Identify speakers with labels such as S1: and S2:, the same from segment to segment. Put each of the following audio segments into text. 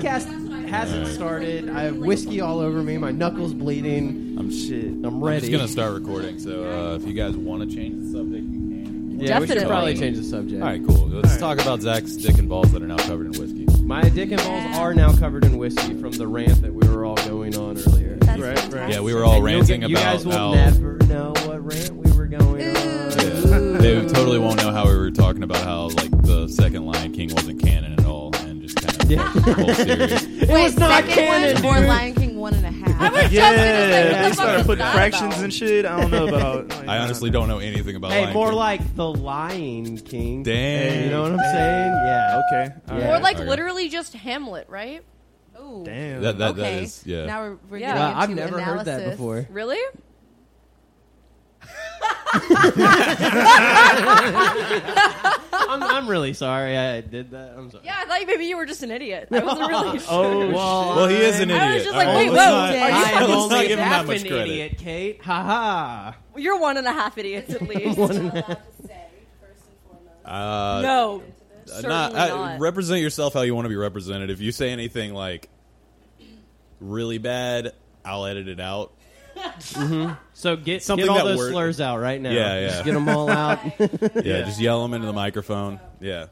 S1: podcast hasn't started. I have whiskey all over me. My knuckles bleeding.
S2: I'm shit.
S1: I'm
S2: I'm
S1: ready.
S2: just gonna start recording. So uh, if you guys want to change the subject, you can.
S1: Yeah, we should
S3: Definitely.
S1: probably change the subject.
S2: All right, cool. Let's talk about Zach's dick and balls that are now covered in whiskey.
S1: My dick and balls are now covered in whiskey from the rant that we were all going on earlier.
S3: That's
S4: Right, right.
S3: fantastic.
S2: Yeah, we were all
S1: You'll
S2: ranting
S1: get-
S2: about
S1: you guys will
S2: how.
S1: never know what rant we were going on.
S2: Yeah. They totally won't know how we were talking about how like the second Lion King wasn't canon at all, and just kind of
S1: Yeah.
S2: the whole series.
S3: Wait,
S1: was not
S3: second
S1: canon,
S3: one
S1: dude.
S3: or Lion King one and a half?
S4: I was
S5: Yeah,
S4: just gonna say, what
S5: they
S4: the
S5: started
S4: fuck
S5: putting
S4: is that
S5: fractions
S4: about?
S5: and shit. I don't know about. like,
S2: I honestly don't know anything about.
S1: Hey,
S2: Lion
S1: more
S2: King.
S1: like the Lion King.
S2: Dang.
S1: You know what I'm saying? Yeah.
S5: Okay. all
S1: Yeah.
S4: Or like
S2: Okay.
S4: literally just Hamlet, right?
S3: Oh,
S5: Damn.
S2: that. That, that
S3: okay.
S2: is yeah.
S3: Now we're, we're
S4: Yeah.
S3: getting
S4: Wow,
S3: into
S1: I've never heard that
S3: analysis.
S1: before.
S4: Really?
S1: I'm, I'm really sorry I did that. I'm sorry.
S4: Yeah, I thought maybe you were just an idiot. I wasn't really sure.
S5: Oh,
S1: Well,
S2: well, he is an idiot.
S4: I was just like,
S2: All
S4: wait,
S2: let's
S4: whoa,
S2: not-
S3: Dad. I
S2: let's
S1: am
S2: not
S1: only
S2: give him that
S1: half
S2: much
S1: an
S2: credit.
S1: idiot, Kate. Ha ha.
S4: You're one and a half idiots at least.
S2: Uh, Uh,
S4: no, certainly
S2: not, I,
S4: not.
S2: represent yourself how you want to be represented. If you say anything like really bad, I'll edit it out.
S1: So get
S2: Something
S1: get all
S2: that
S1: those
S2: word-
S1: slurs out right now.
S2: Yeah, yeah.
S1: Just get them all out.
S2: Yeah, just yell them into the microphone. Yeah,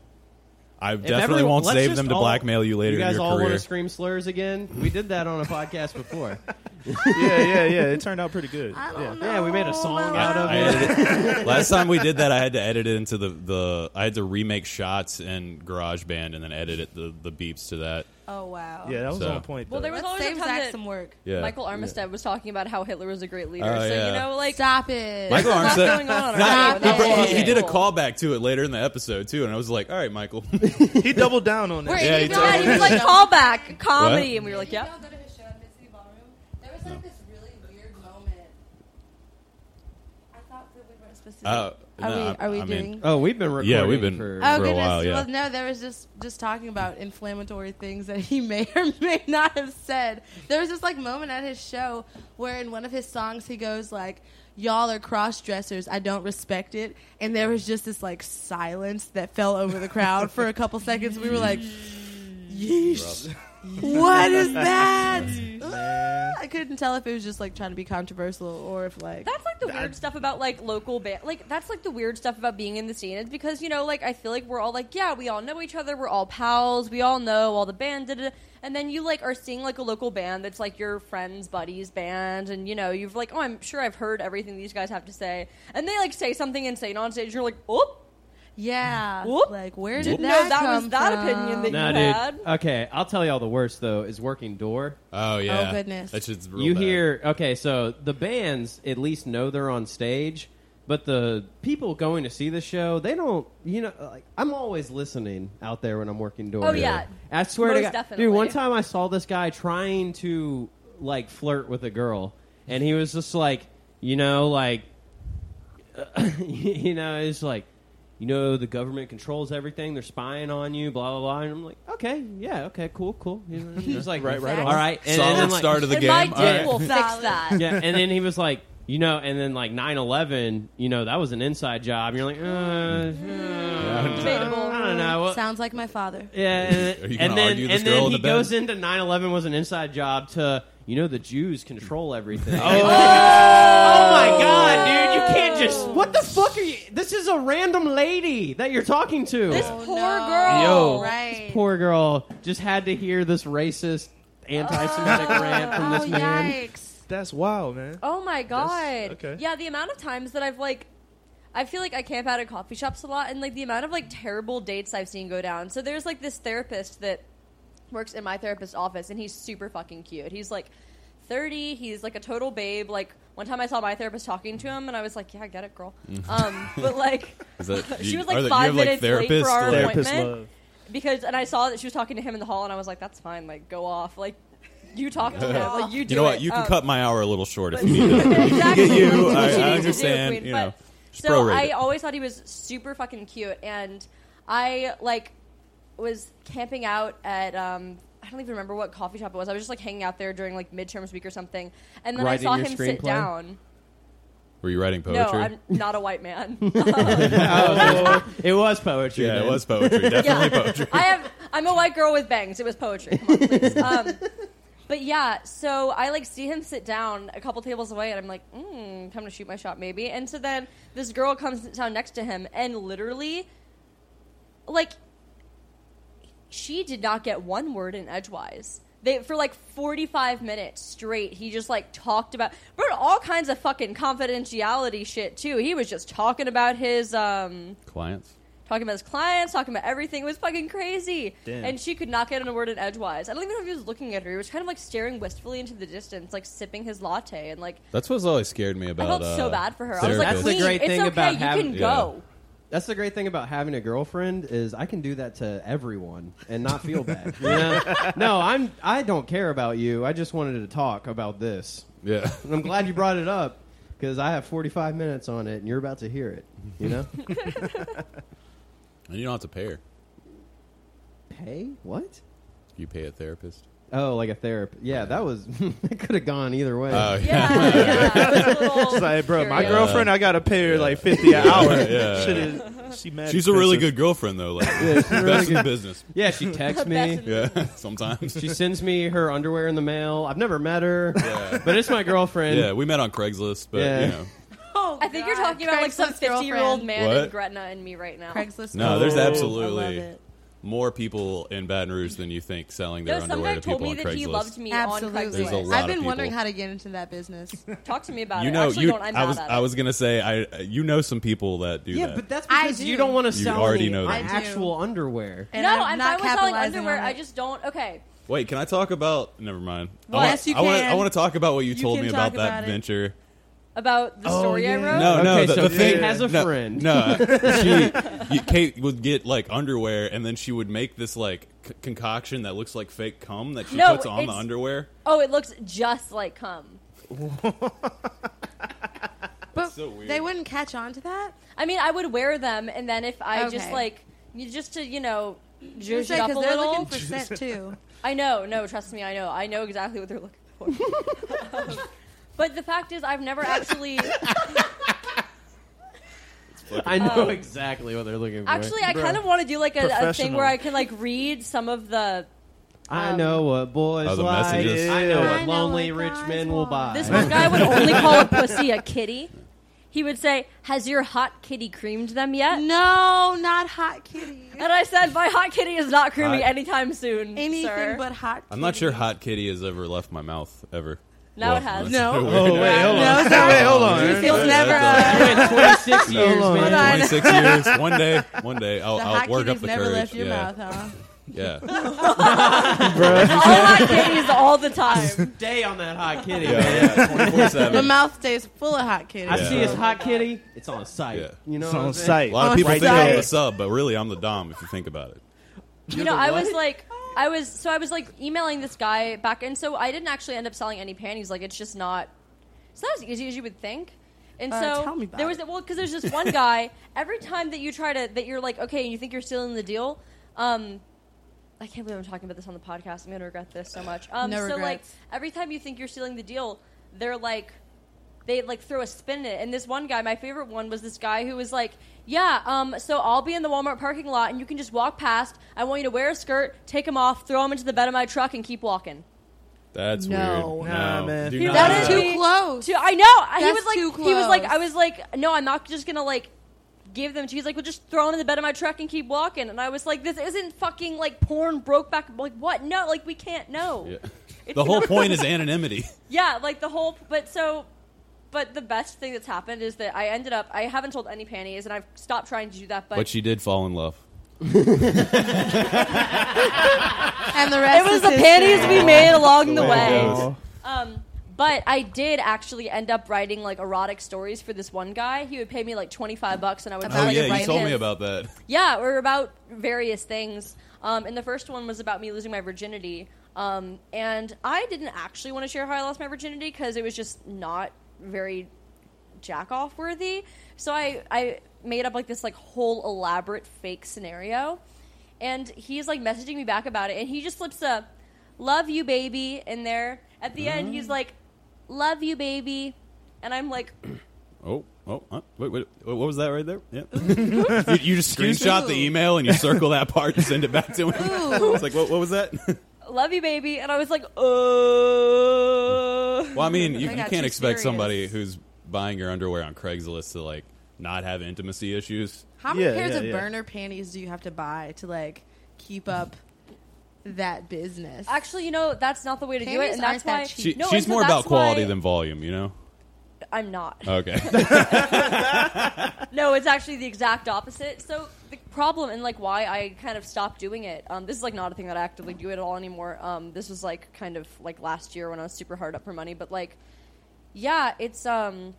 S2: I definitely
S1: everyone-
S2: won't
S1: let's
S2: save
S1: just
S2: them to
S1: all-
S2: blackmail you later
S1: you guys
S2: in your
S1: all want
S2: career.
S1: to scream slurs again? We did that on a podcast before.
S5: yeah, yeah, yeah. It turned out pretty good. yeah.
S1: yeah, we made a song out of
S2: I
S1: it.
S2: edited it. Last time we did that, I had to edit it into the, the I had to remake shots in GarageBand and then edit it, the the beeps to that.
S3: Oh wow.
S5: Yeah, that was
S2: So-
S5: on point.
S4: Well,
S5: though.
S4: there was
S3: Let's
S4: always a
S3: save
S4: time
S3: Zach
S4: that
S3: some work.
S2: Yeah,
S4: Michael Armistead was talking about how Hitler was a great leader.
S2: Oh,
S4: so
S2: yeah.
S4: you know, like
S3: Stop it.
S2: Michael
S4: what's
S2: Armstead-
S4: going on?
S2: Nah,
S3: Stop
S2: he, br-
S3: it.
S2: he- he did a callback to it later in the episode too, and I was like, all right, Michael.
S5: he doubled down on
S3: We're
S5: that.
S2: Yeah,
S3: in
S2: he
S3: a
S2: told
S4: Yeah,
S2: me.
S4: he was like callback comedy,
S2: What?
S4: and we were like,
S6: Did
S4: yep.
S6: y'all go to his show at Mid City Ballroom? There was like this really weird moment. I thought that we weren't supposed to.
S2: Uh, no,
S3: Are
S2: I-
S3: we? Are we
S2: I mean,
S3: doing?
S1: Oh, we've been recording.
S2: Yeah, we've been-
S1: For,
S3: Oh
S2: for a
S3: goodness!
S2: while, yeah.
S3: Well, no, there was just just talking about inflammatory things that he may or may not have said. There was this like moment at his show where in one of his songs he goes like, "Y'all are cross dressers. I don't respect it." And there was just this like silence that fell over the crowd for a couple seconds. We were like, "Yeesh, what is that?" Ah, I couldn't tell if it was just like trying to be controversial or if like
S4: That's like the weird stuff about like local band. Like that's like the weird stuff about being in the scene. It's because you know, like I feel like we're all like, yeah, we all know each other. We're all pals. We all know all the band. Da, da, da. And then you like are seeing like a local band that's like your friend's buddy's band, and you know you've like, oh, I'm sure I've heard everything these guys have to say, and they like say something insane on stage. And you're like, oh,
S3: yeah,
S4: Whoop.
S3: like where did
S4: didn't
S3: that
S4: know that
S3: come
S4: was that
S3: from?
S4: opinion that
S1: Nah,
S4: you had.
S1: dude. Okay, I'll tell y'all the worst though is working door.
S2: oh yeah,
S3: goodness.
S2: that shit's real
S1: you
S2: bad.
S1: hear okay, so the bands at least know they're on stage, but the people going to see the show, they don't. You know, like I'm always listening out there when I'm working door.
S4: Oh, yeah.
S1: I swear to
S4: Most
S1: God,
S4: definitely.
S1: dude. One time I saw this guy trying to like flirt with a girl, and he was just like, you know, like, you know, it's like. You know the government controls everything; they're spying on you, blah blah blah. And I'm like, okay, yeah, okay, cool, cool. He's like,
S5: Right, right on.
S1: all right. And,
S2: Solid
S1: and then, like,
S2: start of the
S4: and
S2: game.
S4: my
S2: All
S4: dick
S2: right.
S4: will fix
S3: Solid.
S4: that.
S1: yeah, and then he was like, you know, and then like 9-11, you know, that was an inside job. And you're like, uh, uh,
S4: Debatable.
S1: I don't know. Well,
S3: Sounds like my father.
S1: yeah, and,
S2: Are you
S1: and
S2: gonna
S1: then
S2: argue this
S1: and
S2: girl
S1: then
S2: in
S1: he
S2: the bed?
S1: goes into 9-11 was an inside job to you know the Jews control everything. oh. my god, dude, you can't just what the fuck are you? This is a random lady that you're talking to.
S4: This
S3: Oh,
S4: poor
S3: no.
S4: girl.
S1: Yo.
S3: Right.
S1: poor girl just had to hear this racist anti-Semitic rant from this
S3: oh,
S1: man.
S3: yikes.
S5: That's wild, man.
S4: Oh my god.
S5: okay.
S4: Yeah, the amount of times that I've like I feel like I camp out at coffee shops a lot and like the amount of like terrible dates I've seen go down. So there's like this therapist that works in my therapist's office and he's super fucking cute. He's like 30, he's like a total babe. Like one time I saw my therapist talking to him and I was like, "Yeah, I get it, girl." um, but like
S2: Is that,
S4: she
S2: you-
S4: was
S2: are
S4: like
S2: that-
S4: 5
S2: you have,
S4: minutes late
S2: therapist
S4: for our
S2: or-
S5: Therapist
S4: appointment
S5: love.
S4: because and I saw that she was talking to him in the hall and I was like, "That's fine. Like go off. Like you talk to him. Like you do
S2: You know
S4: it.
S2: what? You can
S4: Um,
S2: cut my hour a little short if
S4: but-
S2: you need to.
S4: exactly.
S2: You,
S4: That's what
S2: I,
S4: she needs to
S2: I
S4: do,
S2: understand.
S4: Queen.
S2: you
S4: But-
S2: know, just
S4: so
S2: prorate
S4: I
S2: it.
S4: always thought he was super fucking cute, and I like was camping out at um, I don't even remember what coffee shop it was. I was just like hanging out there during like midterms week or something, and then
S1: Writing
S4: I saw
S1: your
S4: him sit
S1: screenplay?
S4: down.
S2: Were you writing
S4: No,
S2: poetry?
S4: I'm not a white man.
S1: It was poetry.
S2: yeah, it
S1: then.
S2: was poetry. Definitely
S4: Yeah.
S2: poetry.
S4: I have I'm a white girl with bangs. It was poetry. Come on, please. Um, but yeah, so I like see him sit down a couple tables away, and I'm like, mm, time to shoot my shot, maybe. And so then this girl comes down next to him, and literally, like, she did not get one word in edgewise. They, for like 45 minutes straight, he just like talked about, but all kinds of fucking confidentiality shit too. He was just talking about his, um,
S2: Clients.
S4: talking about his clients, talking about everything. It was fucking crazy.
S5: Damn.
S4: And she could not get in a word in edgewise. I don't even know if he was looking at her. He was kind of like staring wistfully into the distance, like sipping his latte. And like,
S2: That's what's always scared me about.
S4: I felt so
S2: uh,
S4: bad for her. I was
S2: therapists.
S4: like,
S1: That's the
S4: Queen,
S1: great
S4: it's
S1: thing
S4: okay.
S1: about
S4: you
S1: having-
S4: can go.
S1: That's the great thing about having a girlfriend is I can do that to everyone and not feel bad. you know? No, I'm I don't care about you. I just wanted to talk about this.
S2: yeah.
S1: And I'm glad you brought it up because I have 45 minutes on it and you're about to hear it. You know?
S2: and you don't have to pay her.
S1: Pay? What?
S2: You pay a therapist.
S1: Oh, like a therapist. Yeah, that was. it could have gone either way.
S2: Oh
S4: Yeah. yeah. It's a little
S5: It's like, bro, my
S4: curious.
S5: girlfriend, I gotta pay her like fifty an hour.
S2: Yeah.
S5: Shit is, she mad
S2: She's a really
S5: expensive.
S2: good girlfriend though. Like
S1: she's a really
S2: best in
S1: good-
S2: business.
S1: yeah, she texts me.
S4: Best in-
S2: Yeah. Sometimes.
S1: She sends me her underwear in the mail. I've never met her,
S2: Yeah.
S1: but it's my girlfriend.
S2: Yeah, we met on Craigslist, but
S1: Yeah.
S2: you know,
S3: Oh,
S4: I think you're talking about like some 50 year old man
S2: What?
S4: and Gretna and me right now.
S3: Craigslist.
S2: no, there's
S5: Oh, I love
S2: absolutely
S3: I love it.
S2: more people in Baton Rouge than you think selling their
S4: No, some
S2: underwear to
S4: guy told
S2: people
S4: me
S2: on
S4: that
S2: Craigslist.
S4: he loved me on
S3: Absolutely.
S2: There's a
S4: Craigslist.
S2: lot
S3: I've
S2: of
S3: been wondering
S2: people.
S3: how to get into that business.
S4: Talk to me about
S2: you
S4: it.
S2: know,
S4: Actually,
S2: you.
S4: don't. I'm
S2: I was.
S4: mad at
S2: I
S4: it.
S2: was gonna say. I. You know some people that do
S1: Yeah,
S2: that.
S1: but that's
S3: I
S1: because you
S3: do.
S1: don't want to
S2: You
S1: sell
S2: already
S1: any
S2: know that.
S3: I do.
S1: actual underwear.
S3: And
S4: no,
S3: I'm
S4: I'm
S3: not
S4: fine with selling
S3: capitalizing
S4: underwear.
S3: on it.
S4: I just don't. Okay,
S2: Wait, can I talk about? Never mind. I
S3: Well,
S2: wanna-
S3: yes, you
S2: I wanna-
S3: can.
S2: I want to talk about what you,
S3: You
S2: told
S3: can
S2: me about
S3: talk
S2: that
S3: about it.
S2: venture.
S4: about the
S5: Oh,
S4: story I
S5: yeah.
S4: wrote.
S2: No, no.
S1: Okay,
S2: the,
S1: so
S2: the
S1: Kate
S2: thing
S1: has a
S2: no,
S1: friend.
S2: No, she, you, Kate would get like underwear, and then she would make this like c- concoction that looks like fake cum that she
S4: No,
S2: puts on the
S4: it's-
S2: underwear.
S4: Oh, it looks just like cum.
S3: But
S2: so weird.
S3: they wouldn't catch on to that.
S4: I mean, I would wear them, and then if I just
S3: Okay.
S4: like you- just to you know
S3: You
S4: juice
S3: say
S4: it up a
S3: because they're
S4: little.
S3: looking for scent too.
S4: I know. No, trust me, I know. I know exactly what they're looking for. but the fact is, I've never actually.
S1: I
S2: Oh.
S1: know
S3: Oh.
S1: exactly what they're looking for.
S4: Actually, I kind of want to do like a, a thing
S5: Professional.
S4: where I can like read some of the.
S1: I know what boys
S2: Oh, the
S1: like.
S2: messages.
S1: I know
S5: Yeah.
S1: what
S3: I know
S1: lonely
S3: what
S1: rich
S3: guys
S1: men will
S3: want.
S1: buy.
S4: This one guy would only call a pussy a kitty. He would say, "Has your hot kitty creamed them yet?"
S3: No, not hot kitty.
S4: And I said, "My hot kitty is not creaming
S2: Hot-
S4: anytime soon,
S3: Anything
S4: sir."
S3: but hot.
S2: I'm not
S3: kitty.
S2: sure hot kitty has ever left my mouth ever.
S4: Now
S2: Well,
S4: it
S2: that's
S4: has.
S3: No.
S2: so weird.
S5: Oh wait, hold
S3: No,
S5: on.
S3: sorry.
S5: wait, hold on.
S3: It feels
S2: That-
S3: never.
S2: that's
S3: uh,
S1: Went 26 years,
S5: Hold
S1: man.
S3: on.
S2: 26 years. One day, one day, I'll,
S3: the
S2: I'll
S3: hot
S2: work up
S3: kitty's
S2: the
S3: never
S2: courage.
S3: left your
S2: yeah,
S3: mouth, huh?
S2: yeah.
S4: all hot kitties all the time.
S1: Stay on that hot kitty, man.
S2: yeah, yeah. 24
S3: The
S2: 7.
S3: mouth stays full of hot kitty.
S1: I
S2: Yeah.
S1: see his hot kitty. It's on site.
S2: Yeah.
S1: You know,
S5: It's
S1: what I'm
S5: on
S1: saying?
S5: site.
S2: A lot of
S3: On
S2: people think I'm
S3: Friday.
S2: the sub, but really I'm the dom if you think about it.
S4: you know, I was like, I was so I was like emailing this guy back, and so I didn't actually end up selling any panties. Like, it's just not. It's not as easy as you would think. And
S3: Uh,
S4: so
S3: tell me about
S4: there was
S3: it.
S4: well because there's this one guy. Every time that you try to that you're like okay and you think you're stealing the deal, um, I can't believe I'm talking about this on the podcast. I'm gonna regret this so much. Um,
S3: No
S4: so
S3: regrets.
S4: like every time you think you're stealing the deal, they're like they like throw a spin in it. And this one guy, my favorite one was this guy who was like, "Yeah, um, so I'll be in the Walmart parking lot, and you can just walk past. I want you to wear a skirt, take them off, throw them into the bed of my truck, and keep walking."
S2: That's
S3: No.
S2: weird.
S5: Nah,
S2: no,
S5: man.
S2: Do
S5: That
S2: not
S3: That
S2: do
S3: is
S2: that.
S3: too close.
S4: To, I know he
S3: That's
S4: was like,
S3: too
S4: he was like,
S3: close.
S4: I was like, "No, I'm not just gonna like." Give them to. He's like, well, just throw them in the bed of my truck and keep walking. And I was like, this isn't fucking like porn, broke back. Like, what? No, like, we can't know.
S2: Yeah.
S4: It's
S2: The whole
S4: not-
S2: point is anonymity.
S4: Yeah, like the whole. But so, but the best thing that's happened is that I ended up. I haven't sold any panties, and I've stopped trying to do that. But,
S2: But she did fall in love.
S3: And the
S4: it
S3: rest
S4: was
S3: is
S4: the
S3: history.
S4: panties we made along the
S2: way it goes.
S4: way. Um, but I did actually end up writing like erotic stories for this one guy. He would pay me like twenty five bucks, and I would
S3: About
S2: Oh,
S4: like,
S3: it
S2: yeah,
S3: right
S2: you told
S3: in.
S2: me about that.
S4: Yeah, or about various things. Um, and the first one was about me losing my virginity. Um, and I didn't actually want to share how I lost my virginity because it was just not very jack off worthy. So I, I made up like this like whole elaborate fake scenario. And he's like messaging me back about it. And he just slips a love you, baby, in there. At the end, he's like, love you, baby. And I'm like,
S2: Oh, Oh, huh? wait, wait, what was that right there? Yeah. you, you just screenshot the email and you circle that part and send it back to him. it's like, what, what was that?
S4: Love you, baby. And I was like, oh.
S2: Well, I mean, you,
S4: I
S2: you
S4: got
S2: can't
S4: too
S2: expect somebody
S4: serious.
S2: who's buying your underwear on Craigslist to like not have intimacy issues.
S3: How many
S5: Yeah,
S3: pairs
S5: yeah,
S3: of
S5: yeah.
S3: burner panties do you have to buy to like keep up that business?
S4: Actually, you know that's not the way to do it,
S3: Panties
S4: and that's
S3: aren't that
S4: why
S3: cheap.
S2: She,
S4: No, and
S2: she's
S4: so
S2: more about
S4: that's why
S2: quality than volume, you know.
S4: I'm not.
S2: Okay.
S4: No, it's actually the exact opposite. So the problem and like why I kind of stopped doing it. Um, this is like not a thing that I actively do at all anymore. Um, this was like kind of like last year when I was super hard up for money, but like, yeah, it's um,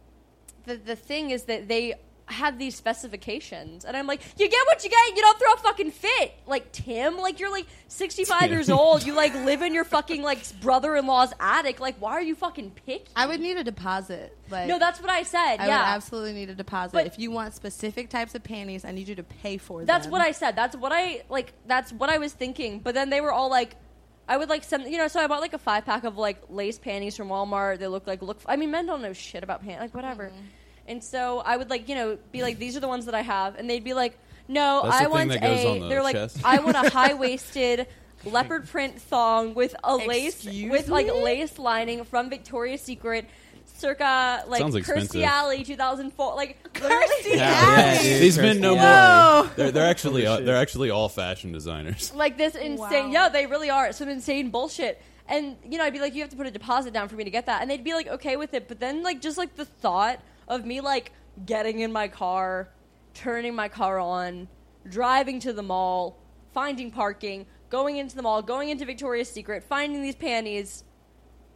S4: the the thing is that they had these specifications, and I'm like, you get what you get. You don't throw a fucking fit, like Tim. Like you're like 65 years old. You like live in your fucking like brother-in-law's attic. Like why are you fucking picky?
S3: I would need a deposit. Like
S4: no, that's what I said.
S3: I
S4: yeah,
S3: would absolutely need a deposit.
S4: But-
S3: if you want specific types of panties, I need you to pay for
S4: That's
S3: them.
S4: what I said. That's what I like. That's what I was thinking. But then they were all like, I would like some, you know. So I bought like a five pack of like lace panties from Walmart. They look like look. I mean, men don't know shit about pants, like whatever.
S3: Mm-hmm.
S4: And so I would like you know be like these are the ones that I have, and they'd be like, no,
S2: That's the
S4: I
S2: thing
S4: want
S2: that goes
S4: a.
S2: on the
S4: they're
S2: chest.
S4: like, I want a high waisted. Leopard print thong with a lace
S3: Excuse
S4: with like
S3: me?
S4: lace lining from Victoria's Secret, circa like
S2: Sounds expensive.
S4: Kirstie Alley 2004. Like
S3: Kirstie
S4: literally-
S3: Alley.
S1: dude,
S2: These men
S1: Kirstie
S2: know
S1: Alley.
S4: Oh.
S2: more. They're, they're actually uh,
S5: shit.
S2: they're actually all fashion designers.
S4: like this insane
S3: Wow.
S4: yeah they really are some insane bullshit and you know i'd be like you have to put a deposit down for me to get that and they'd be like okay with it but then like just like the thought of me like getting in my car turning my car on driving to the mall finding parking going into the mall going into victoria's secret finding these panties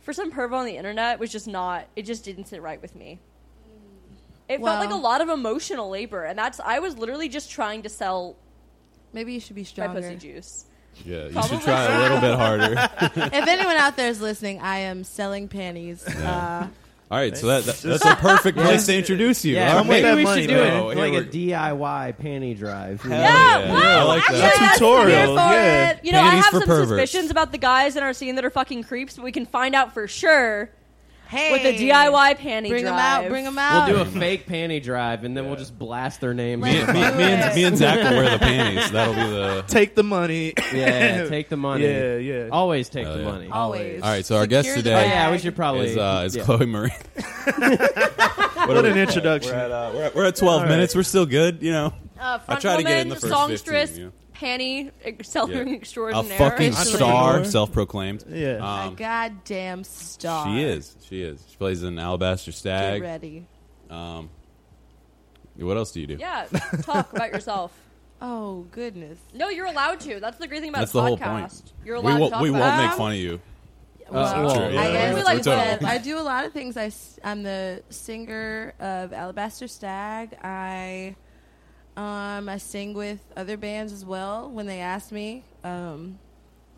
S4: for some pervo on the internet was just not it just didn't sit right with me it
S3: Well-
S4: felt like a lot of emotional labor and that's i was literally just trying to sell
S3: Maybe you should be
S4: my
S3: stronger.
S4: pussy juice
S2: Yeah, you
S4: Probably
S2: should try a little bit harder.
S3: if anyone out there is listening, I am selling panties. Uh,
S2: All right, so that, that that's a perfect place to introduce you.
S1: Yeah,
S2: All
S1: maybe
S5: make that
S2: right.
S1: we
S5: money,
S1: should do
S5: man.
S2: Oh,
S1: it
S2: here
S1: like a
S2: we're-
S1: DIY panty drive. you
S2: Hell
S1: know?
S4: Yeah,
S2: yeah.
S4: Oh, wow,
S2: I like
S4: actually,
S2: that.
S4: that's here
S5: Tutorial,
S4: for
S5: yeah.
S4: it. You know,
S2: Panties
S4: I have
S2: for
S4: some
S2: perverts.
S4: suspicions about the guys in our scene that are fucking creeps, but we can find out for sure
S3: hey,
S4: with the DIY panty
S3: bring them
S4: drive.
S3: out, bring them
S1: We'll
S3: out.
S1: do a fake panty drive, and then we'll just blast their names.
S2: Me, me, me and, me and Zach will wear the panties. That'll be the.
S5: Take the money.
S1: yeah, take the money.
S5: Yeah, yeah.
S1: Always take
S2: Hell
S1: the
S2: yeah.
S1: money. Oh,
S3: Always.
S2: All right, so our guest
S3: Secure the
S2: today-
S3: bag.
S1: yeah, we should probably.
S2: Is, uh, is
S1: yeah.
S2: Chloe Marie?
S5: What, an introduction.
S2: Uh, we're, at, we're at 12 minutes. We're still good, you know. I
S4: Uh, front
S2: try to
S4: woman,
S2: get in the first
S4: songstress,
S2: 15,
S4: panty excelling
S2: Yeah. A
S4: extraordinaire.
S2: fucking star,
S5: Entrepreneur.
S2: self-proclaimed.
S5: Yeah.
S3: A
S2: Um,
S3: goddamn star.
S2: she is. She is. She plays in Alabaster
S3: Get
S2: Stag.
S3: ready.
S2: Um, what else do you do?
S4: yeah, talk about yourself.
S3: Oh goodness.
S4: No, you're allowed to. That's the great thing about
S2: That's
S4: the
S2: the whole
S4: podcast.
S2: point.
S4: You're
S2: we
S4: allowed to
S2: won't,
S4: talk
S2: we
S4: about
S2: won't
S4: it.
S2: make fun of you.
S1: Uh,
S3: Well,
S2: True,
S1: well,
S2: yeah.
S3: I guess
S4: We're
S3: I
S4: like
S3: said,
S4: that.
S3: I do a lot of things. I, am the singer of Alabaster Stag. I um, I sing with other bands as well when they ask me. Um,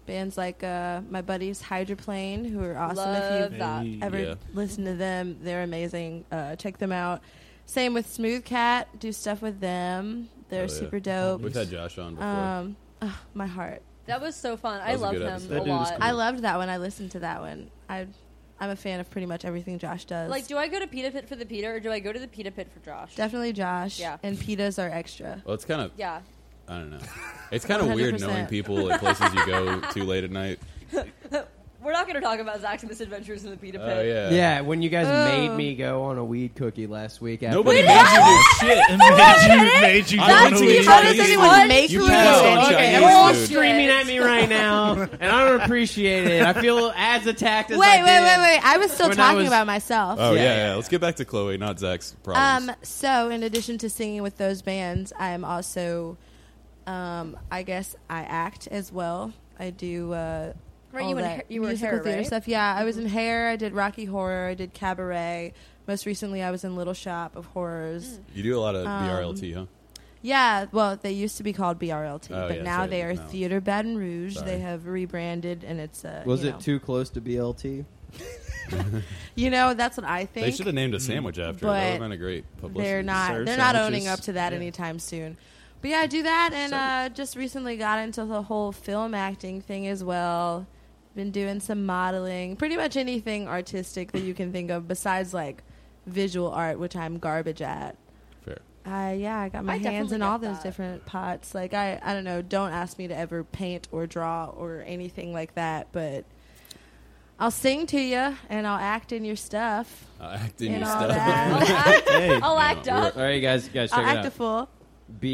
S3: bands like uh, my buddies Hydroplane, who are awesome.
S4: Love
S3: if
S4: that.
S5: Hey.
S3: you've ever
S2: Yeah.
S3: listened to them, they're amazing. Uh, check them out. Same with Smooth Cat. Do stuff with them. They're
S2: Hell Oh, yeah.
S3: super dope.
S2: We've had Josh on before.
S3: Um, ugh, my heart.
S4: That was so fun. I
S2: was a
S4: love
S2: good
S4: him
S2: episode.
S5: That
S4: a
S5: dude is
S4: lot.
S5: cool.
S3: I loved that one. I listened to that one. I, I'm a fan of pretty much everything Josh does.
S4: Like, do I go to Pita Pit for the Peter, or do I go to the Pita Pit for Josh?
S3: Definitely Josh.
S4: Yeah.
S3: And pitas are extra.
S2: well, it's kind of
S4: yeah.
S2: I don't know. It's kind of weird knowing
S3: 100%.
S2: people at places you go to late at night.
S4: We're not going to talk about Zach's misadventures in the Pita Pit.
S2: Oh yeah,
S1: yeah, when you guys
S3: Oh.
S1: made me go on a weed cookie last week, after
S2: Nobody
S1: we-
S2: made you do shit.
S5: And made you, made you
S2: I
S5: go
S2: went
S5: to
S2: to
S5: the-
S2: How does
S3: Chinese
S2: anyone
S3: food.
S4: make
S3: You
S4: food?
S3: passed
S2: Oh,
S3: on
S2: okay,
S3: Chinese
S2: everyone's
S1: Everyone's
S2: Dude.
S1: screaming at me right now, and I don't appreciate it. I feel as attacked as I
S3: Wait, wait,
S1: did.
S3: wait, wait. I was still
S1: When I
S3: talking
S1: was- Uh,
S3: about myself.
S2: Oh yeah,
S1: Yeah,
S2: yeah,
S1: yeah.
S2: Let's get back to Chloe, not Zach's problems.
S3: Um, so in addition to singing with those bands, I am also um, I guess I act as well. I do uh
S4: Right, you
S3: all
S4: in
S3: that
S4: Hair- you were in
S3: musical
S4: Hair,
S3: theater
S4: right?
S3: stuff. Yeah, I was in Hair, I did Rocky Horror, I did Cabaret. Most recently I was in Little Shop of Horrors.
S2: you do a lot of BRLT, huh?
S3: Yeah, well, they used to be called BRLT,
S2: Oh,
S3: but
S2: yeah,
S3: now
S2: sorry,
S3: they are
S2: no.
S3: Theater Baton Rouge.
S2: Sorry.
S3: They have rebranded and it's uh
S1: Was
S3: you
S1: it
S3: know.
S1: too close to BLT?
S3: You know, that's what I think.
S2: They should have named a sandwich after. it.
S3: But
S2: That would have been a great publicity.
S3: they're not
S5: serve
S3: they're not
S5: sandwiches.
S3: owning up to that
S5: Yeah.
S3: anytime soon. But yeah, I do that and uh, just recently got into the whole film acting thing as well. Been doing some modeling, pretty much anything artistic that you can think of besides like visual art, which I'm garbage at.
S2: Fair.
S3: I yeah, I got my
S4: I
S3: hands
S4: definitely
S3: in all
S4: get
S3: those
S4: that.
S3: different pots. Like I, I don't know. Don't ask me to ever paint or draw or anything like that. But I'll sing to you and I'll act in your stuff
S2: I act in
S3: and
S2: your
S3: all
S2: Uh, stuff.
S3: that.
S4: I'll act
S2: we're-
S4: up.
S1: All right, you guys, you guys, check
S3: I'll
S1: it
S3: act
S1: out.
S3: a fool.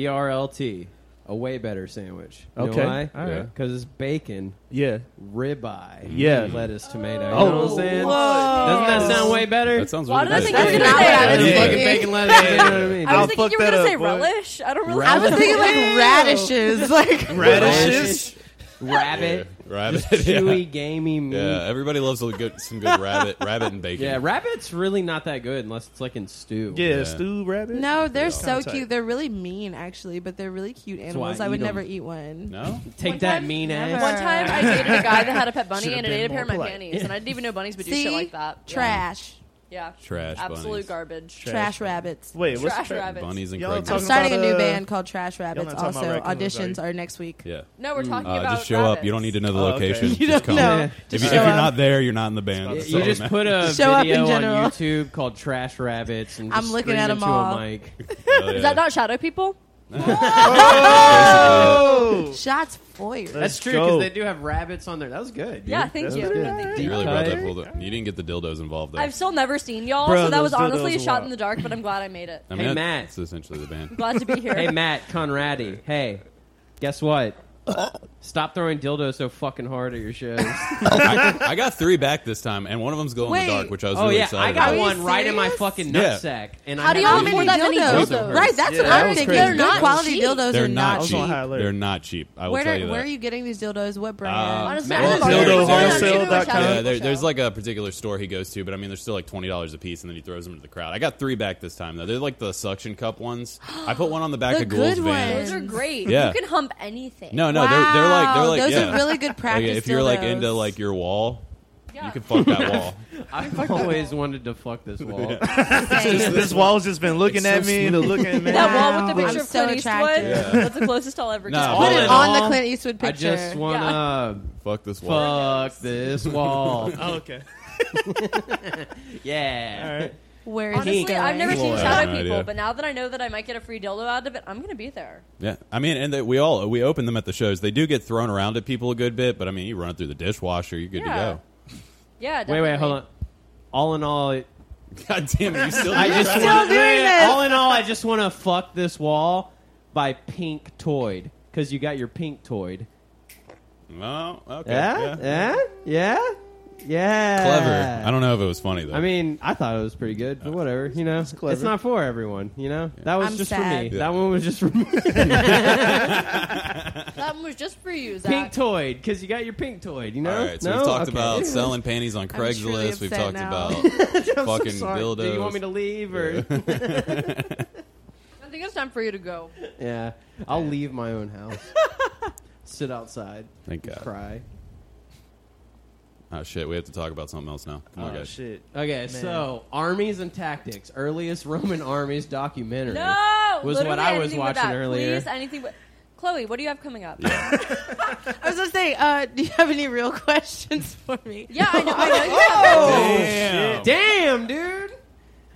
S1: BRLT, a way better sandwich. You
S5: Okay,
S1: know why?
S5: all right.
S1: Because it's bacon,
S5: Yeah.
S1: ribeye,
S5: Yeah.
S1: lettuce, tomato. You
S5: Oh.
S1: know what I'm saying?
S3: Whoa.
S1: Doesn't that sound way better?
S2: That sounds
S4: Why
S2: really
S4: did I
S2: good.
S4: think you
S3: That's
S4: were gonna
S3: not
S4: say
S3: what I
S4: that?
S1: It's
S5: Yeah.
S1: fucking bacon, lettuce. You know what I mean?
S4: I
S5: I'll
S4: was thinking you
S5: fuck
S4: were
S5: that
S4: gonna say
S5: up, boy.
S4: relish. I don't really.
S3: I was thinking like radishes, like
S5: Radishes.
S1: Rabbit.
S2: Yeah. Rabbit.
S1: Chewy,
S2: yeah.
S1: gamey meat.
S2: Yeah, everybody loves a good, some good rabbit, rabbit and bacon.
S1: Yeah, rabbit's really not that good unless it's like in stew.
S5: Yeah,
S2: Yeah.
S5: stew rabbit.
S3: No, they're so
S5: tight.
S3: cute. They're really mean, actually, but they're really cute
S1: why
S3: animals.
S1: I
S3: I, would
S1: eat 'em.
S3: never eat one.
S2: No,
S1: Take
S4: One
S1: that
S4: time-
S1: mean ass.
S3: Never.
S4: One time I dated a guy that had a pet bunny
S5: Should've
S4: and it
S5: been
S4: ate a pair of
S5: more
S4: my
S5: polite.
S4: panties, and I didn't even know bunnies would do
S3: See?
S4: shit like that. Yeah.
S3: Trash.
S4: Yeah.
S2: Trash
S4: Absolute
S2: bunnies.
S4: garbage.
S5: Trash.
S3: Trash rabbits.
S5: Wait, what's
S4: Trash
S5: tra-
S4: rabbits.
S2: bunnies and
S5: Y'all
S2: Craig.
S3: I'm
S5: talking-
S3: starting a new
S5: about, uh,
S3: band called Trash Rabbits.
S5: not talking
S3: Also,
S5: about raccoons,
S3: auditions
S5: are
S3: are next week.
S2: Yeah,
S4: No, we're talking
S2: uh,
S4: about
S2: just show up. You don't need to know the
S5: Oh, okay.
S2: location.
S5: You
S3: You
S2: just come.
S3: don't know.
S2: If,
S3: Just
S2: you, if
S3: show
S2: you're
S3: up.
S2: not there, you're not in the band.
S5: It's
S2: That's
S1: You
S2: all
S1: just
S2: that
S1: put a
S3: Show up in
S1: video on
S3: general.
S1: YouTube called Trash Rabbits and
S3: I'm
S1: just
S3: looking
S1: scream
S3: at 'em
S1: into
S3: all.
S1: a mic.
S2: matters. Hell
S4: Is
S2: yeah.
S4: that not shadow people?
S5: Oh,
S3: Shots fired.
S1: That's
S5: Let's
S1: true because
S5: go.
S1: they do have rabbits on there. That was good. dude.
S4: Yeah, thank
S1: That
S4: you.
S1: was good.
S4: No, thank
S2: You
S1: Deep
S2: really brought
S1: cut.
S2: that pulled up. You didn't get the dildos involved though.
S4: I've still never seen y'all,
S5: Bro,
S4: so that was
S5: those dildos
S4: honestly a
S5: are
S4: shot
S5: wild.
S4: in the dark. But I'm glad I made it.
S2: I
S1: Hey,
S2: that-
S1: Matt.
S2: That's essentially the band.
S4: Glad to be here.
S1: Hey Matt Conradi. Hey, guess what? Stop throwing dildos so fucking hard at your shows.
S2: I, I got three back this time, and one of them's glow in
S3: Wait.
S2: the dark, which I was
S1: oh
S2: really
S1: yeah,
S2: excited
S1: I got
S2: about.
S1: one right in my
S3: serious?
S1: fucking
S2: Yeah.
S1: nutsack. And
S4: How
S1: I
S4: do
S1: had
S4: y'all
S1: to-
S4: afford that many
S1: dildos?
S4: dildos?
S3: Right, that's
S5: Yeah,
S3: what
S5: that
S3: I'm
S5: was
S3: thinking.
S5: crazy.
S3: They're not
S4: They're
S3: quality
S4: not cheap.
S3: dildos.
S2: They're
S3: are
S2: not
S3: not
S5: was on high
S2: cheap.
S5: alert.
S2: They're not cheap. I will
S3: Where,
S2: tell
S3: do,
S2: you
S3: where are
S2: that. Um,
S3: you getting these dildos? What brand?
S4: Honestly,
S1: Matt Dildo
S4: I'm gonna go
S5: wholesale
S4: to a shadow
S5: dot com.
S2: Yeah,
S4: people
S2: there,
S4: show.
S2: there's like a particular store he goes to, but I mean, they're still like twenty dollars a piece, and then he throws them into the crowd. I got three back this time though. They're like the suction cup ones. I put one on the back
S3: The
S2: of Ghoul's
S3: good
S2: van.
S3: ones.
S4: Those are great.
S2: Yeah.
S4: You can hump anything.
S2: No, no, they're, they're like they're like
S3: Wow, those
S2: yeah.
S3: are really good
S2: Like,
S3: practice.
S2: if you're like
S3: dildos.
S2: into like your wall,
S4: Yeah.
S2: you can fuck that wall.
S1: I've always wanted to fuck this wall.
S5: Just- this wall's just been looking
S2: It's
S5: at
S2: so
S5: me and looking at me.
S4: That wall with the
S3: Wow.
S4: picture
S3: I'm
S4: of
S3: so
S4: Clint Eastwood.
S3: attracted.
S2: Yeah.
S4: That's the closest I'll ever
S2: Nah,
S4: get.
S1: All
S3: Put
S1: in
S3: it on
S1: all,
S3: the Clint Eastwood
S1: I
S3: picture.
S1: just wanna
S2: fuck this wall.
S1: fuck this wall.
S5: Oh, okay.
S1: Yeah.
S5: All right.
S3: Where is
S4: Honestly,
S3: this going?
S4: I've never seen
S2: Well, I have
S4: shadow
S2: no
S4: people,
S2: idea.
S4: but now that I know that I might get a free dildo out of it, I'm gonna be there.
S2: Yeah, I mean, and they, we all we open them at the shows. They do get thrown around at people a good bit, but I mean, you run it through the dishwasher, you're good
S4: Yeah.
S2: to
S4: Yeah.
S1: Wait, wait,
S4: definitely.
S1: hold on. All in all, it-
S2: go. God damn it, you still.
S1: I just
S3: still
S1: wanna,
S3: doing
S1: yeah,
S3: this.
S1: All in all, I just want to fuck this wall by pink toyed because you got your pink toyed.
S2: Oh, okay.
S1: Yeah, yeah, yeah, yeah.
S2: Clever. I don't know if it was funny though.
S1: I mean, I thought it was pretty good, but whatever. You know, it's,
S5: clever.
S1: not for everyone. You know, that was
S3: I'm
S1: just for
S3: sad.
S1: me.
S2: Yeah.
S1: That one was just for me.
S4: That one was just for you, Zach.
S1: pink toyed because you got your pink toyed. You know.
S2: all right. So
S1: no?
S2: we've talked
S1: Okay.
S2: about selling panties on
S3: truly
S2: Craigslist. We've talked
S3: upset now.
S2: about
S1: I'm so
S2: fucking
S1: sorry.
S2: dildos.
S1: Do you want me to leave or?
S4: I think it's time for you to go.
S1: yeah, I'll leave my own house. Sit outside.
S2: Thank God.
S1: Cry.
S2: Oh shit, we have to talk about something else now. Come on,
S5: Oh
S2: guys.
S5: shit.
S1: Okay, so armies and tactics, earliest Roman armies documentary.
S4: No,
S1: Was
S4: literally
S1: what I was
S4: anything but
S1: watching
S4: that.
S1: earlier.
S4: Please, anything but Chloe. What do you have coming up?
S3: I was gonna say, uh, do you have any real questions for me?
S4: Yeah, I know. I know. You
S2: Damn.
S1: Damn, dude!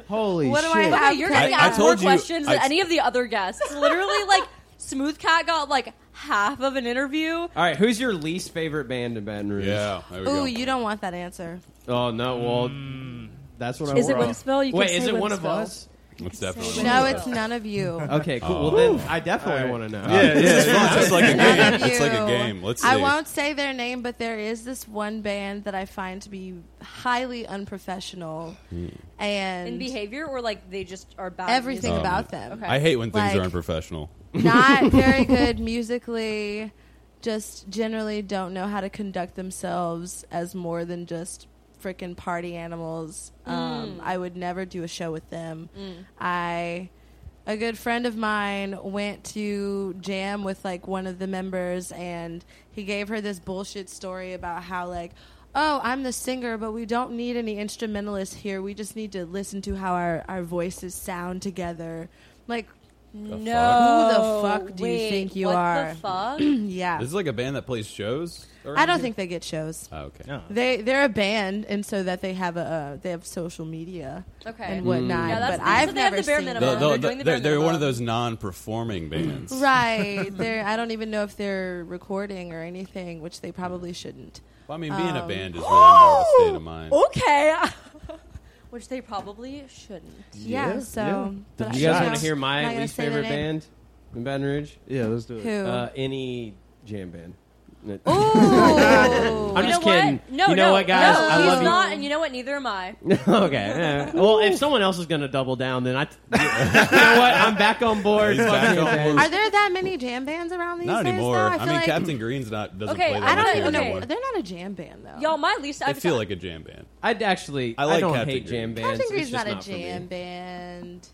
S1: Holy
S3: What do I
S1: shit!
S3: have?
S4: Wow, you're
S3: I-
S4: getting
S3: I
S4: asked more
S2: told you-
S4: questions than
S2: I-
S4: any of the other guests. Literally, like Smooth Cat got like half of an interview.
S1: All right, who's your least favorite band in Baton Rouge?
S2: Yeah. There we go.
S3: Ooh, you don't want that answer.
S1: Oh no, well,
S5: Mm.
S1: that's what I.
S4: Is it
S1: want.
S4: Winsville? You can
S1: Wait,
S4: say
S1: is it one of
S4: Winsville.
S1: us?
S2: It's definitely
S4: Shit.
S3: No, it's none of you.
S1: Okay, cool. Well, then I definitely
S5: Oh. All
S1: want
S5: right.
S1: to know.
S5: Yeah,
S2: It's
S5: yeah.
S2: fun. It's like a
S3: None of
S2: game. It's like a
S3: you.
S2: game. Let's see.
S3: I won't say their name, but there is this one band that I find to be highly unprofessional
S2: Hmm.
S3: and
S4: in behavior, or like they just are bad. at
S3: everything
S2: Um,
S4: music?
S3: about them.
S4: Okay.
S2: I hate when things
S3: Like-
S2: are unprofessional.
S3: Not very good musically, just generally don't know how to conduct themselves as more than just freaking party animals. Um, I would never do a show with them. I a good friend of mine went to jam with like one of the members and he gave her this bullshit story about how like oh i'm the singer but we don't need any instrumentalists here we just need to listen to how our, our voices sound together like
S4: no.
S3: Who the fuck do you
S4: Wait,
S3: think you
S4: what
S3: are?
S4: The fuck?
S3: yeah.
S2: This is like a band that plays shows. around
S3: I don't
S2: here?
S3: think they get shows.
S2: Oh, okay.
S5: No.
S3: They they're a band, and so that they have a uh, they have social media
S4: Okay.
S1: Mm.
S3: and whatnot.
S4: Yeah, that's-
S3: but
S4: they- so
S3: I've
S4: they have
S3: never
S4: the bare
S3: seen
S2: The-
S4: minimum.
S3: them.
S2: the-
S4: They're doing the
S2: they're,
S4: bare
S2: they're one
S4: minimum.
S2: of those non-performing bands.
S3: Right. They're, I don't even know if they're recording or anything, which they probably shouldn't.
S2: Well, I mean, being a
S3: Um, Oh,
S2: band is really more of a state of mind.
S4: Okay. Which they probably shouldn't.
S3: Yeah. so, but
S1: Do you
S3: I-
S1: guys
S3: yeah.
S1: want to hear
S3: I'm not
S1: my
S3: gonna
S1: least
S3: say their
S1: favorite
S3: name.
S1: band in Baton Rouge?
S5: Yeah, let's do it.
S3: Who?
S1: Uh, any jam band. I'm
S4: Ooh. you
S1: just
S4: know what?
S1: kidding.
S4: No,
S1: You know
S4: no,
S1: what, guys?
S4: No,
S1: I
S4: he's
S1: love you.
S4: not, and you know what? Neither am I.
S1: okay. eh. Well, if someone else is going to double down, then I. you know what? I'm back on board.
S2: He's
S1: Fuck
S2: back
S1: you
S2: on
S1: guys.
S2: board.
S3: Are there that many jam bands around these
S2: Not
S3: days?
S2: anymore.
S3: Though? I,
S2: I,
S3: feel
S2: mean,
S3: like
S2: Captain Green's not doesn't
S4: Okay,
S2: play that
S4: I
S3: I
S2: much
S3: don't even know.
S2: anymore.
S4: Okay.
S3: They're not a jam band though.
S4: Y'all, my least.
S2: They
S4: I've
S2: feel like a jam band.
S1: I'd actually.
S2: I
S1: I,
S2: like
S1: don't
S2: Captain
S1: hate jam
S2: Green.
S1: bands.
S3: Captain Green's
S1: it's just
S3: not a
S1: for me.
S3: jam band.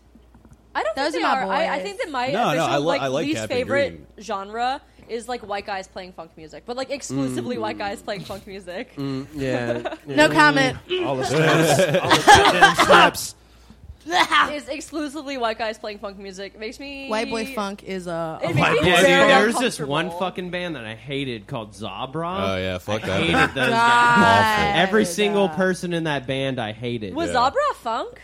S4: I don't
S3: Those
S4: think
S3: are
S4: they
S3: my
S4: are. I, I
S3: boys.
S4: think that my
S2: No, no,
S4: official,
S2: I li-
S4: like,
S2: I like
S4: least
S2: Captain
S4: favorite
S2: Green.
S4: genre is like white guys playing funk music, but like exclusively white guys playing funk music.
S1: Mm, yeah.
S3: No comment.
S5: All the slaps. All the goddamn slaps.
S4: Is exclusively white guys playing funk music. It makes me
S3: White boy funk is a.
S4: It
S3: a-
S4: makes
S5: White
S4: me
S5: boy
S1: Yeah,
S4: very
S1: dude, there's this
S4: uncomfortable.
S1: one fucking band that I hated called
S3: Um,
S1: Zabra.
S2: Oh yeah, fuck
S1: I
S2: that.
S1: hated
S2: band.
S1: those guys.
S3: God.
S1: Every single person in that band I hated.
S4: Was
S2: Yeah.
S4: Zabra funk?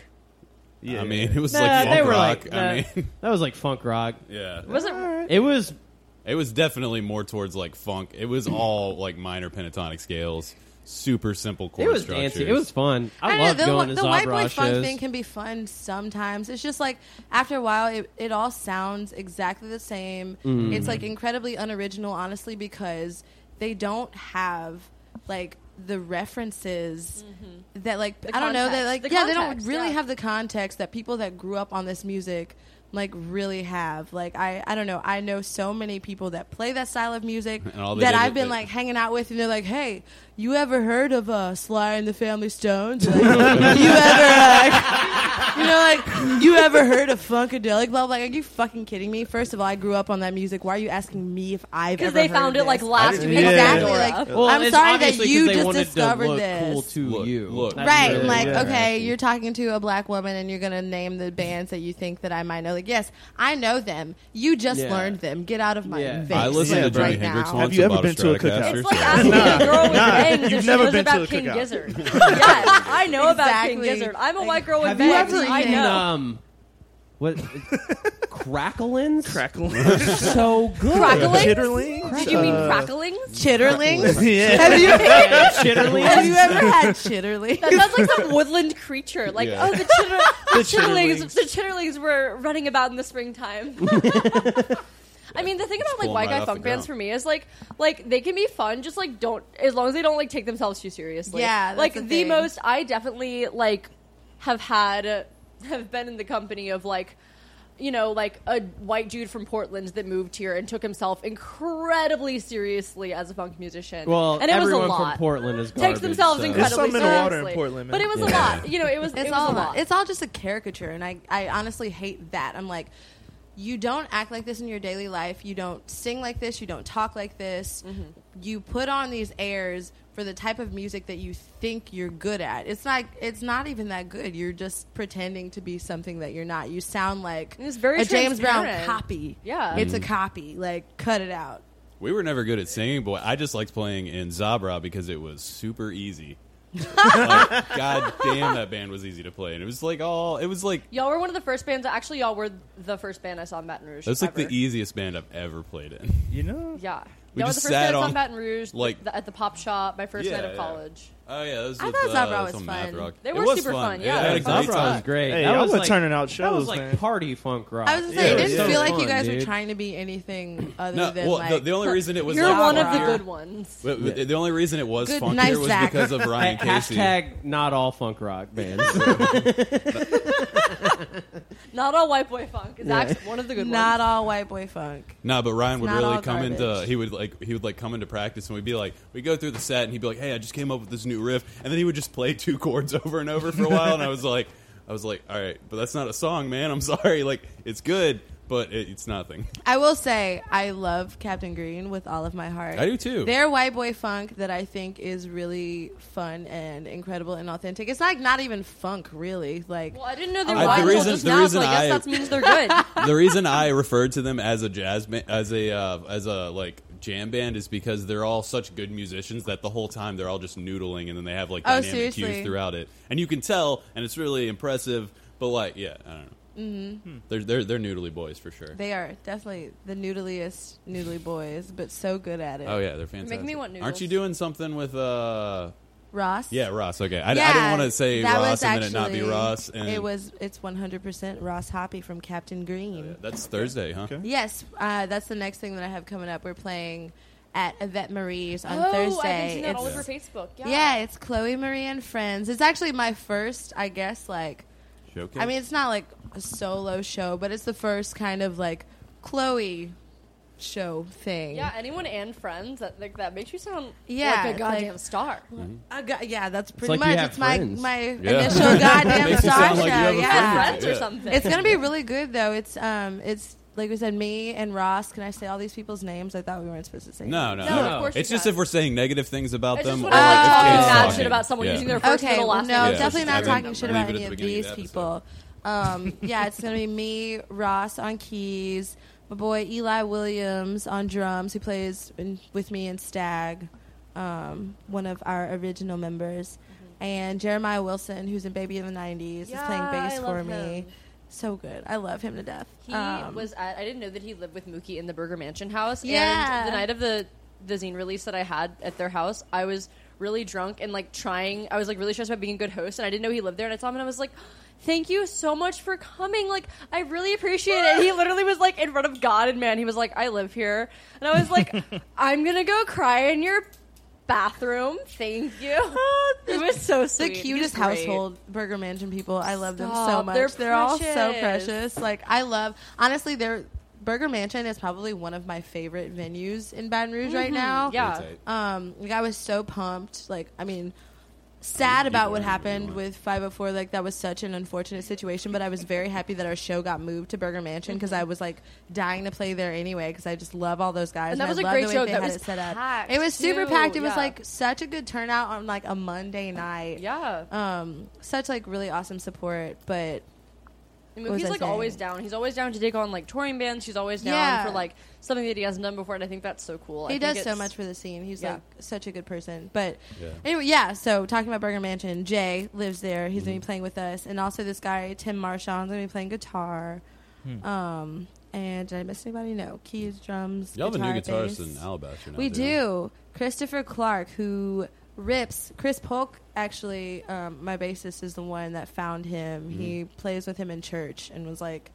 S5: Yeah.
S2: I mean, it was
S1: Nah,
S2: like
S1: they
S2: funk
S1: were
S2: rock.
S1: like
S2: I
S1: that-
S2: mean,
S1: that was like funk rock.
S2: yeah,
S4: Was it?
S1: It was
S2: it was definitely more towards like funk. It was all like minor pentatonic scales, super simple chord
S1: it was
S2: structures.
S1: dancing. It was fun. I,
S3: I
S1: loved
S3: don't know,
S1: going
S3: the,
S1: to
S3: the white
S1: Zabra
S3: boy funk
S1: shows.
S3: thing can be fun sometimes. It's just like after a while, it, it all sounds exactly the same.
S1: Mm.
S3: It's like incredibly unoriginal, honestly, because they don't have like the references that like I don't know that
S4: context. Mm-hmm.
S3: like
S4: The context,
S3: yeah they don't really
S4: yeah.
S3: have the context that people that grew up on this music like really have like I I don't know I know so many people that play that style of music
S2: And all they
S3: that
S2: did
S3: I've
S2: was-
S3: been
S2: they-
S3: like hanging out with and they're like hey you ever heard of uh, Sly and the Family Stones Like, you ever like you know like you ever heard of funkadelic blah blah like are you fucking kidding me first of all i grew up on that music why are you asking me if i've
S4: Because
S3: ever
S4: they
S3: heard
S4: found
S3: of
S4: it like
S3: this?
S4: last
S5: didn't
S4: week.
S5: know
S4: on
S5: that.
S3: Exactly,
S4: Pandora.
S3: like-
S1: Well,
S3: I'm
S1: it's
S3: sorry that
S1: obviously 'cause
S3: you
S1: they
S3: just
S1: wanted to
S3: discovered
S1: look
S3: this.
S1: Cool to
S2: Look,
S1: you,
S2: look.
S1: That's
S3: right
S1: really
S3: like
S1: what I'm
S3: okay
S1: asking.
S3: you're talking to a black woman and you're gonna name the bands that you think that i might know like yes i know them you just
S1: Yeah.
S3: learned them get out of my
S1: Yeah.
S3: face
S2: I listened to Jimi
S3: right
S2: Hendrix
S3: now.
S2: once.
S5: Have you
S2: and
S5: ever
S2: bought
S5: been to a cookout?
S2: Stratocaster,
S4: It's
S2: so-
S4: like asking a girl with
S5: Nah,
S4: bangs if
S5: you've
S4: she
S5: never
S4: knows
S5: been to
S4: about
S5: a
S4: King
S5: cookout.
S4: Gizzard. yes, I know about King
S3: Exactly.
S4: Gizzard. I'm a white girl with
S1: Have you
S4: bangs.
S1: ever
S4: I
S1: eaten
S3: uh,
S4: know.
S1: um what cracklins?
S5: Crackling.
S1: so good.
S5: Chitterlings?
S4: Did you mean
S5: Uh,
S4: cracklings?
S3: chitterlings
S5: Yeah.
S3: have you have
S1: Chitterlings.
S3: you ever had chitterlings
S4: That sounds like some woodland creature. Like,
S2: Yeah.
S4: oh, the, chitter- the, chitterlings,
S5: chitterlings.
S4: the chitterlings were running about in the springtime. I mean, the thing about like
S2: pulling
S4: white
S2: right
S4: guy
S2: off the
S4: funk
S2: ground.
S4: bands for me is like, like they can be fun, just like don't as long as they don't like take themselves too seriously.
S3: Yeah, that's
S4: like
S3: the
S4: the,
S3: thing.
S4: most I definitely like have had have been in the company of like. You know, like a white dude from Portland that moved here and took himself incredibly seriously as a funk musician.
S1: Well,
S4: and it was a
S1: everyone
S4: lot
S1: from Portland is garbage,
S4: takes themselves
S1: so.
S4: incredibly
S5: something in the water in
S4: seriously.
S5: Portland, man.
S4: But it was
S2: Yeah.
S4: a lot. You know, it was it
S3: it's
S4: was
S3: all
S4: a lot.
S3: It's all just a caricature, and I, I honestly hate that. I'm like, you don't act like this in your daily life. You don't sing like this. You don't talk like this.
S4: Mm-hmm.
S3: You put on these airs for the type of music that you think you're good at. It's not. It's not even that good. You're just pretending to be something that you're not. You sound like
S4: It's very
S3: a James Brown
S4: transparent.
S3: copy.
S4: Yeah.
S3: it's a copy. Like, cut it out.
S2: We were never good at singing, but I just liked playing in Zabra because it was super easy. like, God damn, that band was easy to play, and it was like all it was like
S4: y'all were one of the first bands. Actually, y'all were the first band I saw in Baton Rouge.
S2: that's like
S4: ever.
S2: the easiest band I've ever played in.
S5: You know?
S4: Yeah.
S2: We
S4: y'all were the
S2: just
S4: first
S2: sat
S4: band I saw
S2: on-
S4: in Baton Rouge,
S2: like-
S4: like the, at the pop shop, my first
S2: Yeah,
S4: night of
S2: yeah.
S4: college.
S2: Oh yeah, that was
S3: I
S2: with,
S3: thought Zabra
S2: uh,
S3: was
S2: some math
S3: fun.
S2: rock.
S4: They
S2: It
S4: were
S2: was
S4: super fun,
S2: It
S4: yeah,
S2: had
S4: they
S2: a
S4: were fun.
S1: Zabra
S2: great
S1: was
S2: time.
S1: great.
S5: Hey,
S1: that
S5: I
S1: was
S5: was
S1: like,
S5: turning out
S1: That was
S5: shows,
S1: like
S5: man.
S1: party funk rock.
S3: I was gonna say,
S5: Yeah,
S3: it didn't
S5: yeah.
S3: feel like
S1: Fun,
S3: you guys
S1: dude.
S3: were trying to be anything other
S2: No,
S3: than
S2: well,
S3: like
S2: the, the only reason it was
S4: You're
S2: like,
S4: one of the
S3: Zabra.
S4: good ones.
S2: w- w- the only reason it was
S3: Good
S2: funkier
S3: night,
S2: was
S3: Zach.
S2: because of Ryan
S1: Ha-
S2: Casey.
S1: Hashtag not all funk rock bands.
S4: Not all white boy funk is actually one of the good
S3: not
S4: ones.
S3: all white boy funk.
S2: No, but Ryan would
S3: not
S2: really
S3: all
S2: come into
S3: garbage.
S2: he would like he would like come into practice and we'd be like we'd go through the set and he'd be like, Hey, I just came up with this new riff and then he would just play two chords over and over for a while and I was like I was like, All right, but that's not a song, man, I'm sorry, like it's good, but it, it's nothing.
S3: I will say I love Captain Green with all of my heart.
S2: I do too.
S3: Their white boy funk that I think is really fun and incredible and authentic. It's like not even funk really. Like
S4: Well, I didn't know they
S2: I-
S4: were
S2: the
S4: white until
S2: reason-
S4: just
S2: the
S4: now, so
S2: reason
S4: I guess
S2: I-
S4: that means they're good. Oh,
S2: the reason I referred to them as a jazz band, as a uh, as a like jam band is because they're all such good musicians that the whole time they're all just noodling and then they have like
S3: Oh,
S2: dynamic
S3: seriously?
S2: cues throughout it, and you can tell, and it's really impressive. But like, yeah, I don't know. Mm-hmm. They're they're they're noodly boys for sure.
S3: they are definitely the noodliest noodly boys, but so good at it.
S2: oh yeah, they're fantastic.
S4: making me want
S2: Aren't you
S4: noodles.
S2: doing something with uh?
S3: Ross.
S2: Yeah, Ross. Okay, I, I
S3: Yeah,
S2: didn't want to say
S3: that
S2: Ross
S3: was
S2: and then it not be
S3: actually-
S2: Ross. And
S3: It was. It's one hundred percent Ross Hoppy from Captain Green.
S2: that's Thursday, huh?
S5: Okay.
S3: Yes, uh, that's the next thing that I have coming up. We're playing at Yvette Marie's on
S4: oh, I've been
S3: Thursday.
S4: seeing that all
S3: It's-
S4: over Facebook. Yeah.
S3: yeah, it's Chloe Marie and friends. It's actually my first, I guess. Like,
S2: Showcase.
S3: I mean, it's not like a solo show, but it's the first kind of like Chloe show thing.
S4: Yeah, anyone and friends that like that makes you sound
S3: Yeah,
S4: like
S3: it's
S4: a goddamn
S3: like-
S4: star.
S2: Mm-hmm.
S3: I got- yeah, that's pretty
S1: like you
S3: much.
S1: have
S3: It's my
S1: friends.
S3: my
S2: Yeah.
S3: initial goddamn
S2: Makes you
S3: star
S2: sound like you
S3: show.
S2: have a
S3: Yeah,
S2: friend.
S4: Friends or
S2: Yeah.
S4: something.
S3: It's gonna be really good though. It's um, it's like we said, me and Ross. Can I say all these people's names? I thought we weren't supposed to say.
S2: No, no,
S4: No, of course
S2: It's
S4: you
S2: just
S4: don't.
S2: if we're saying negative things about
S4: It's
S2: them.
S4: just
S2: or
S4: when
S2: if
S4: I'm
S3: like
S2: it's
S3: talking
S2: kids
S3: bad
S2: talking.
S4: shit about someone
S2: Yeah.
S4: using their first
S3: Okay,
S4: middle last
S3: no,
S4: name.
S2: Yeah,
S3: definitely
S2: just-
S3: not
S2: I think-
S3: talking shit about
S2: leave it
S3: any
S2: at the
S3: of
S2: beginning
S3: these
S2: of the
S3: people. Um, yeah, it's gonna be me, Ross on keys, my boy Eli Williams on drums, who plays in, with me in Stag, um, one of our original members, and Jeremiah Wilson, who's in Baby in the '90s, is playing
S4: Mm-hmm. Yeah,
S3: bass
S4: I
S3: for
S4: love
S3: me.
S4: him.
S3: So good, I love him to death.
S4: He
S3: Um,
S4: was at, I didn't know that he lived with Mookie in the Burger Mansion house.
S3: Yeah.
S4: And the night of the the zine release that I had at their house, I was really drunk and like trying. I was like really stressed about being a good host, and I didn't know he lived there. And I saw him, and I was like. Thank you so much for coming. Like, I really appreciate it. He literally was like in front of God and man. He was like, I live here. And I was like, I'm going to go cry in your bathroom. Thank you. it was so
S3: Oh, the
S4: sweet. He's
S3: cutest
S4: great.
S3: household Burger Mansion people. I love them so
S4: Stop,
S3: much.
S4: they're
S3: They're, all so
S4: precious.
S3: precious. Like I love honestly, their Burger Mansion is probably one of my favorite venues in Baton Rouge right now.
S4: Mm-hmm. Yeah.
S2: Pretty tight.
S3: Um, like I was so pumped. Like I mean, sad
S2: You
S3: about
S2: can
S3: what
S2: do what you
S3: happened
S2: want.
S3: with 504. Like that was such an unfortunate situation, but I was very happy that our show got moved to Burger Mansion because
S4: Mm-hmm.
S3: I was like dying to play there anyway because I just love all those guys.
S4: And that
S3: I
S4: was a
S3: love
S4: great
S3: the way
S4: show.
S3: They
S4: That
S3: had
S4: was
S3: it set up.
S4: packed,
S3: It was super
S4: too.
S3: packed. It was
S4: Yeah.
S3: like such a good turnout on like a Monday night.
S4: Yeah.
S3: Um, such like really awesome support, but
S4: And
S3: What was
S4: Mookie's
S3: I
S4: like
S3: saying?
S4: always down. He's always down to take on like touring bands. She's always down
S3: Yeah.
S4: for like something that he hasn't done before, and I think that's so cool. I
S3: he
S4: think
S3: does so
S4: it's-
S3: much for the scene. He's
S4: Yeah.
S3: like such a good person. But
S2: Yeah.
S3: anyway, yeah. So talking about Burger Mansion, Jay lives there. He's
S2: Mm.
S3: gonna be playing with us, and also this guy Tim Marshawn's gonna be playing guitar.
S2: Hmm.
S3: Um, and did I miss anybody? No, keys, drums.
S2: Y'all have a new
S3: guitar,
S2: guitarist
S3: bass.
S2: in Alabaster. now,
S3: We
S2: too.
S3: do. Christopher Clark, who rips. Chris Polk, actually, um, my bassist, is the one that found him.
S2: Hmm.
S3: He plays with him in church and was like,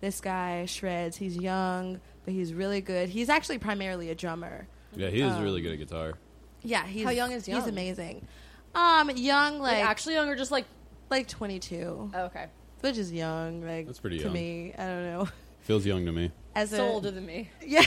S3: this guy shreds. He's young, but he's really good. He's actually primarily a drummer.
S2: Yeah, he is really good at guitar.
S3: Yeah, he's
S4: How young is
S3: He's
S4: young?
S3: amazing. Um, young like
S4: Like,
S3: like,
S4: actually young or just like
S3: twenty two,
S4: oh, okay,
S3: which is young. Like
S2: That's pretty
S3: to
S2: young.
S3: me. I don't know.
S2: Feels young to me.
S3: As
S4: so older
S3: a
S4: than me.
S3: yeah,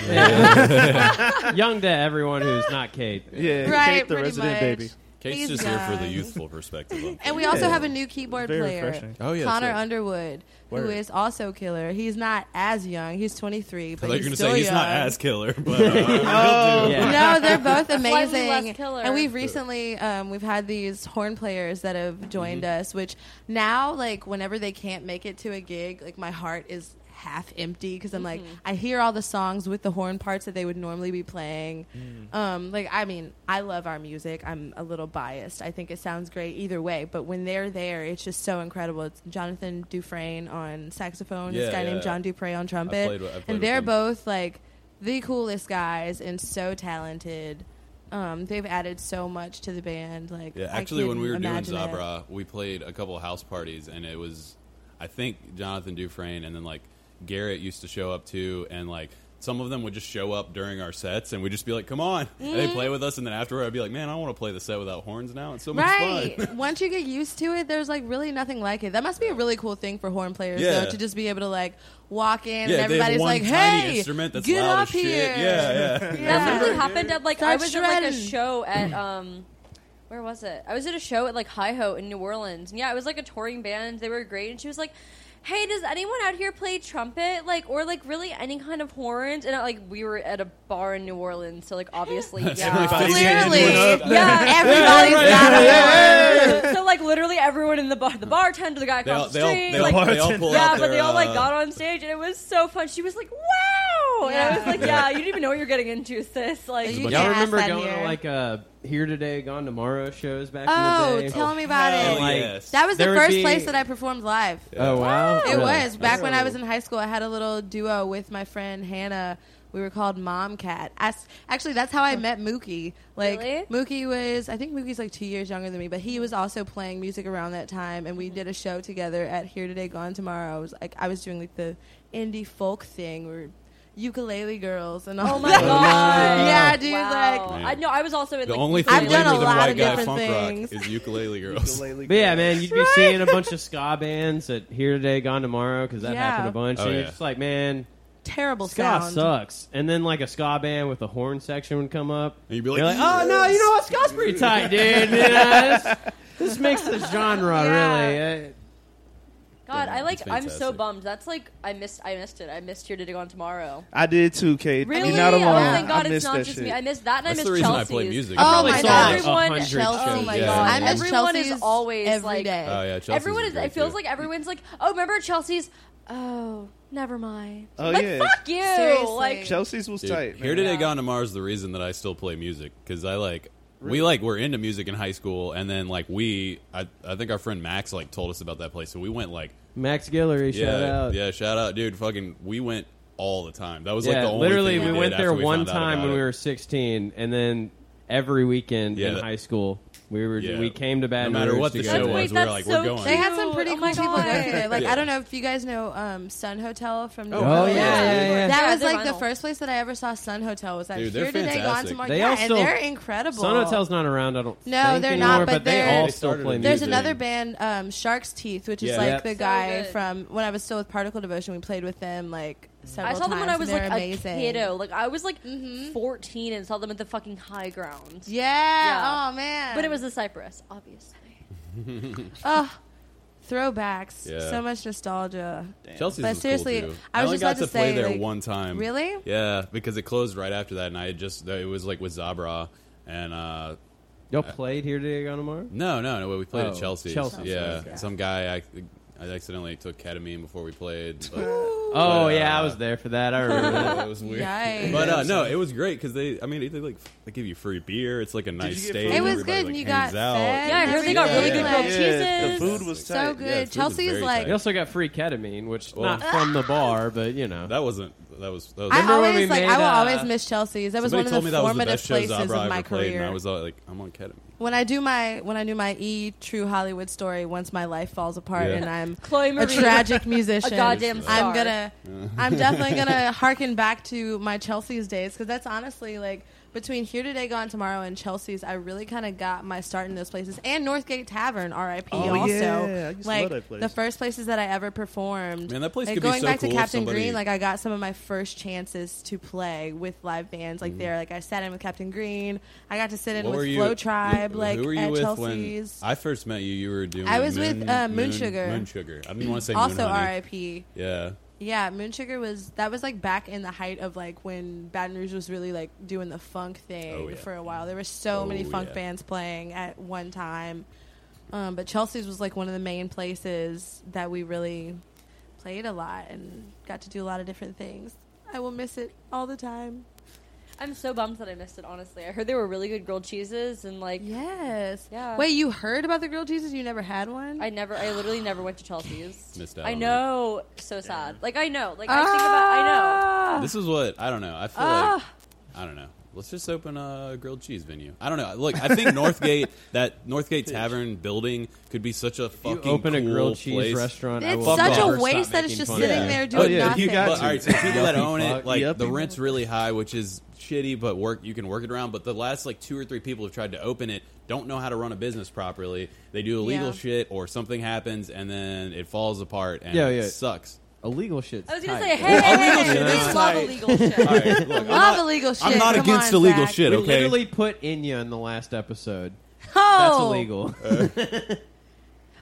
S1: Young to everyone who's not Kate.
S5: Yeah,
S3: right,
S5: Kate, the
S3: pretty
S5: resident
S3: much.
S5: baby.
S2: Kate's
S3: He's
S2: just here for the
S3: young.
S2: youthful perspective. on
S3: And we
S2: things.
S3: also have a new keyboard
S5: Very
S3: player,
S5: refreshing.
S2: Oh, yeah, that's
S3: Connor
S2: right.
S3: Underwood, who
S5: Word.
S3: is also killer. He's not as young; he's 23,
S2: I
S3: but
S2: thought you
S3: he's
S2: were gonna
S3: still
S2: say he's
S3: young.
S2: not ass killer, but uh,
S1: Yeah.
S3: No, they're both
S4: Slightly less
S3: amazing.
S4: killer.
S3: And we've recently um, we've had these horn players that have joined
S2: Mm-hmm.
S3: us, which now like whenever they can't make it to a gig, like my heart is half empty because I'm like I hear all the songs with the horn parts that they would normally be playing.
S2: Mm.
S3: Um, like I mean, I love our music. I'm a little biased. I think it sounds great either way, but when they're there, it's just so incredible. It's Jonathan Dufresne on saxophone, this
S2: Yeah,
S3: guy named
S2: yeah.
S3: John Dupre on trumpet
S2: I
S3: it.
S2: played with- I played
S3: and
S2: with
S3: they're
S2: them.
S3: both like the coolest guys and so talented. Um, they've added so much to the band. Like,
S2: yeah,
S3: I
S2: actually, when
S3: couldn't
S2: we were doing
S3: imagine it.
S2: Zabra, we played a couple house parties, and it was, I think, Jonathan Dufresne, and then like Garrett used to show up too, and like. Some of them would just show up during our sets, and we'd just be like, "Come on!" And they play with us, and then afterward, I'd be like, "Man, I want to play the set without horns now. It's so much
S3: right?
S2: fun."
S3: Once you get used to it, there's like really nothing like it. That must be a really cool thing for horn players,
S2: Yeah.
S3: though, to just be able to like walk in
S2: yeah,
S3: and
S2: they have
S3: everybody's
S2: one
S3: like,
S2: tiny
S3: "Hey,
S2: instrument that's
S3: get
S2: loud
S3: up
S2: as shit.
S3: here!"
S2: Yeah, yeah.
S4: That's what really happened at like I
S3: Start
S4: was at like a
S3: shredding.
S4: show at um where was it? I was at a show at like Hi Ho in New Orleans. And yeah, it was like a touring band. They were great and she was like "Hey, does anyone out here play trumpet? Like, or like really any kind of horns?" And like we were at a bar in New Orleans, so like obviously, yeah.
S5: Everybody's getting
S3: Clearly.
S5: one up.
S4: Yeah,
S3: Everybody's got a
S4: so like literally everyone in the bar, the bartender, the guy
S2: They all,
S4: across
S2: they
S4: the
S2: all,
S4: street,
S2: they
S4: like
S2: all, they all
S5: bartender.
S2: pull
S4: yeah,
S2: out
S4: but
S2: their,
S4: they all like
S2: uh,
S4: got on stage and it was so fun. She was like, "Wow!" And I was like, "Yeah, you didn't even know what you're getting into, sis." Like,
S3: You
S1: Y'all
S3: can ask
S1: remember
S3: that
S1: going to
S3: here.
S1: like uh, here today, gone tomorrow shows back in
S3: Oh,
S1: the day?
S3: tell me about
S2: hell
S3: it.
S1: like,
S2: yes.
S3: That was the
S1: There would
S3: first
S1: be-
S3: place that I performed live.
S1: oh wow,
S3: It
S1: Really?
S3: was back when I was in high school. I had a little duo with my friend Hannah. We were called Mom Cat. I s actually, that's how I met Mookie. Like
S4: Really?
S3: Mookie was, I think Mookie's like two years younger than me, but he was also playing music around that time, and we did a show together at Here Today, Gone Tomorrow. I was like, I was doing like the indie folk thing, we were ukulele girls, and all
S4: oh my
S3: that.
S4: god,
S3: yeah, dude,
S4: Wow.
S3: like
S2: like-
S4: I know I was also in
S2: The
S4: like,
S2: only thing
S4: ukulele.
S3: I've done a
S2: later than
S3: lot
S2: white
S3: of
S2: guy
S3: different
S2: funk
S3: things.
S2: rock is ukulele girls.
S1: But yeah, man, you'd be seeing a bunch of ska bands at here today, gone tomorrow because that
S3: Yeah.
S1: happened a bunch.
S2: Oh,
S1: and you're
S2: yeah.
S1: just like, man,
S3: terrible
S1: ska
S3: sound.
S1: sucks. And then like a ska band with a horn section would come up.
S2: And you'd be like, "Ah,
S1: You're like, oh no, you know what? Ska's pretty tight, dude. Yeah, this, this makes the genre
S3: Yeah.
S1: really. Uh,
S4: God, I like.
S2: That's
S4: I'm so
S2: fantastic.
S4: bummed. That's like I missed. I missed it. I missed here today, gone tomorrow.
S5: I did too, Kate.
S4: Really?
S5: You're not alone.
S4: Oh, thank God it's
S5: I missed
S4: not
S5: that
S4: just
S5: shit.
S4: me. I missed that and
S2: That's
S4: I
S2: the
S4: missed
S2: reason I
S4: Chelsea's.
S2: play music.
S4: I
S3: Oh
S4: probably
S3: my
S4: saw
S3: God.
S4: Everyone,
S1: Chelsea.
S4: Oh my
S2: Yeah.
S4: god.
S2: I miss
S4: everyone is
S3: Chelsea's
S4: always
S3: every
S4: like
S3: day.
S2: oh yeah, Chelsea's
S4: everyone
S2: is.
S4: is.
S2: great,
S4: It feels
S2: too.
S4: like everyone's like, oh, remember at Chelsea's? Oh, never mind.
S5: Oh,
S4: like
S5: yeah.
S4: fuck you.
S3: Seriously.
S4: Like
S5: Chelsea's was
S2: Dude,
S5: tight.
S2: Here
S5: man.
S2: today, gone tomorrow is the reason that I still play music because I like we like were into music in high school, and then like we, I, I think our friend Max like told us about that place, so we went like
S1: Max Guillory,
S2: yeah,
S1: shout out.
S2: yeah, shout out, dude, fucking, we went all the time. That was like
S1: Yeah,
S2: the only
S1: literally,
S2: thing
S1: we
S2: we,
S1: went
S2: did
S1: there
S2: after we
S1: one
S2: found out
S1: time
S2: about
S1: when we
S2: it.
S1: were 16, and then every weekend
S2: Yeah,
S1: in
S2: that-
S1: high school, we were
S2: Yeah.
S1: we came to Baton
S2: matter
S1: Rouge
S2: what the
S1: together.
S2: show
S4: Wait,
S2: was, we were
S4: that's
S2: like,
S4: so
S2: we're going.
S4: cute.
S3: They had some pretty
S4: Oh
S3: cool
S4: my
S3: people go
S4: God.
S3: through there. Like
S2: Yeah.
S3: I don't know if you guys know um, Sun Hotel from New
S1: Oh,
S3: Orleans.
S1: yeah, yeah, yeah.
S3: That
S4: Yeah,
S3: was
S4: they're
S3: like the
S4: vinyl.
S3: first place that I ever saw Sun Hotel was at
S2: Dude, they're
S3: here today, gone
S2: fantastic.
S3: tomorrow.
S1: They
S3: yeah,
S1: also-
S3: and they're incredible.
S1: Sun Hotel's not around. I don't.
S3: No,
S1: think
S3: they're
S1: anymore,
S3: not, but
S1: they
S3: they're-
S1: all
S3: They
S1: still
S2: started
S1: play
S2: a
S1: music.
S3: There's
S2: Music.
S3: another band, um, Shark's Teeth, which is
S2: Yeah.
S3: like
S2: Yeah.
S3: the
S4: So
S3: guy
S4: good.
S3: from when I was still with Particle Devotion. We played with them like
S4: I
S3: several
S4: saw them when
S3: times,
S4: I
S3: and
S4: was
S3: they're
S4: like
S3: amazing. Mm-hmm.
S4: a kiddo. Like I was like 14 and saw them at the fucking high ground.
S3: Yeah.
S4: Yeah.
S3: Oh man.
S4: But it was the Cypress, obviously.
S3: oh, throwbacks.
S2: Yeah.
S3: So much nostalgia.
S2: Chelsea's
S3: But
S2: was
S3: seriously,
S2: cool too.
S3: I was
S2: only
S3: just
S2: got
S3: about
S2: to,
S3: to
S2: play
S3: say,
S2: there
S3: like-
S2: one time.
S3: Really?
S2: Yeah, because it closed right after that, and I had just it was like with Zabra and uh
S1: Y'all played here today, gone tomorrow.
S2: no, no, no. We played
S1: Oh,
S2: at Chelsea.
S1: Chelsea's,
S2: yeah,
S1: okay.
S2: some guy I, I accidentally took ketamine before we played. but-
S1: Oh
S2: But,
S1: yeah, I
S2: uh,
S1: was there for that. I remember. that.
S2: it was weird.
S3: Yikes.
S2: But uh, no, it was great because they, I mean, they like f- they give you free beer. It's like a nice
S5: you get
S2: stage.
S5: food? It
S3: was
S2: Everybody,
S3: good,
S2: like,
S3: and you
S2: hangs
S3: got
S2: out.
S3: fed.
S4: Yeah, I heard they got really good grilled
S5: yeah,
S4: cheeses.
S5: The food was
S3: So
S5: tight.
S3: good.
S2: Yeah, food was
S3: Chelsea's
S2: very
S3: like
S1: They also got free ketamine, which
S2: Well-
S1: not from the bar, but you know.
S2: That wasn't. That was. That was
S3: I
S1: Remember when we
S3: always like
S1: made,
S3: I will
S1: uh,
S3: always miss Chelsea's. That was
S2: somebody
S3: one
S2: told
S3: of
S2: me
S3: the
S2: that was the
S3: formative
S2: best show
S3: places
S2: Zabra
S3: of
S2: ever
S3: my
S2: played, and I
S3: career.
S2: was all like, I'm on ketamine.
S3: when I do my when I do my E True Hollywood story, once my life falls apart
S2: Yeah.
S3: and I'm
S4: Chloe
S3: a
S4: Marie.
S3: tragic musician,
S4: A goddamn star.
S3: I'm gonna, I'm definitely gonna harken back to my Chelsea's days because that's honestly like between here today, gone tomorrow, and Chelsea's, I really kind of got my start in those places and Northgate Tavern, R.I.P.
S5: Oh,
S3: also,
S5: yeah. I used to
S3: like
S5: love that place.
S3: the first places that I ever performed.
S2: Man, that place
S3: like,
S2: could be
S3: going
S2: so
S3: back
S2: cool
S3: to
S2: if
S3: Captain
S2: somebody-
S3: Green, like I got some of my first chances to play with live bands, like there, like I sat in with Captain Green, I got to sit
S2: Mm.
S3: in
S2: What were
S3: with
S2: you-
S3: Flow Tribe,
S2: who
S3: like
S2: were you
S3: at
S2: with
S3: Chelsea's.
S2: When I first met you, you were doing.
S3: I was
S2: moon,
S3: with, uh, Moon
S2: moon
S3: Sugar.
S2: Moon Sugar. I didn't want to say
S3: also
S2: Moon Honey.
S3: RIP.
S2: Yeah.
S3: Yeah, Moonshiker was that was like back in the height of like when Baton Rouge was really like doing the funk thing
S2: Oh, yeah.
S3: for a while. There were so
S2: Oh,
S3: many funk
S2: yeah.
S3: bands playing at one time. Um, but Chelsea's was like one of the main places that we really played a lot and got to do a lot of different things. I will miss it all the time.
S4: I'm so bummed that I missed it. Honestly, I heard they were really good grilled cheeses and like
S3: Yes.
S4: Yeah.
S3: Wait, you heard about the grilled cheeses? You never had one?
S4: I never, I literally never went to Chelsea's.
S2: Missed out
S4: I
S2: on it.
S4: know, so sad. Like I know, like I think about, I
S3: Ah!
S4: know.
S2: This is what I don't know. I feel
S1: Ah.
S2: like I don't know. Let's just open a grilled cheese venue. I don't know. Look, I think Northgate that Northgate Tavern building could be such a
S1: you
S2: fucking
S1: open a
S2: cool
S1: grilled cheese
S2: place.
S1: restaurant. I
S3: It's
S1: will
S3: such
S1: never
S3: a
S1: stop
S3: waste that it's
S1: making
S3: just
S1: fun of
S3: sitting
S1: it.
S3: there
S5: Oh,
S3: doing
S5: yeah,
S3: nothing.
S5: you got
S2: But, all right, so people that
S1: Yuppie
S2: own it,
S1: fuck.
S2: like
S5: Yuppie
S2: the rent's really high, which is shitty, but work you can work it around. But the last like two or three people who've tried to open it don't know how to run a business properly. They do illegal
S3: Yeah.
S2: shit, or something happens, and then it falls apart and
S1: Yeah, yeah.
S2: it sucks.
S1: Illegal shit.
S4: I was gonna say, hey, we love illegal shit.
S2: All right, look, I'm
S3: Love
S2: not,
S3: illegal shit.
S2: I'm not
S3: Come
S2: against
S3: on,
S2: illegal
S3: Zach.
S2: shit.
S1: We
S2: Okay,
S1: literally put Inya in the last episode.
S3: Oh.
S1: That's illegal.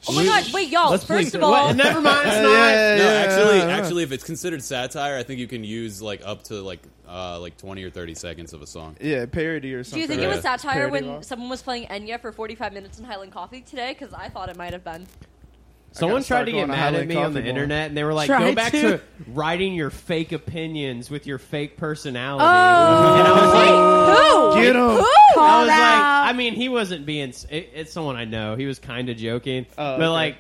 S4: Oh my god! Wait, y'all.
S1: Let's
S4: first
S1: please-
S4: of all,
S1: What? never mind. It's not.
S2: No, actually, actually, if it's considered satire, I think you can use like up to like uh, like twenty or thirty seconds of a song.
S5: yeah, parody or
S4: do
S5: something.
S4: you think it
S2: Yeah.
S4: was satire
S5: Parody
S4: when
S5: law.
S4: someone was playing Enya for 45 minutes in Highland Coffee today? Because I thought it might have been.
S1: Someone
S5: start
S1: tried to get
S5: going to
S1: mad at
S5: Highland
S1: me on the
S5: Coffee more.
S1: internet, and they were like,
S3: Try
S1: "Go back
S3: to.
S1: to. writing your fake opinions with your fake personality."
S4: Oh.
S1: and I was like,
S4: Wait, who?
S5: Get 'em.
S1: I
S4: Who?
S1: was
S3: Called out.
S1: like, I mean, he wasn't being. s- It, it's someone I know. He was kind of joking,
S5: Oh,
S1: but
S5: okay.
S1: like,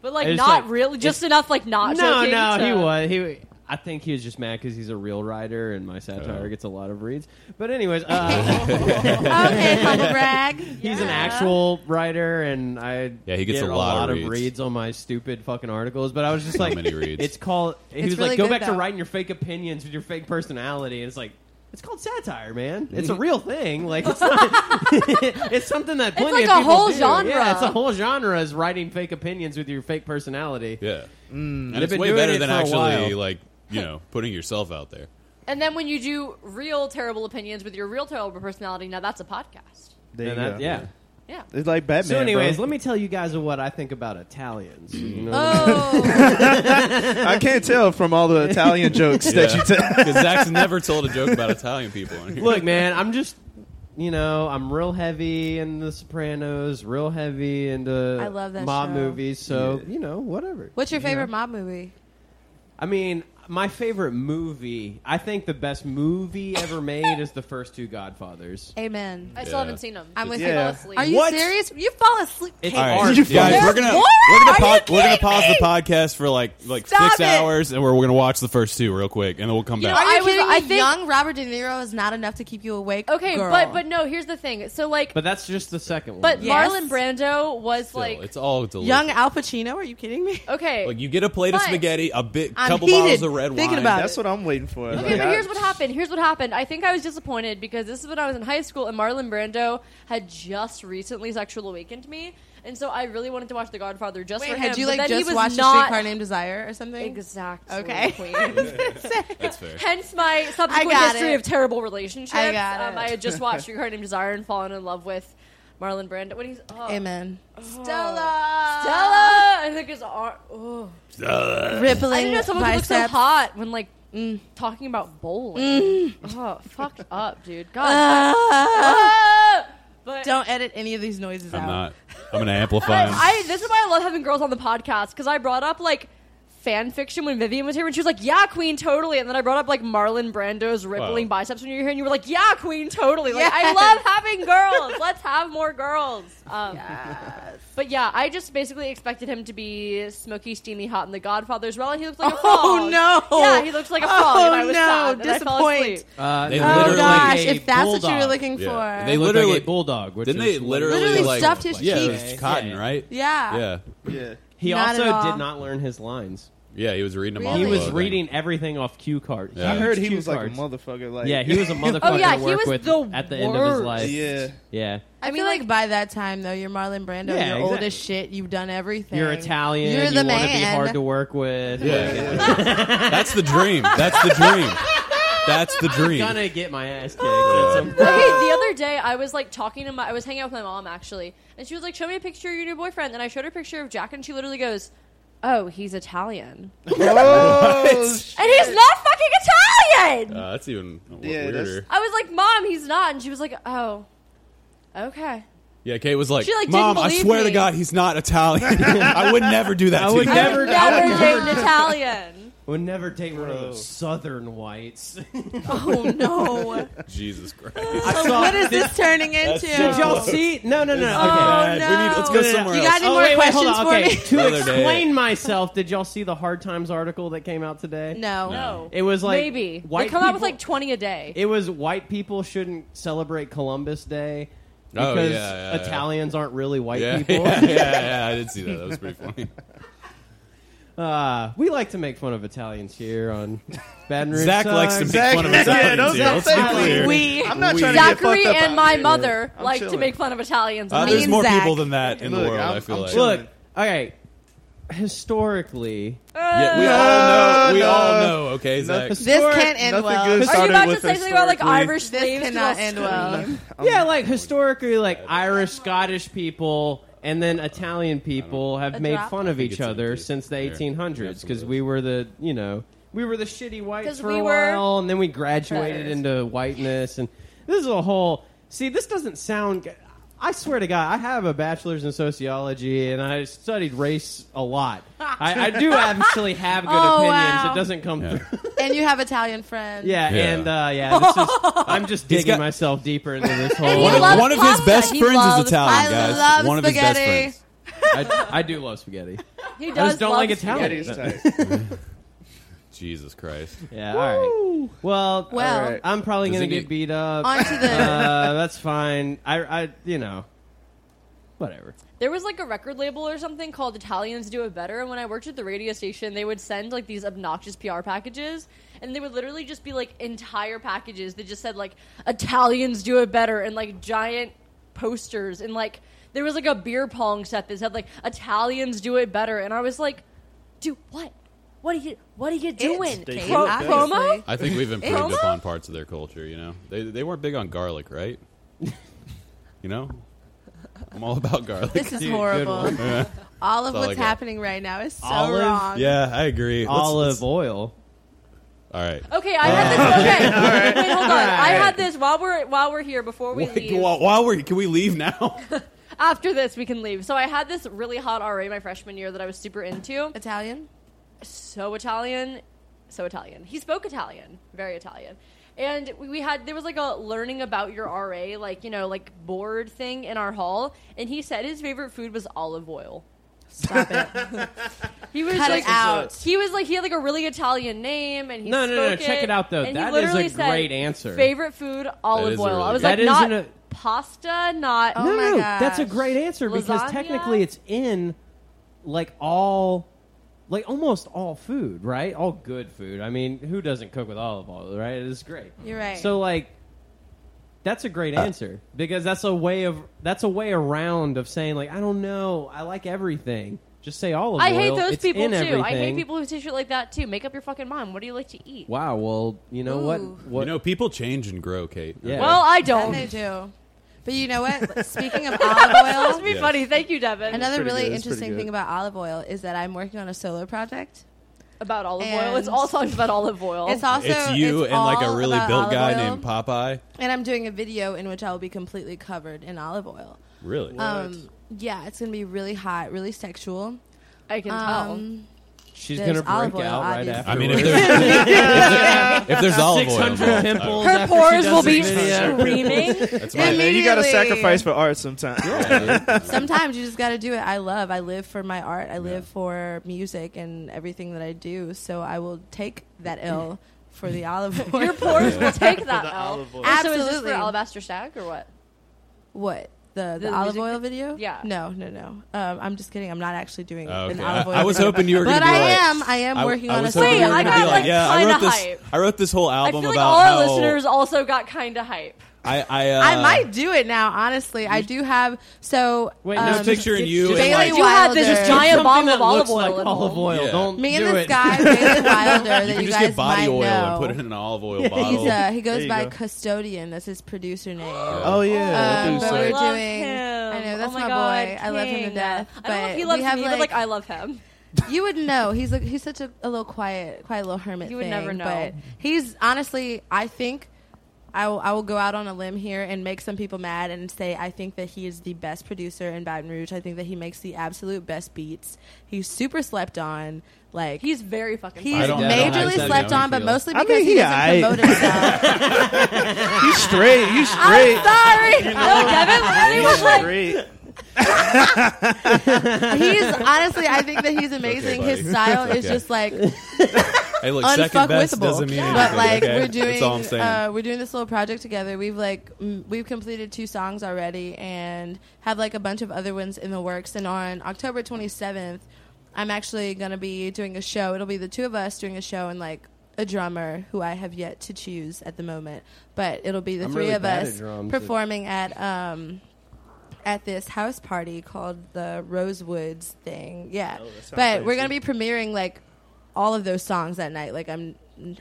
S4: But like
S1: It's
S4: not
S1: like-
S4: really, just enough like not.
S1: no,
S4: joking
S1: no,
S4: to-
S1: he was. He, I think he was just mad because he's a real writer, and my satire
S2: Oh.
S1: gets a lot of reads. But anyways, uh,
S3: okay, humble brag.
S1: he's an actual writer, and I
S2: Yeah, he gets
S1: get
S2: a lot
S1: of
S2: of reads.
S1: reads on my stupid fucking articles. But I was just like,
S2: many reads.
S1: it's called. He
S3: It's
S1: was
S3: really
S1: like, go
S3: good,
S1: back
S3: though.
S1: to writing your fake opinions with your fake personality, and it's like. It's called satire, man. It's a real thing. Like it's not. it's something that plenty
S4: like
S1: of
S4: a
S1: people
S4: whole
S1: do.
S4: genre.
S1: Yeah, it's a whole genre is writing fake opinions with your fake personality.
S2: Yeah, and
S1: They've
S2: it's
S1: been
S2: way
S1: doing
S2: better
S1: it
S2: than
S1: for a
S2: actually
S1: while.
S2: like you know putting yourself out there.
S4: And then when you do real terrible opinions with your real terrible personality, now that's a podcast.
S5: There
S1: And
S5: you
S1: that-
S5: go.
S1: yeah.
S4: Yeah.
S5: It's like Batman.
S1: So, anyways,
S5: bro.
S1: let me tell you guys what I think about Italians. You know?
S3: Uh,
S4: Oh,
S5: I can't tell from all the Italian jokes that you tell.
S2: Because Zach's never told a joke about Italian people. On here.
S1: Look, man, I'm just, you know, I'm real heavy in The Sopranos, real heavy into
S3: I love that
S1: mob
S3: show.
S1: movies. So you know, whatever.
S3: What's your favorite mob movie?
S1: I mean, my favorite movie. I think the best movie ever made is the first two Godfathers.
S3: Amen.
S4: I still
S2: Yeah.
S4: haven't seen them.
S3: I'm with
S5: you. Yeah.
S3: Are you
S2: What?
S3: serious? You fall asleep.
S1: It's
S2: All
S1: art.
S2: right,
S5: you
S2: guys,
S5: fucking-
S2: we're gonna
S3: What?
S2: we're
S3: Are
S2: gonna pause
S3: you
S2: we're gonna
S3: kidding
S2: pause
S3: me?
S2: the podcast for like like
S3: Stop
S2: six
S3: it.
S2: hours, and we're, we're gonna watch the first two real quick, and then we'll come
S4: You know,
S2: back.
S3: Are you
S4: I was-
S3: kidding me?
S4: I think-
S3: Young Robert De Niro is not enough to keep you awake.
S4: okay,
S3: girl.
S4: but but no. Here's the thing. So like,
S1: But that's just the second one.
S4: but
S3: Yeah. Yes.
S4: Marlon Brando was
S2: Still,
S4: like,
S2: it's all delicious.
S3: young Al Pacino? Are you kidding me?
S4: okay,
S2: Like you get a plate of
S4: But-
S2: spaghetti, a bit,
S3: I'm
S2: couple
S3: heated
S2: bottles of red
S3: thinking
S2: wine.
S3: about
S5: That's what I'm waiting for.
S4: Okay,
S5: Like,
S4: but
S5: I-
S4: here's what happened. Here's what happened. I think I was disappointed because this is when I was in high school and Marlon Brando had just recently sexual awakened me, and so I really wanted to watch The Godfather just for
S3: Wait,
S4: him.
S3: had you
S4: but
S3: like
S4: then he
S3: just
S4: was
S3: watched
S4: not
S3: A Streetcar Named Desire or something?
S4: exactly
S3: Okay.
S4: queen.
S2: That's fair.
S4: Hence my subsequent
S3: got
S4: history
S3: it.
S4: of terrible relationships.
S3: I got
S4: um,
S3: it.
S4: I had just watched Streetcar Named Desire and fallen in love with Marlon Brando when he's oh,
S3: Amen.
S4: Stella. I think his arm. Oh.
S3: Rippling
S4: I didn't know someone could look so
S3: biceps.
S4: hot when like mm, talking about bowling.
S3: Mm-hmm.
S4: Oh, fucked up, dude. God.
S3: Ah.
S4: Ah! but
S3: don't edit any of these noises
S2: I'm
S3: out.
S2: not. I'm gonna amplify.
S4: I,
S2: 'em.
S4: I- this is why I love having girls on the podcast because I brought up like fan fiction when Vivian was here and she was like, "Yeah, Queen, totally," and then I brought up like Marlon Brando's rippling
S2: Wow.
S4: biceps when you were here and you were like, "Yeah, Queen, totally." Like I
S3: Yes.
S4: love having girls. Let's have more girls. Um, But yeah, I just basically expected him to be smoky, steamy, hot in The Godfather's role, and he looks like a frog.
S3: Oh no!
S4: Yeah, he looks like a frog.
S3: Oh
S4: and I was sad,
S3: no!
S4: and I fell asleep.
S3: Disappoint.
S1: uh,
S2: They
S1: no,
S2: literally-
S3: Oh
S1: like
S3: gosh!
S1: a
S3: If that's what you were
S1: bulldog.
S3: looking
S2: Yeah.
S3: for,
S2: They
S1: Looked
S2: literally
S1: like a bulldog. Which
S2: Didn't
S1: is
S2: they
S1: what-
S2: literally,
S3: Literally
S2: like,
S3: stuffed his
S2: yeah, it
S1: cheeks.
S2: was cotton,
S1: Yeah.
S2: right?
S3: yeah.
S2: yeah,
S5: Yeah.
S1: He
S3: Not
S1: also
S3: at all.
S1: did not learn his lines.
S2: Yeah, He was reading them.
S3: Really?
S2: off
S1: He
S2: the
S3: Oh,
S1: was
S2: logo.
S1: reading everything off cue cards.
S2: Yeah.
S5: I heard he
S1: Cue
S5: was like a
S1: cards.
S5: motherfucker. Like
S1: Yeah, he was a motherfucker
S4: Oh, yeah,
S1: to
S4: he
S1: work
S4: was
S1: with
S4: the
S1: at the end of his
S4: worst.
S1: life.
S5: Yeah,
S1: Yeah.
S3: I, feel
S4: feel
S3: like,
S4: like-
S3: by that time though, you're Marlon Brando.
S1: Yeah,
S3: you're old
S1: exactly.
S3: as shit. You've done everything.
S1: You're Italian.
S3: You're the
S1: you want to be
S3: man.
S1: hard to work with.
S2: Yeah.
S1: Like,
S2: That's the dream. That's the dream. That's the dream.
S1: I'm gonna get my ass kicked.
S4: Okay, the other day I was like talking to my, I was hanging out with my mom actually, and she was like, "Show me a picture of your new boyfriend." And I showed her a picture of Jack, and she literally goes, "Oh, he's Italian,"
S5: Oh,
S4: and he's not fucking Italian.
S2: Uh, that's even w-
S5: Yeah, that's-
S2: weirder.
S4: I was like, "Mom, he's not," and she was like, "Oh, okay."
S2: Yeah, Kate was like,
S4: She, like, didn't
S2: "Mom, I
S4: believe
S2: swear
S4: me."
S2: to God, he's not Italian. I would never do that.
S1: I
S2: to
S1: would
S2: you."
S1: never-
S4: Never,
S1: I
S4: never
S1: would
S4: date an Italian.
S1: Would never date one of
S5: Bro.
S1: those southern whites.
S3: Oh no!
S2: Jesus Christ.
S3: what is this turning into?
S1: Did y'all see? No, no, no.
S2: That's too
S1: Okay.
S2: bad. We need- let's go
S1: No, no, no.
S2: somewhere
S3: You
S2: else.
S3: got any more questions
S1: hold on.
S3: for
S1: okay,
S3: me?
S1: to
S2: Another day.
S1: explain myself, did y'all see the Hard Times article that came out today?
S3: No.
S4: No,
S1: It was like
S4: maybe
S1: white
S4: they come out with
S1: people-
S4: like twenty a day.
S1: It was white people shouldn't celebrate Columbus Day
S2: Oh,
S1: because
S2: yeah, yeah, yeah.
S1: Italians aren't really white
S2: yeah,
S1: people.
S2: yeah, yeah, yeah, I did see that. That was pretty funny.
S1: Uh, we like to make fun of Italians here on Baton Rouge.
S2: Zach likes to
S1: Sucks.
S2: make fun of Italians.
S5: don't
S2: here. Let's be
S5: say we.
S2: clear.
S3: We.
S5: I'm not trying to get
S4: Zachary
S5: fucked up
S4: and
S5: out
S4: my
S5: here.
S4: mother
S5: I'm
S4: like to
S5: chilling.
S4: make fun of Italians.
S2: Uh,
S4: and
S2: there's
S3: and
S2: more
S3: Zach.
S2: people than that in the
S5: Look,
S2: world.
S5: I'm-
S2: i feel
S5: I'm
S2: like.
S5: chilling.
S1: Look, okay. Historically,
S2: Yeah, we all know. We all know. Okay, Zach.
S5: Nothing-
S3: This can't end
S5: nothing
S3: well.
S5: good
S4: Are you
S5: started
S4: about to
S5: with
S4: say something about like
S5: historically.
S4: Irish
S3: This
S4: slaves?
S3: cannot end well.
S5: I'm-
S1: yeah, like historically, like Irish, Scottish people and then Italian people have
S3: A
S1: made
S3: drop?
S1: fun
S2: I
S1: of
S2: think
S1: each
S2: it's
S1: other
S2: empty.
S1: since the
S2: Here,
S1: 1800s
S2: have some of
S1: because
S2: those.
S1: we were the you know we were the shitty whites
S4: 'Cause
S1: for
S4: we
S1: a
S4: were
S1: while, and then we graduated
S4: betters.
S1: into whiteness, and this is a whole. See, this doesn't sound. g- I swear to God, I have a bachelor's in sociology, and I studied race a lot. I, I do actually have good
S3: Oh,
S1: opinions.
S3: wow.
S1: It doesn't come
S2: Yeah.
S1: through.
S3: and you have Italian friends.
S1: Yeah,
S2: Yeah.
S1: and uh, yeah, this is, I'm just digging
S2: got-
S1: myself deeper into this
S2: One
S1: whole.
S2: of,
S3: loves
S2: one of his
S3: pasta.
S2: best
S4: He
S2: friends
S4: loves-
S2: is Italian,
S3: I
S2: guys.
S3: love
S2: one of his best
S3: spaghetti.
S2: friends.
S1: I, I do love spaghetti.
S4: He does
S1: I just don't
S4: love
S1: like
S5: Yeah,
S1: Italian.
S5: it is tight.
S2: Jesus Christ.
S1: Yeah, all right. Well,
S3: Well,
S5: All right.
S1: I'm probably
S2: Does
S1: gonna
S2: it
S1: get
S2: need-
S1: beat up.
S3: onto the
S1: uh, that's fine. I, I, you know, whatever.
S4: There was like a record label or something called Italians Do It Better. And when I worked at the radio station, they would send like these obnoxious PR packages. And they would literally just be like entire packages that just said like Italians Do It Better and like giant posters. And like there was like a beer pong set that said like Italians Do It Better. And I was like, dude, what? What are you, what are you doing?
S5: They
S4: Pro-
S5: do it better.
S4: promo?
S2: I think we've improved
S4: Roma?
S2: upon parts of their culture. You know, they they weren't big on garlic, right? you know, I'm all about garlic.
S3: This is
S1: Dude, good
S3: horrible.
S1: one.
S3: All of
S2: all I
S3: what's
S2: got.
S3: happening right now is so
S1: Olive?
S3: wrong.
S2: Yeah, I agree. Let's-
S1: Olive
S2: let's-
S1: oil.
S2: All right.
S4: Okay, I had this. Okay, wait, hold on. I had this while we're while we're here before we
S2: Wait,
S4: leave.
S2: while, while we're can we leave now?
S4: after this we can leave. So I had this really hot RA my freshman year that I was super into.
S3: Italian?
S4: So Italian, so Italian. He spoke Italian, very Italian. And we we had there was like a learning about your RA like, you know, like board thing in our hall and he said his favorite food was olive oil.
S3: Stop it.
S4: He was
S3: Cut
S4: like
S3: it out.
S4: He was like he had like a really Italian name and he
S1: No, no, no,
S4: spoke
S1: check it out, though.
S4: and he
S1: That is
S4: literally
S1: a
S4: said,
S1: great answer.
S4: Favorite food
S2: is
S4: olive
S2: a
S4: oil.
S2: really
S4: I was
S2: good
S4: like
S1: answer. That
S4: not
S1: isn't
S4: pasta, not
S3: Oh
S1: no,
S3: my
S1: no, that's a
S3: gosh.
S1: great answer because
S4: Lasagna?
S1: technically it's in like all, like almost all food, right? All good food. I mean, who doesn't cook with olive oil, right? It is great.
S3: You're right.
S1: So like that's a great answer because that's a way of that's a way around of saying like I don't know, I like everything. Just say olive
S4: I
S1: oil.
S4: hate those
S1: It's
S4: people
S1: in
S4: too.
S1: Everything.
S4: I hate people who say shit like that too. Make up your fucking mind. What do you like to eat?
S1: Wow, well, you know what?
S3: Ooh.
S1: What
S2: You know, people change and grow, Kate.
S1: Yeah.
S4: Well, I
S3: And
S4: don't.
S3: they
S4: It's
S3: do. But you know what? Speaking of olive oil,
S4: be
S2: Yes.
S4: funny. Thank you, Devin.
S3: another
S5: pretty
S3: really
S5: good. It's pretty
S3: interesting
S5: good.
S3: thing about olive oil is that I'm working on a solo project.
S4: about olive oil.
S3: And-
S4: It's all songs about olive oil.
S3: It's also
S2: Oh. it's you
S3: it's
S2: and like a
S3: all
S2: really
S3: about
S2: built
S3: olive
S2: guy
S3: oil,
S2: named Popeye.
S3: And I'm doing a video in which I will be completely covered in olive oil.
S2: Really?
S3: Um, yeah, it's gonna be really hot, really sexual.
S4: I can
S3: Um,
S1: she's
S3: There's
S1: going to
S3: olive
S1: break
S3: oil,
S1: out right
S3: obviously.
S1: after.
S2: I mean, if there's, if there's, if there's olive oil,
S1: 600
S2: involved, I-
S1: pimples.
S4: tell. Her
S1: after she
S4: pores
S1: does
S4: will
S1: the
S4: be
S1: video.
S4: screaming.
S2: That's my.
S5: Man, you gotta
S3: Immediately.
S5: sacrifice for art sometimes.
S3: Sometimes you just got to do it. I love. I live for my art. I live for music and everything that I do. So I will take that L for the olive oil.
S4: Your pores will take that L.
S5: olive oil.
S4: And So is this
S3: Absolutely.
S4: for Alabaster Stack or what?
S3: What? The, the,
S4: The
S3: olive
S4: music-
S3: oil video?
S4: Yeah.
S3: No, no, no. Um, I'm just kidding. I'm not actually doing
S2: Oh,
S3: an
S2: okay.
S3: olive oil
S2: I, I was
S3: video.
S2: hoping you were going
S3: But
S2: to be
S3: I
S2: like,
S3: am. I am working
S2: I
S3: on a
S2: was hoping you were
S4: Wait, I
S2: gonna be
S4: got,
S2: like,
S4: like,
S2: yeah, I
S4: kinda
S2: wrote this.
S4: hype.
S2: I wrote this whole
S4: I
S2: album
S4: feel like
S2: about
S4: all our
S2: how
S4: listeners also got kind of hype.
S2: I. I, uh,
S3: I might do it now, honestly. I do have. So.
S1: Wait,
S2: I'm
S1: no,
S2: just
S1: Um,
S2: picturing you
S1: just-
S2: and
S3: Bailey
S2: like.
S4: You had this
S3: Wilder.
S1: Something
S4: giant bottle
S1: that
S4: of olive
S1: looks
S4: oil.
S1: like
S4: at
S1: olive
S4: home.
S1: oil.
S2: Yeah.
S1: Don't
S3: me and
S1: do
S3: this
S1: it.
S3: guy, Bailey Wilder, that
S2: You
S3: you,
S2: can just
S3: guys
S2: get body
S3: might
S2: oil
S3: know.
S2: and put it in an olive oil bottle.
S3: He's uh, he goes
S5: you
S3: by
S5: go.
S3: Custodian. That's his producer name.
S5: Oh yeah,
S3: Um,
S5: dude,
S3: but
S5: so-
S3: we're
S4: I Uh, love
S3: doing-
S4: him.
S3: I know, that's
S4: oh my,
S3: my
S4: God,
S3: boy. I love him to
S4: King.
S3: death,
S4: I don't know if
S3: but
S4: he
S3: we
S4: loves
S3: have,
S4: me, but like
S3: like-
S4: I love him.
S3: You would know. He's a, he's such a, a little quiet, quiet little hermit.
S4: You would
S3: thing,
S4: never know.
S3: But he's honestly, I think. I will, I will go out on a limb here and make some people mad and say I think that he is the best producer in Baton Rouge. I think that he makes the absolute best beats. He's super slept on. Like
S4: He's very fucking.
S3: he's
S2: I don't- I don't
S3: majorly
S2: actually
S3: slept
S2: know.
S3: on, but
S2: Feel.
S3: mostly
S5: I mean,
S3: because he
S5: he
S3: doesn't
S5: aight.
S3: promote himself.
S5: you straight, you straight,
S3: Sorry,
S4: No, Devin literally
S5: you
S4: was like,
S5: straight.
S3: he's honestly. I think that he's amazing.
S2: buddy.
S3: His style
S2: It's
S3: is
S2: okay.
S3: just like
S2: hey, look, second best doesn't mean
S3: unfuckwithable.
S2: anything.
S3: But like
S2: okay?
S3: we're doing,
S2: That's all I'm saying.
S3: uh, we're doing this little project together. We've like m- we've completed two songs already, and have like a bunch of other ones in the works. And on October 27th, I'm actually gonna be doing a show. It'll be the two of us doing a show and like a drummer who I have yet to choose at the moment, but it'll be the
S1: I'm
S3: three
S1: really
S3: of
S1: bad at
S3: us
S1: drums.
S3: performing at. um at this house party called the Rosewoods thing. Yeah.
S1: Oh,
S5: that sounds
S3: but
S5: fancy.
S3: we're going to be premiering like all of those songs that night. Like I'm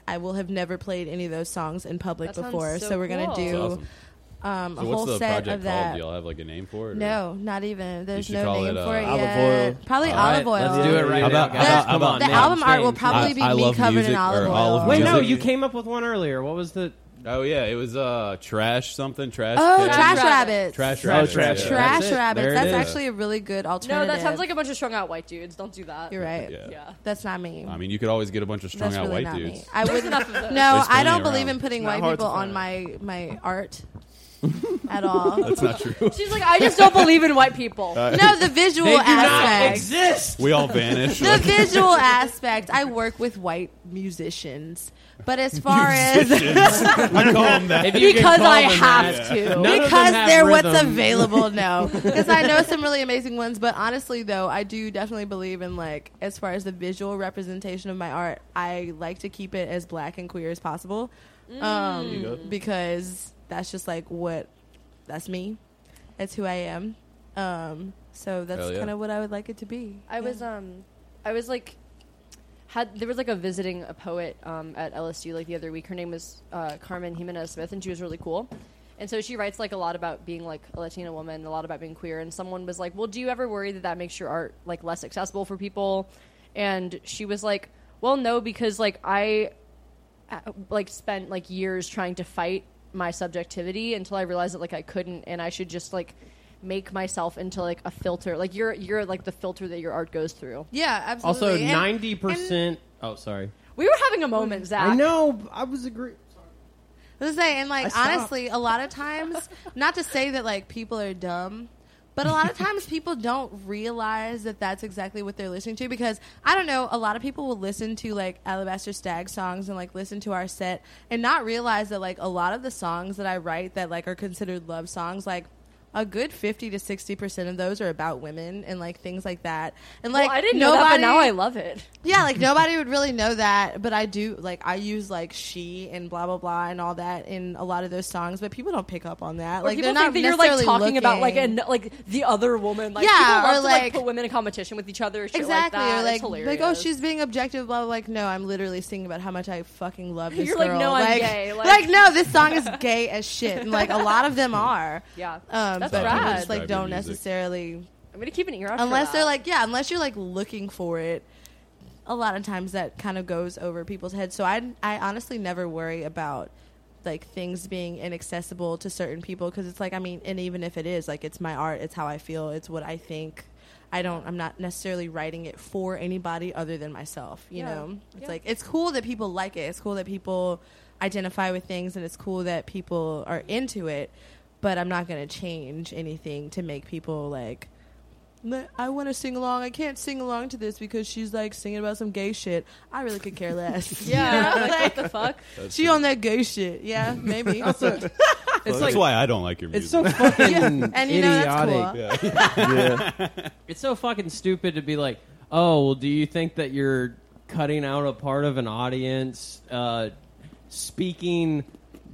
S3: I will have never played any of those songs in public
S4: That sounds
S3: before.
S4: so
S3: So, we're going
S4: cool.
S3: to do
S2: That's awesome.
S3: um,
S2: So
S3: a
S2: what's
S3: whole
S2: the
S3: set
S2: project
S3: of
S2: called?
S3: that.
S2: Do y'all have like a name for it? or-
S3: No, not even. There's
S2: should
S3: no
S2: call
S3: name
S2: it,
S3: for
S2: uh,
S3: it
S5: Olive
S3: yet.
S5: oil.
S3: Probably
S1: All
S3: olive
S1: right,
S3: oil.
S1: Let's do it right now,
S2: How about-
S1: guys.
S2: how about-
S1: Come
S2: how
S1: on,
S2: about
S3: The
S1: now.
S3: album art will
S1: Change.
S3: probably
S2: I-
S3: be
S2: I
S3: me
S2: love
S3: covered in
S2: music,
S3: olive
S2: or
S3: oil.
S2: olive
S1: Wait, no,
S2: Music.
S1: you came up with one earlier. What was the
S2: Oh yeah, it was uh trash something trash.
S3: Oh,
S2: Can?
S3: trash
S4: Trash
S3: rabbits.
S2: Trash
S5: Oh,
S2: rabbits.
S5: Trash
S2: yeah.
S5: Rabbits.
S3: Trash
S1: That's it.
S3: rabbits.
S1: There it
S3: That's
S1: is.
S3: actually a really good
S4: No,
S3: alternative.
S4: that sounds like a bunch of strung out white dudes. Don't do that.
S3: You're right.
S2: Yeah.
S4: Yeah.
S3: That's not me.
S2: I mean, you could always get a bunch of strung
S3: That's
S2: out
S3: really
S2: white
S3: not
S2: dudes.
S3: me. I
S4: There's
S3: wouldn't.
S4: enough of those.
S3: No,
S2: There's
S3: I don't
S2: plenty
S3: believe
S2: around.
S3: in putting
S5: It's not
S3: white
S5: hard to
S3: people on my my art at all.
S2: That's not true.
S4: She's like, I just don't believe in white people.
S3: no, the visual aspect.
S1: exist?
S2: we all vanish.
S3: The visual aspect. I work with white musicians, but as far as
S2: I call them that.
S1: If you can
S3: because
S1: call
S3: I
S1: them
S3: have
S1: that.
S3: to.
S1: None of them
S3: because
S1: have
S3: they're what's
S1: rhythm.
S3: available now. Because I know some really amazing ones, but honestly, though, I do definitely believe in like as far as the visual representation of my art, I like to keep it as black and queer as possible,
S4: Mm.
S5: you go.
S3: um, because that's just like what that's me. That's who I am. Um, so that's
S2: Hell yeah.
S3: kind of what I would like it to be.
S4: I was um I was like had there was like a visiting a poet um at LSU like the other week. Her name was uh, Carmen Jimenez Smith and she was really cool. And so she writes like a lot about being like a Latina woman, a lot about being queer. And someone was like, "Well, do you ever worry that that makes your art like less accessible for people?" And she was like, "Well, no, because like I uh, like spent like years trying to fight my subjectivity until I realized that like I couldn't and I should just like make myself into like a filter. Like you're you're like the filter that your art goes through.
S3: yeah,
S1: Also,
S3: absolutely.
S1: ninety percent. Oh, sorry.
S4: We were having a
S3: Mm.
S4: moment, Zach.
S1: I know. I was agree.
S3: I was saying, and
S1: I
S3: like
S1: stopped.
S3: honestly, a lot of times, not to say that like people are dumb, but a lot of times people don't realize that that's exactly what they're listening to. Because I don't know, a lot of people will listen to like Alabaster Stag songs and like listen to our set and not realize that like a lot of the songs that I write that like are considered love songs, like a good fifty to sixty percent of those are about women and like things like that. And
S4: Well,
S3: like
S4: I didn't know that, but now I love it.
S3: yeah, like nobody would really know that, but I do. Like I use like she and blah blah blah and all that in a lot of those songs, but people don't pick up on that.
S4: Or
S3: Like
S4: people
S3: they're not
S4: think that you're like
S3: necessarily
S4: talking about like
S3: looking.
S4: an, like the other woman. Like,
S3: Yeah,
S4: people love
S3: or,
S4: to, like,
S3: like-
S4: put women in competition with each other. Shit
S3: exactly
S4: like that.
S3: or
S4: It's
S3: like
S4: hilarious.
S3: like oh she's being objective blah blah. Like no, I'm literally singing about how much I fucking love this
S4: You're like,
S3: girl.
S4: no, I'm gay,
S3: Like,
S4: like-
S3: no, this song is gay as shit, and like a lot of them are.
S4: yeah.
S3: Um,
S4: That's
S3: but people
S4: rad.
S3: just
S2: Describe
S3: like
S2: your
S3: don't
S2: music.
S3: necessarily
S4: I'm gonna keep an ear out. for
S3: unless
S4: that.
S3: they're like yeah unless you're like looking for it a lot of times that kind of goes over people's heads so i i honestly never worry about like things being inaccessible to certain people because it's like i mean and even if it is like it's my art it's how i feel it's what i think i don't i'm not necessarily writing it for anybody other than myself you
S4: Yeah.
S3: know it's
S4: Yeah.
S3: like it's cool that people like it it's cool that people identify with things and it's cool that people are into it but i'm not going to change anything to make people like Le- I want to sing along. I can't sing along to this because she's like singing about some gay shit. I really could care less.
S4: yeah,
S3: You know,
S4: like,
S3: like,
S4: what the fuck?
S3: she on that gay shit. Yeah, maybe.
S1: It's
S2: That's
S1: like
S2: why I don't like your music.
S1: it's so fucking
S3: Yeah, and you know
S1: idiotic.
S3: that's cool.
S5: yeah.
S1: It's so fucking stupid to be like, oh, well, do you think that you're cutting out a part of an audience, uh, speaking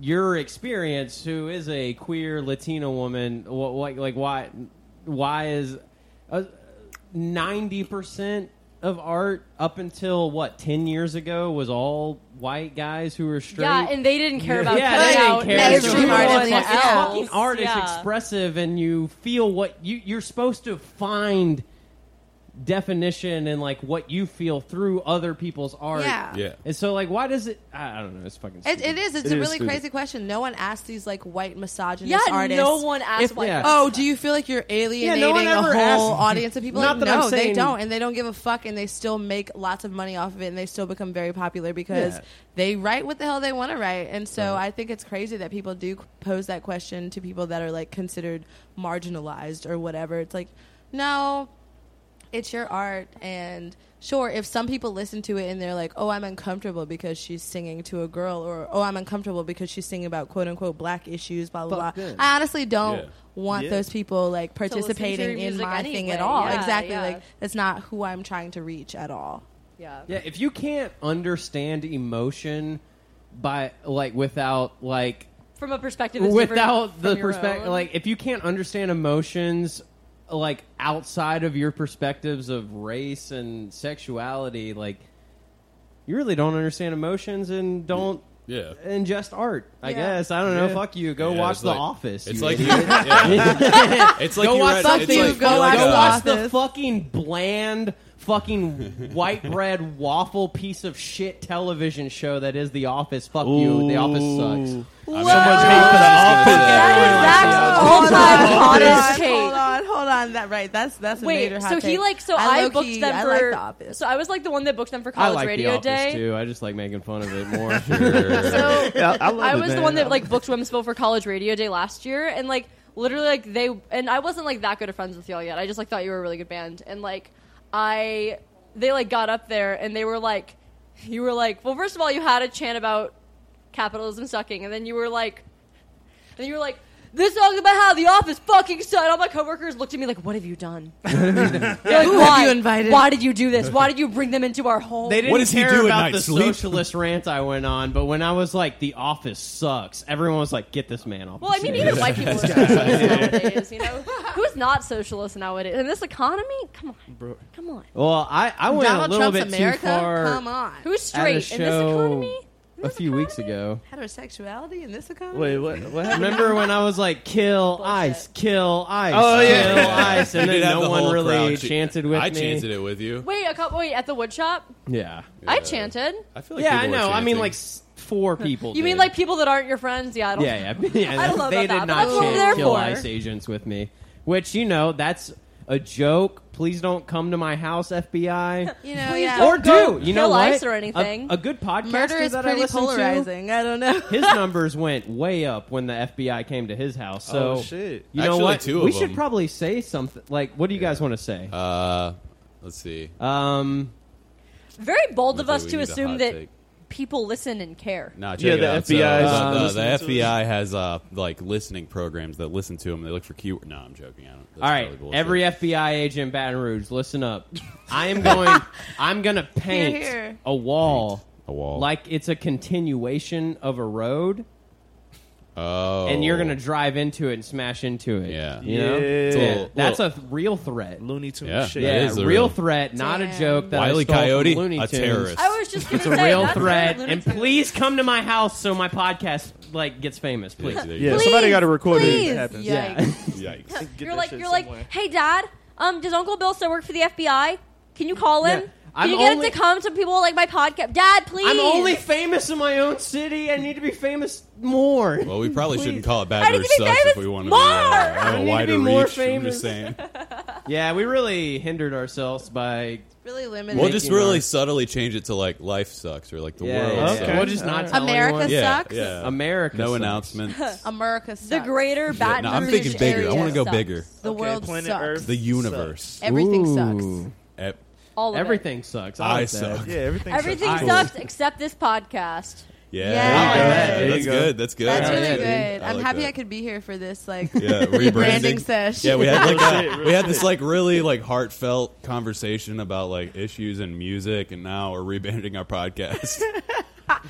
S1: your experience, who is a queer Latina woman? What, like, like why, why is uh, ninety percent of art up until what ten years ago was all white guys who were straight?
S4: Yeah, and they didn't care about
S1: yeah,
S4: cutting
S1: they
S4: out
S1: didn't care.
S3: mainstream
S1: So you
S4: everyone
S1: want
S3: artists.
S1: fucking-
S3: Yeah.
S4: else.
S1: Fucking art is
S4: Yeah.
S1: expressive, and you feel what you you're supposed to find definition and like what you feel through other people's art.
S3: Yeah.
S2: Yeah.
S1: And so, like, why does it? I I don't know. It's fucking.
S3: It, it
S1: stupid.
S3: is. It's
S5: It is
S3: a really
S5: stupid.
S3: crazy question. No one asks these like white misogynist
S4: Yeah,
S3: artists.
S4: no one asked
S3: if-
S4: white
S1: Yeah.
S3: Oh, do you feel like you're alienating
S1: one
S3: a
S1: ever
S3: whole
S1: asked-
S3: audience of people?
S1: Not
S3: Like,
S1: that I'm
S3: no, they
S1: saying-
S3: don't, and they don't give a fuck, and they still make lots of money off of it, and they still become very popular because
S1: Yeah.
S3: they write what the hell they want to write. And so I think it's crazy that people do pose that question to people that are like considered marginalized or whatever. It's like, no, it's your art and sure if some people listen to it and they're like oh i'm uncomfortable because she's singing to a girl or oh i'm uncomfortable because she's singing about quote unquote black issues blah blah
S1: Fuck
S3: blah
S1: them.
S3: i honestly don't
S2: Yeah.
S3: want
S5: Yeah.
S3: those people like
S4: listen to your
S3: participating in
S4: music
S3: my
S4: anyway.
S3: thing at all
S4: Yeah,
S3: exactly
S4: yeah.
S3: like that's not who i'm trying to reach at all
S4: Yeah.
S1: Yeah, if you can't understand emotion by like without like
S4: From a perspective that's different
S1: without
S4: from
S1: the
S4: your
S1: perspective
S4: own.
S1: like if you can't understand emotions like outside of your perspectives of race and sexuality like you really don't understand emotions and don't
S2: Yeah.
S1: ingest art. I
S3: Yeah.
S1: guess I don't know.
S5: Yeah.
S1: Fuck you. Go
S2: Yeah,
S1: watch
S2: it's
S1: The
S2: like-
S1: Office.
S2: It's
S1: you
S2: like you.
S1: idiot.
S2: yeah. It's like
S1: go
S2: you
S1: watch
S2: read.
S1: the
S2: it's
S3: fucking-
S2: like,
S3: go
S2: you're like
S3: watch
S1: go
S2: a-
S1: watch the
S3: Office.
S1: fucking bland fucking white bread waffle piece of shit television show that is The Office. Fuck you. The Office sucks.
S2: I mean,
S5: Someone's paying for the office.
S4: That's
S1: oh, Yeah.
S4: all time
S3: Hold on,
S4: hottest
S3: hold
S4: take.
S3: on, hold on. That right? That's that's a major
S4: Wait,
S3: hot
S4: so he
S3: take.
S4: like so I, booked
S3: low-key-
S4: them
S3: I
S4: for.
S3: like the office.
S4: So I was like the one that booked them for
S1: I
S4: college
S1: like The
S4: radio
S1: Office
S4: day.
S1: too. I just like making fun of it more.
S4: So
S5: Yeah, I, love
S4: I
S5: it,
S4: was the
S5: man.
S4: one that like booked Wimsville for college radio day last year, and like literally like they and I wasn't like that good of friends with y'all yet. I just like thought you were a really good band, and like I they like got up there and they were like you were like well first of all you had a chant about capitalism sucking, and then you were like and you were like. This song's about how the office fucking sucked. All my coworkers looked at me like, "What have you done? They're like,
S3: Who have
S4: Why?
S3: you invited?"
S4: Why did you do this? Why did you bring them into our home?"
S1: They didn't
S2: What does he
S1: care
S2: do at
S1: about
S2: night,
S1: the
S2: sleep?
S1: socialist rant I went on, but when I was like, "The Office sucks," everyone was like, "Get this man off."
S4: Well, I
S1: the
S4: mean,
S1: stage."
S4: even white people are socialists nowadays. You know, who's not socialist nowadays? In this economy, come on, come on.
S1: Well, I, I went
S3: Donald
S1: a little
S3: Trump's
S1: bit
S3: America.
S1: too far
S3: Come on,
S4: Who's
S1: at a
S4: straight in this
S1: show
S4: economy? In
S1: a
S4: this
S1: few weeks
S4: economy?
S1: ago.
S3: heterosexuality in this economy?
S5: Wait, what? What happened?
S1: Remember when I was like, "Kill
S4: Bullshit.
S1: ice, kill ice,
S5: Oh, yeah.
S1: kill ice," and
S2: You
S1: then
S2: did have
S1: no
S2: the
S1: one
S2: whole
S1: really
S2: crowd. She-
S1: chanted with
S2: I
S1: me.
S2: chanted it with you.
S4: Wait, a couple. Wait, at the wood shop,
S1: Yeah,
S4: I
S2: Yeah.
S4: chanted.
S2: I feel like
S1: yeah,
S2: people
S1: I
S2: were
S1: know. I mean,
S2: chanting.
S1: like s- four people.
S4: You mean
S1: did.
S4: like people that aren't your friends? Yeah, I don't.
S1: Yeah, yeah, yeah.
S4: Oh. I don't know
S1: they did
S4: about that, but that's
S1: not
S4: what we're there
S1: chant "Kill
S4: for.
S1: Ice Agents" with me, which you know that's a joke. Please don't come to my house, FBI.
S3: You know,
S4: Please
S3: yeah.
S1: or
S4: don't-
S1: do you know
S4: kill
S1: what?
S4: ice or anything.
S1: A, a good podcast
S3: murder is
S1: that I
S3: pretty
S1: listen
S3: polarizing. I don't know.
S1: to. His numbers went way up when the FBI came to his house. So
S5: Oh, shit.
S1: you know
S2: Actually,
S1: what?
S2: two of
S1: we should
S2: them.
S1: probably say something. Like, what do you guys want to say?
S2: uh, let's see.
S1: um,
S4: Very bold of
S2: Let's
S4: us
S2: see,
S4: to
S2: we need a
S4: assume
S2: hot
S4: that
S2: take.
S4: people listen and care.
S2: Nah, check
S5: Yeah,
S2: it
S5: the
S2: out. So,
S5: FBI 's
S2: uh, the,
S5: listening to us.
S2: the FBI has uh, like listening programs that listen to them. They look for keyword. No, I'm joking. I don't. that's
S1: all right,
S2: probably bullshit.
S1: every FBI agent in Baton Rouge, listen up. I am going. I'm going to paint
S3: here.
S1: a wall.
S2: a wall.
S1: like it's a continuation of a road
S2: oh,
S1: and you're gonna drive into it and smash into it
S2: Yeah.
S1: you know
S5: Yeah.
S1: Yeah.
S2: Well-
S1: that's a th- real threat
S5: Looney Tunes
S2: Yeah.
S5: shit.
S2: That
S1: yeah
S2: is
S1: real,
S2: a real-
S1: threat not a
S3: Damn.
S1: joke that
S2: Wiley
S1: I stole from
S2: Coyote,
S1: Looney
S2: a
S1: Tunes.
S2: terrorist.
S4: I was just. Gonna
S1: it's a
S4: say,
S1: real
S4: that's
S1: threat
S4: really
S1: and
S4: lunatic.
S1: please come to my house so my podcast like gets famous please
S2: Yeah, there you
S5: Yeah,
S2: go.
S5: somebody got to record it. if
S3: please.
S5: It happens.
S3: Yeah.
S2: Yikes.
S5: Get
S4: you're
S5: that
S4: like
S5: shit
S4: you're
S5: somewhere.
S4: like, hey dad, um, does Uncle Bill still work for the FBI? Can you call him?
S1: Yeah.
S4: Can
S1: I'm
S4: you get
S1: only-
S4: him to come to people like my podcast? Dad, please.
S1: i'm only famous in my own city i need to be famous more
S2: Well, we probably shouldn't call it Bad
S4: I need to
S2: Rouge
S4: be
S2: Sucks
S4: famous
S2: if we want to
S4: more!
S2: be uh,
S4: I
S1: need
S2: have
S1: to
S2: a
S1: be
S2: wider
S1: more
S2: reach. I'm
S1: famous.
S2: just saying.
S1: yeah we really hindered ourselves by
S3: really limited.
S2: We'll just
S1: Making
S2: really
S1: our-
S2: subtly change it to like life sucks or like the
S1: yeah,
S2: world
S1: yeah,
S2: sucks.
S5: Okay.
S1: we'll just not tell
S3: America
S1: anyone.
S2: Yeah,
S3: sucks.
S2: yeah.
S1: america
S2: No
S1: sucks.
S2: announcements.
S3: America sucks.
S4: the greater Baton
S2: no, I'm
S4: Rouge
S2: thinking bigger. I
S4: area
S2: wanna go
S4: sucks.
S2: bigger.
S3: The
S5: Okay,
S3: world
S5: planet
S3: sucks.
S5: Earth
S2: The universe. Eh,
S3: Everything
S1: Ooh.
S3: sucks.
S2: Ep-
S4: All of it.
S1: Everything sucks.
S2: I
S1: like that.
S2: suck.
S5: Yeah, everything.
S4: Everything
S5: sucks.
S1: Cool.
S4: sucks except this podcast.
S2: Yeah,
S3: Yeah.
S5: There you
S2: that's
S5: go.
S2: good. That's good.
S3: That's
S1: Yeah,
S3: really
S2: actually.
S3: good. I'm
S2: like
S3: happy
S2: that.
S3: I could be here for this like
S2: Yeah,
S3: rebranding
S2: rebranding.
S3: sesh.
S2: Yeah, we had like
S5: Real
S2: a-
S5: Oh, shit, real
S2: we had this like really like heartfelt conversation about like issues in music, and now we're rebranding our podcast.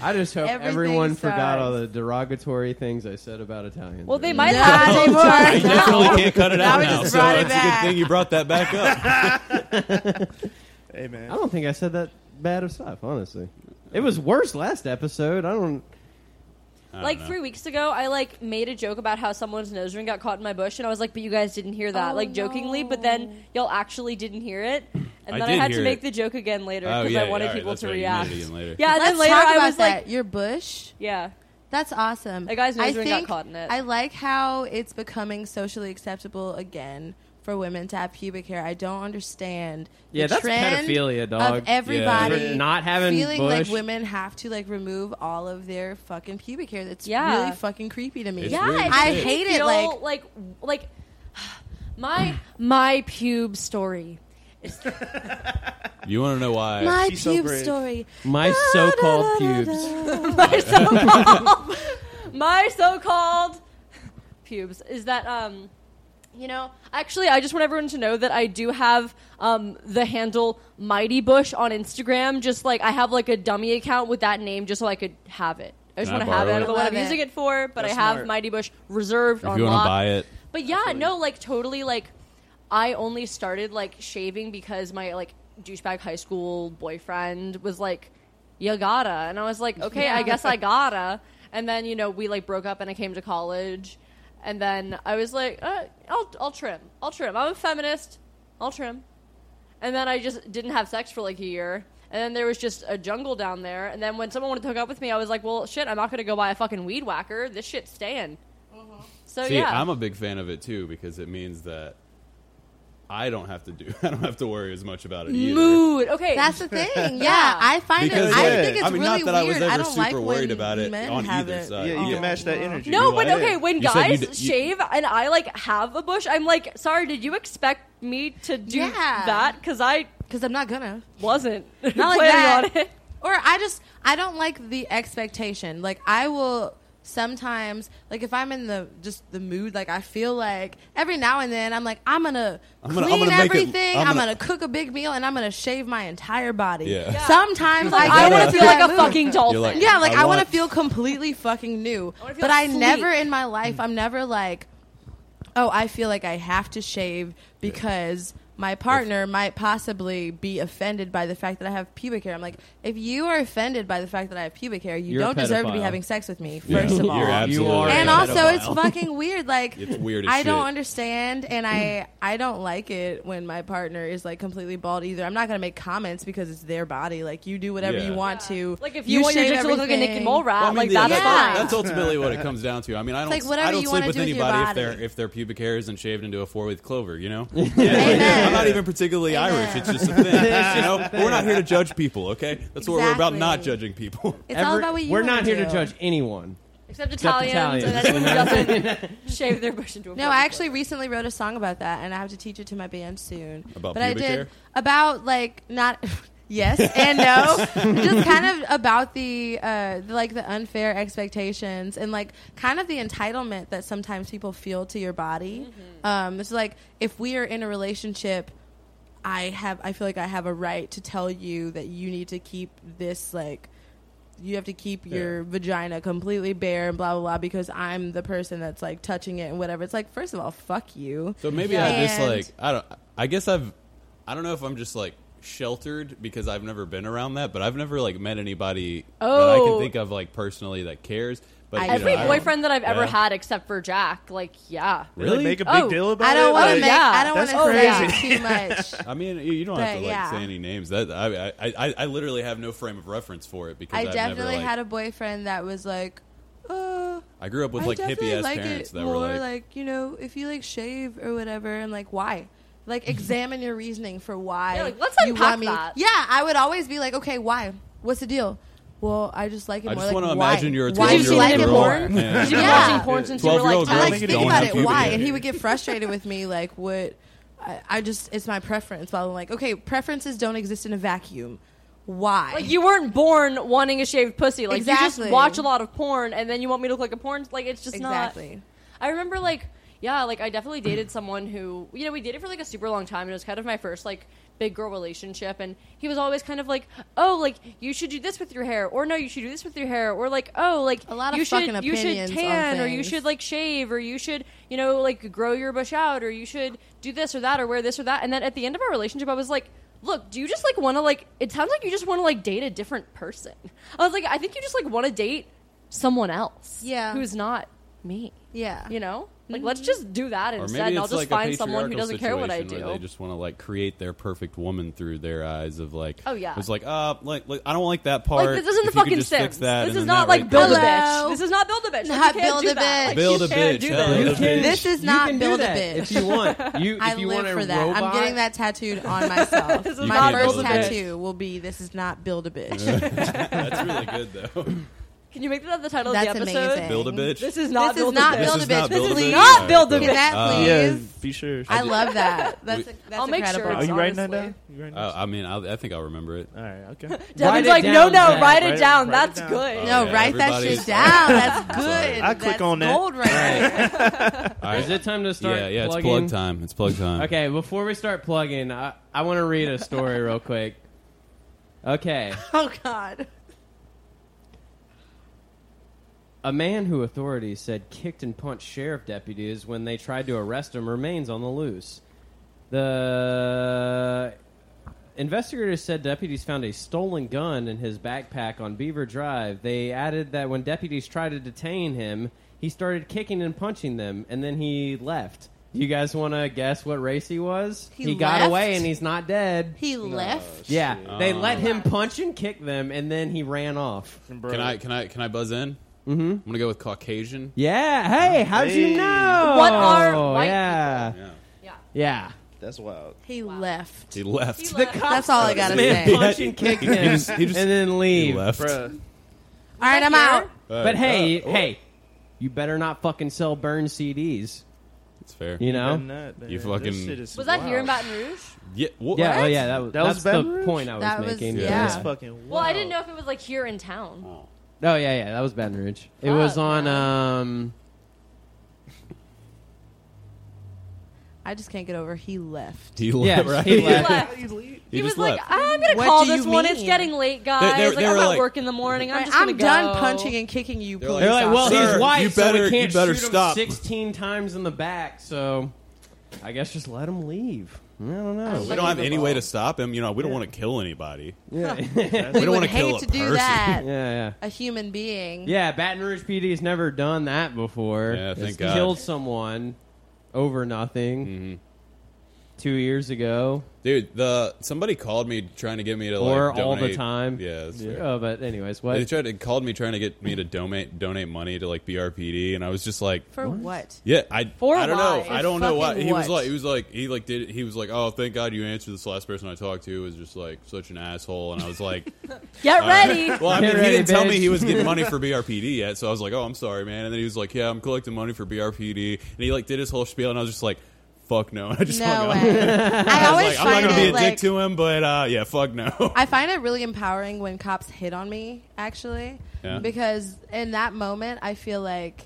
S1: I just hope
S3: Everything
S1: everyone forgot
S3: sucks.
S1: all the derogatory things I said about Italians.
S4: Well, they
S1: earlier.
S4: might
S3: Not
S4: have.
S3: anymore.
S2: you definitely can't cut it out
S3: we
S2: now.
S3: just
S2: So
S3: brought it
S2: it's a
S3: back.
S2: good thing you brought that back up.
S5: Hey man.
S1: I don't think I said that bad of stuff. Honestly, it was worse last episode. I don't.
S4: Like
S2: Oh,
S4: three weeks ago, I like made a joke about how someone's nose ring got caught in my bush, and I was like, "But you guys didn't hear that,"
S3: Oh,
S4: like jokingly. But then y'all actually didn't hear it, and
S2: I
S4: then I
S2: did
S4: had to
S2: hear
S4: make
S2: it.
S4: the joke again later
S2: Oh,
S4: because
S2: yeah,
S4: I wanted
S2: yeah, all right,
S4: people
S2: that's
S4: to
S2: right, you made it
S4: react.
S2: again later.
S4: Yeah, and
S3: Let's
S4: then later
S3: talk
S4: I
S3: about
S4: was
S3: that.
S4: like,
S3: Your bush.
S4: "Yeah,
S3: That's awesome.
S4: That guy's
S3: I
S4: nose ring got
S3: think-
S4: caught in it.
S3: I like how it's becoming socially acceptable again for women to have pubic hair. I don't understand. the
S1: Yeah, that's
S3: trend
S1: pedophilia, dog.
S3: Of everybody
S1: For not having
S3: feeling
S1: bush.
S3: like women have to like remove all of their fucking pubic hair. That's
S4: Yeah.
S3: really fucking creepy to me.
S2: It's
S4: yeah."
S2: really
S4: it
S3: I
S4: makes me
S3: hate it,
S4: feel
S3: like-
S4: like, like my my pube story.
S2: You want to know why?
S3: My
S5: She's so
S3: pube
S5: brave.
S3: story.
S1: My so-called pubes.
S4: my so-called my so-called pubes is that um you know actually i just want everyone to know that i do have um the handle mighty bush on instagram just like i have like a dummy account with that name just so i could have it i just
S2: Can I
S4: want to have it
S2: borrow
S4: i
S2: it?
S4: don't know what i'm
S3: Love it.
S4: using it for but
S5: That's
S4: i have
S5: smart.
S4: mighty bush reserved
S2: if
S4: on
S2: you want
S4: lock.
S2: to buy it,
S4: But yeah, no, like totally like I only started like shaving because my like douchebag high school boyfriend was like you gotta. And I was like, okay, I guess I gotta. And then, you know, we like broke up and I came to college. And then I was like, uh, I'll, I'll trim. I'll trim. I'm a feminist. I'll trim. And then I just didn't have sex for like a year. And then there was just a jungle down there. And then when someone wanted to hook up with me, I was like, well, shit, I'm not going to go buy a fucking weed whacker. This shit's staying. So
S2: See,
S4: yeah.
S2: I'm a big fan of it too because it means that I don't have to do. I don't have to worry as much about it either.
S4: Mood. Okay.
S3: That's the thing. Yeah, I find
S2: Because,
S3: it. I
S5: yeah,
S3: think it's
S2: I mean,
S3: really
S2: not that
S3: weird.
S2: I was ever
S3: don't
S2: super
S3: like
S2: worried
S3: when
S2: about it
S3: men
S2: on
S3: have
S2: either
S3: it.
S2: side.
S5: Yeah, you
S3: Oh.
S5: can match that energy.
S4: No,
S5: You
S4: but
S5: light it.
S4: okay, when
S2: You said you
S4: guys
S2: d- you-
S4: shave and I like have a bush, I'm like, sorry, did you expect me to do
S3: Yeah.
S4: that? Because I
S3: Because I'm not gonna.
S4: wasn't
S3: Not like
S4: planning
S3: that.
S4: on it.
S3: Or I just I don't like the expectation. Like I will sometimes like if I'm in the just the mood, like I feel like every now and then I'm like I'm gonna
S2: I'm
S3: clean
S2: gonna- I'm gonna make it-
S3: everything.
S2: I'm
S3: I'm,
S2: gonna-
S3: gonna, cook a big meal and I'm gonna shave my entire body.
S2: Yeah. Yeah.
S3: Sometimes like,
S4: I
S3: want
S4: want to
S3: to
S4: feel like a fucking dolphin.
S2: like-
S3: yeah, like
S2: I
S3: I, want to
S2: want-
S3: feel completely fucking new.
S4: wanna feel
S3: but I
S4: sleek.
S3: never in my life, I'm never like, oh, I feel like I have to shave because my partner might possibly be offended by the fact that I have pubic hair. I'm like, if you are offended by the fact that I have pubic hair, you
S1: You're a
S3: don't deserve to be
S1: pedophile.
S3: having sex with me,
S2: Yeah.
S3: first of all.
S2: You're absolutely
S1: are
S2: right.
S3: and
S1: a
S3: also,
S1: pedophile.
S3: it's fucking weird. Like,
S2: It's weird as
S3: I don't
S2: shit.
S3: understand, and I I don't like it when my partner is like completely bald either. I'm not gonna make comments because it's their body. Like, you do whatever
S2: Yeah.
S3: you want to.
S4: Like if you, want your
S3: shave
S4: dick to look like a Nicky
S3: everything.
S4: Mole rat,
S2: Well, I mean,
S4: like
S2: the-
S4: that's
S2: that's,
S4: fine.
S2: that's ultimately what it comes down to. I mean, I don't,
S3: like whatever
S2: I don't
S3: you
S2: sleep
S3: wanna
S2: with
S3: do with your
S2: anybody if
S3: body.
S2: their if their pubic hair isn't shaved into a four with clover. You know, I'm not even particularly Irish. It's just a thing. you know, we're not here to judge people. Okay, that's what we're about. Not
S3: Exactly.
S2: judging people.
S3: It's all
S1: Every-
S3: about what you
S1: We're
S3: wanna
S1: not here to
S3: do.
S1: judge anyone.
S4: Except
S1: Except
S4: Italians, and
S1: Italians.
S4: anyone who doesn't shave their bush into a
S3: No,
S4: fucking
S3: I
S4: clover.
S3: actually recently wrote a song about that, and I have to teach it to my band soon.
S2: About
S3: but I
S2: pubic
S3: did
S2: hair?
S3: about like not yes and no, just kind of about the uh, the, like the unfair expectations and like kind of the entitlement that sometimes people feel to your body. Um, it's like if we are in a relationship. I have I feel like I have a right to tell you that you need to keep this like you have to keep your vagina completely bare and blah blah blah because I'm the person that's like touching it and whatever. It's like first of all, fuck you.
S2: So maybe I just
S3: And-
S2: like I don't. I guess I've. I don't know if I'm just like sheltered because I've never been around that, but I've never like met anybody that I
S4: Oh.
S2: can think of like personally that cares. But
S3: I-
S2: you know,
S4: every
S2: I don't-
S4: boyfriend that I've ever
S2: Yeah.
S4: had, except for Jack, like yeah,
S5: Like,
S2: really
S5: make a big
S4: Oh,
S5: deal about
S3: I
S5: it.
S3: don't want to
S5: Like,
S3: make I don't want
S5: that's
S3: to say
S5: crazy.
S3: too much.
S2: I mean, you you don't have to
S3: But,
S2: like
S3: yeah.
S2: say any names. That I, I, I, I literally have no frame of reference for it because
S3: I
S2: have
S3: definitely
S2: never, like,
S3: had a boyfriend that was like, uh,
S2: I grew up with
S3: I
S2: like hippie
S3: definitely
S2: ass
S3: like
S2: parents
S3: it
S2: that
S3: more
S2: were like,
S3: you know, if you like shave or whatever, and like why. Like examine your reasoning for why.
S4: Yeah, like, let's
S3: you
S4: unpack
S3: want me.
S4: that.
S3: Yeah, I would always be like, okay, why? What's the deal? Well, I just like it
S2: I
S3: more.
S2: just
S3: want
S2: want to imagine you're a
S3: Why
S4: Did
S3: do
S4: you
S2: twelve year
S3: you
S4: see
S2: old
S4: that
S3: like
S4: in
S3: it
S2: girl.
S3: more?
S4: porn?
S2: and-
S4: Did you be
S3: Yeah.
S4: watching porn since you were
S2: 12-year-old girl
S4: like
S3: I
S4: ten?
S3: like
S2: think
S3: think
S2: don't
S3: about
S2: have
S3: it why,
S2: puberty.
S3: and he would get frustrated with me like what I, I just it's my preference. But I'm like, okay, preferences don't exist in a vacuum. Why?
S4: Like you weren't born wanting a shaved pussy. Like you
S3: Exactly.
S4: just watch a lot of porn, and then you want me to look like a porn. Like it's just
S3: exactly.
S4: not. I remember like yeah, like I definitely dated someone who you know we dated for like a super long time, and it was kind of my first like big girl relationship, and he was always kind of like, oh, like you should do this with your hair, or no, you should do this with your hair, or like oh, like
S3: A lot of
S4: you
S3: fucking
S4: should you should
S3: opinions on
S4: tan, or you
S3: things.
S4: should like shave, or you should you know like grow your bush out, or you should do this or that, or wear this or that, and then at the end of our relationship, I was like. Look, do you just like want to like? It sounds like you just want to like date a different person. I was like, I think you just like want to date someone else,
S3: Yeah.
S4: who's not me
S3: Yeah.
S4: you know like let's just do that
S2: or
S4: instead
S2: maybe
S4: and
S2: it's
S4: i'll just
S2: like a
S4: find someone who
S2: patriarchal
S4: doesn't care what i
S2: situation where
S4: do
S2: They just want to like create their perfect woman through their eyes of like,
S4: Oh, yeah.
S2: it's like uh, like, like I don't like that part.
S4: like this isn't the
S2: If you could
S4: fucking
S2: just fix
S4: Sims.
S2: that
S4: This
S2: and
S4: is
S2: then that
S4: not like
S2: right
S4: build
S2: there.
S4: a bitch.
S3: Hello?
S4: This is not build a bitch. Like,
S3: Not
S4: you can't
S3: build
S4: do
S3: a
S4: that. Like,
S3: bitch.
S2: Build
S4: you
S2: a
S4: can't
S2: bitch.
S4: Do
S2: Hello.
S4: that.
S1: You
S2: Build a
S1: can-
S2: bitch.
S3: This is
S1: you
S3: not
S1: can do
S3: build a
S1: that
S3: bitch.
S1: If you want, you
S3: I
S1: if you
S3: live
S1: want a
S3: for that.
S1: robot,
S3: I'm getting that tattooed on myself.
S4: This is
S3: My
S4: not
S3: first
S4: build a bitch.
S3: tattoo will be "This is not build a bitch."
S2: That's really good though.
S4: Can you make that the title
S3: That's
S4: of the episode?
S3: amazing.
S2: build a bitch.
S4: This is not
S3: this is
S4: build
S3: not
S4: a bitch.
S3: build a
S2: This is not
S3: bitch. This
S2: build a
S3: is
S2: bitch.
S3: not.
S2: Alright,
S4: build a
S2: cool.
S3: Can that
S2: Uh,
S5: yeah,
S3: please?
S5: be sure.
S3: I love that. That's,
S2: We-
S3: that's
S4: I'll make sure
S3: incredible.
S5: Are you writing that
S4: honestly.
S5: down? You writing
S2: Uh, I mean, I, I think I'll remember it.
S5: this? All right. Okay.
S1: Write
S4: Devin's
S1: it
S4: like,
S1: down,
S4: no, no,
S1: Zach.
S4: write it
S5: Write it-
S4: down.
S5: write it
S4: That's
S5: down.
S4: good.
S2: Oh,
S3: No,
S2: yeah,
S3: write that
S2: everybody's-
S3: shit down. That's
S2: Sorry.
S3: good.
S5: I click
S3: That's
S5: on that.
S3: Gold right there.
S2: All right.
S1: Is it time to start?
S2: yeah, yeah, it's
S1: plugging?
S2: plug time. It's plug time.
S1: Okay, before we start plugging, I, I want to read a story real quick. Okay.
S3: Oh God.
S1: A man who authorities said kicked and punched sheriff deputies when they tried to arrest him remains on the loose. The investigators said deputies found a stolen gun in his backpack on Beaver Drive. They added that when deputies tried to detain him, he started kicking and punching them, and then he left. You guys want to guess what race he was?
S3: He
S1: got
S3: left?
S1: away and he's not dead.
S3: He Oh. left.
S1: yeah,
S5: shit.
S1: they let him punch and kick them, and then he ran off.
S5: Bro.
S2: Can I can I can I buzz in? Mm-hmm. I'm gonna go with Caucasian.
S1: Yeah. Hey, how'd
S5: Hey.
S1: you know?
S4: What are white
S1: yeah.
S2: Yeah,
S1: Yeah.
S5: That's wild.
S3: He left.
S2: he left.
S4: He
S1: The
S4: left.
S1: cops
S3: That's all I gotta
S1: man
S3: say.
S1: punch and kick
S2: He
S1: them,
S2: just- he just-
S1: and then
S2: He
S1: leave.
S2: left.
S5: Bruh.
S3: All right, I'm out.
S1: But hey,
S3: Oh.
S1: hey, you better not fucking sell burned CDs.
S2: it's fair.
S1: You know?
S5: I'm not, man.
S2: You
S5: This
S2: fucking-
S5: shit is
S4: Was that here in
S5: wild.
S4: Baton Rouge?
S2: Yeah. wha-
S1: Yeah,
S4: What?
S1: oh yeah, that, was
S5: That
S1: that's
S5: was
S1: the
S5: Baton Rouge?
S1: point I was
S3: That was-
S1: making.
S3: yeah.
S5: That's
S3: Yeah.
S5: fucking wild.
S4: Well, I didn't know if it was like here in town.
S2: Oh.
S1: Oh yeah, yeah, that was Baton Rouge. It was
S4: Fuck,
S1: on
S4: man.
S1: um
S3: I just can't get over. He left.
S2: He
S1: Yeah,
S2: left. Right?
S1: he
S4: He
S1: left.
S4: left.
S5: Easily.
S4: He, was
S2: just
S4: like,
S2: left.
S4: I'm gonna
S3: What
S4: call
S3: do you
S4: this one. It's
S3: mean?
S4: getting late, guys.
S2: they
S4: like,
S2: were
S4: I'm at
S2: like-
S4: work in the morning. I'm
S3: I'm,
S4: just gonna go.
S3: done punching and kicking you.
S2: They're like-
S1: They're
S3: police
S1: like, well,
S3: officer.
S2: Sir,
S1: he's white,
S2: you
S1: so
S2: better-
S1: we
S2: you
S1: can't
S2: better
S1: shoot
S2: stop.
S1: him sixteen times in the back. So, I guess just let him leave. I don't
S2: We
S1: know.
S2: don't have any way to stop him. You know, we don't want to kill anybody.
S1: Yeah, yeah,
S2: We don't
S3: would
S2: want to kill
S3: hate
S2: a
S3: to
S2: person.
S3: do that.
S1: yeah.
S3: A human being.
S1: Yeah, Baton Rouge PD's never done that before.
S2: Yeah, thank
S1: It's
S2: God.
S1: Killed someone over nothing
S2: Mhm.
S1: two years ago,
S2: Dude, the somebody called me trying to get me to like
S1: or all the
S2: donate-
S1: time.
S2: Yeah, that's fair.
S1: Oh, but anyways,
S2: They
S1: what?
S2: tried to called me trying to get me to donate donate money to like BRPD, and I was just like,
S3: For what?
S2: yeah, I
S4: For
S2: I don't
S4: why?
S2: know, I
S4: For
S2: don't know why.
S3: fucking
S2: He was
S3: what?
S2: like, he was like, he like did he was like, oh, thank God you answered this last person I talked to was just like such an asshole, and I was like,
S4: Get ready.
S2: well, I mean,
S1: Get ready,
S2: he didn't tell me
S1: bitch.
S2: he was getting money for BRPD yet, so I was like, oh, I'm sorry, man, and then he was like, yeah, I'm collecting money for BRPD, and he like did his whole spiel, and I was just like, fuck no, and I just hung
S3: No
S2: up.
S3: way. I
S2: I was like,
S3: always
S2: I'm not
S3: find
S2: gonna be
S3: it
S2: a
S3: like
S2: dick to him, but uh, yeah, fuck no.
S3: I find it really empowering when cops hit on me, actually,
S2: Yeah.
S3: because in that moment I feel like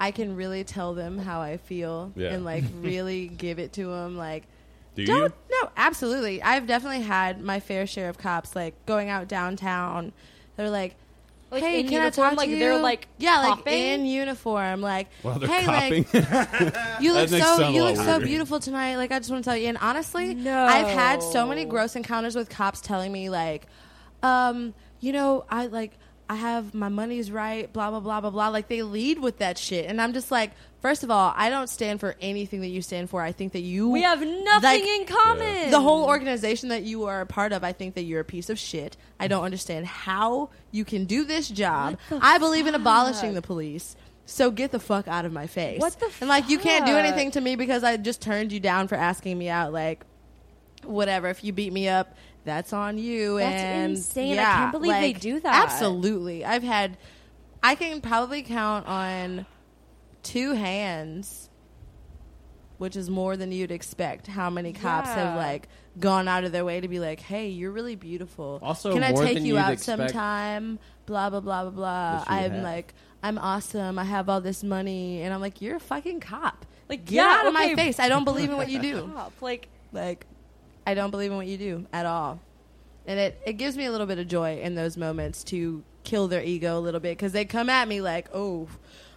S3: I can really tell them how I feel
S2: Yeah.
S3: and like really give it to them. Like,
S2: Do
S3: don't
S2: you?
S3: no, absolutely. I've definitely had my fair share of cops like going out downtown. They're like.
S4: Like,
S3: hey,
S4: in
S3: can
S4: uniform?
S3: I talk
S4: Like,
S3: to you?
S4: they're, like,
S3: yeah, like
S4: copping?
S3: in uniform, like
S2: While they're
S3: hey, like
S2: copping.
S3: you look
S2: makes it
S3: so
S2: sound a
S3: you
S2: lot
S3: look so
S2: weirder.
S3: beautiful tonight. Like I just want to tell you. And honestly,
S4: No.
S3: I've had so many gross encounters with cops telling me like, um, you know, I like I have my money's right, blah blah blah blah blah. Like they lead with that shit, and I'm just like, first of all, I don't stand for anything that you stand for. I think that you
S4: we have nothing
S3: Like,
S4: in common.
S3: the whole organization that you are a part of, I think that you're a piece of shit. I don't understand how you can do this job. I believe in abolishing the police. So get the fuck out of my face.
S4: What the
S3: And like you can't do
S4: fuck?
S3: anything to me because I just turned you down for asking me out like whatever if you beat me up that's on you
S4: That's
S3: and
S4: insane. I
S3: yeah,
S4: can't believe they
S3: like,
S4: do that.
S3: absolutely i've had i can probably count on two hands which is more than you'd expect how many cops have
S4: Yeah.
S3: like gone out of their way to be like hey you're really beautiful
S1: Also
S3: can i
S1: more
S3: take
S1: than
S3: you
S1: you'd
S3: out
S1: expect
S3: sometime blah blah blah blah blah
S1: that you
S3: i'm
S1: have.
S3: like i'm awesome i have all this money and i'm like you're a fucking cop
S4: Like,
S3: get
S4: yeah,
S3: out of
S4: okay.
S3: my face i don't believe in what you do
S4: Stop. Like,
S3: like, I don't believe in what you do at all. And it, it gives me a little bit of joy in those moments to kill their ego a little bit because they come at me like, oh,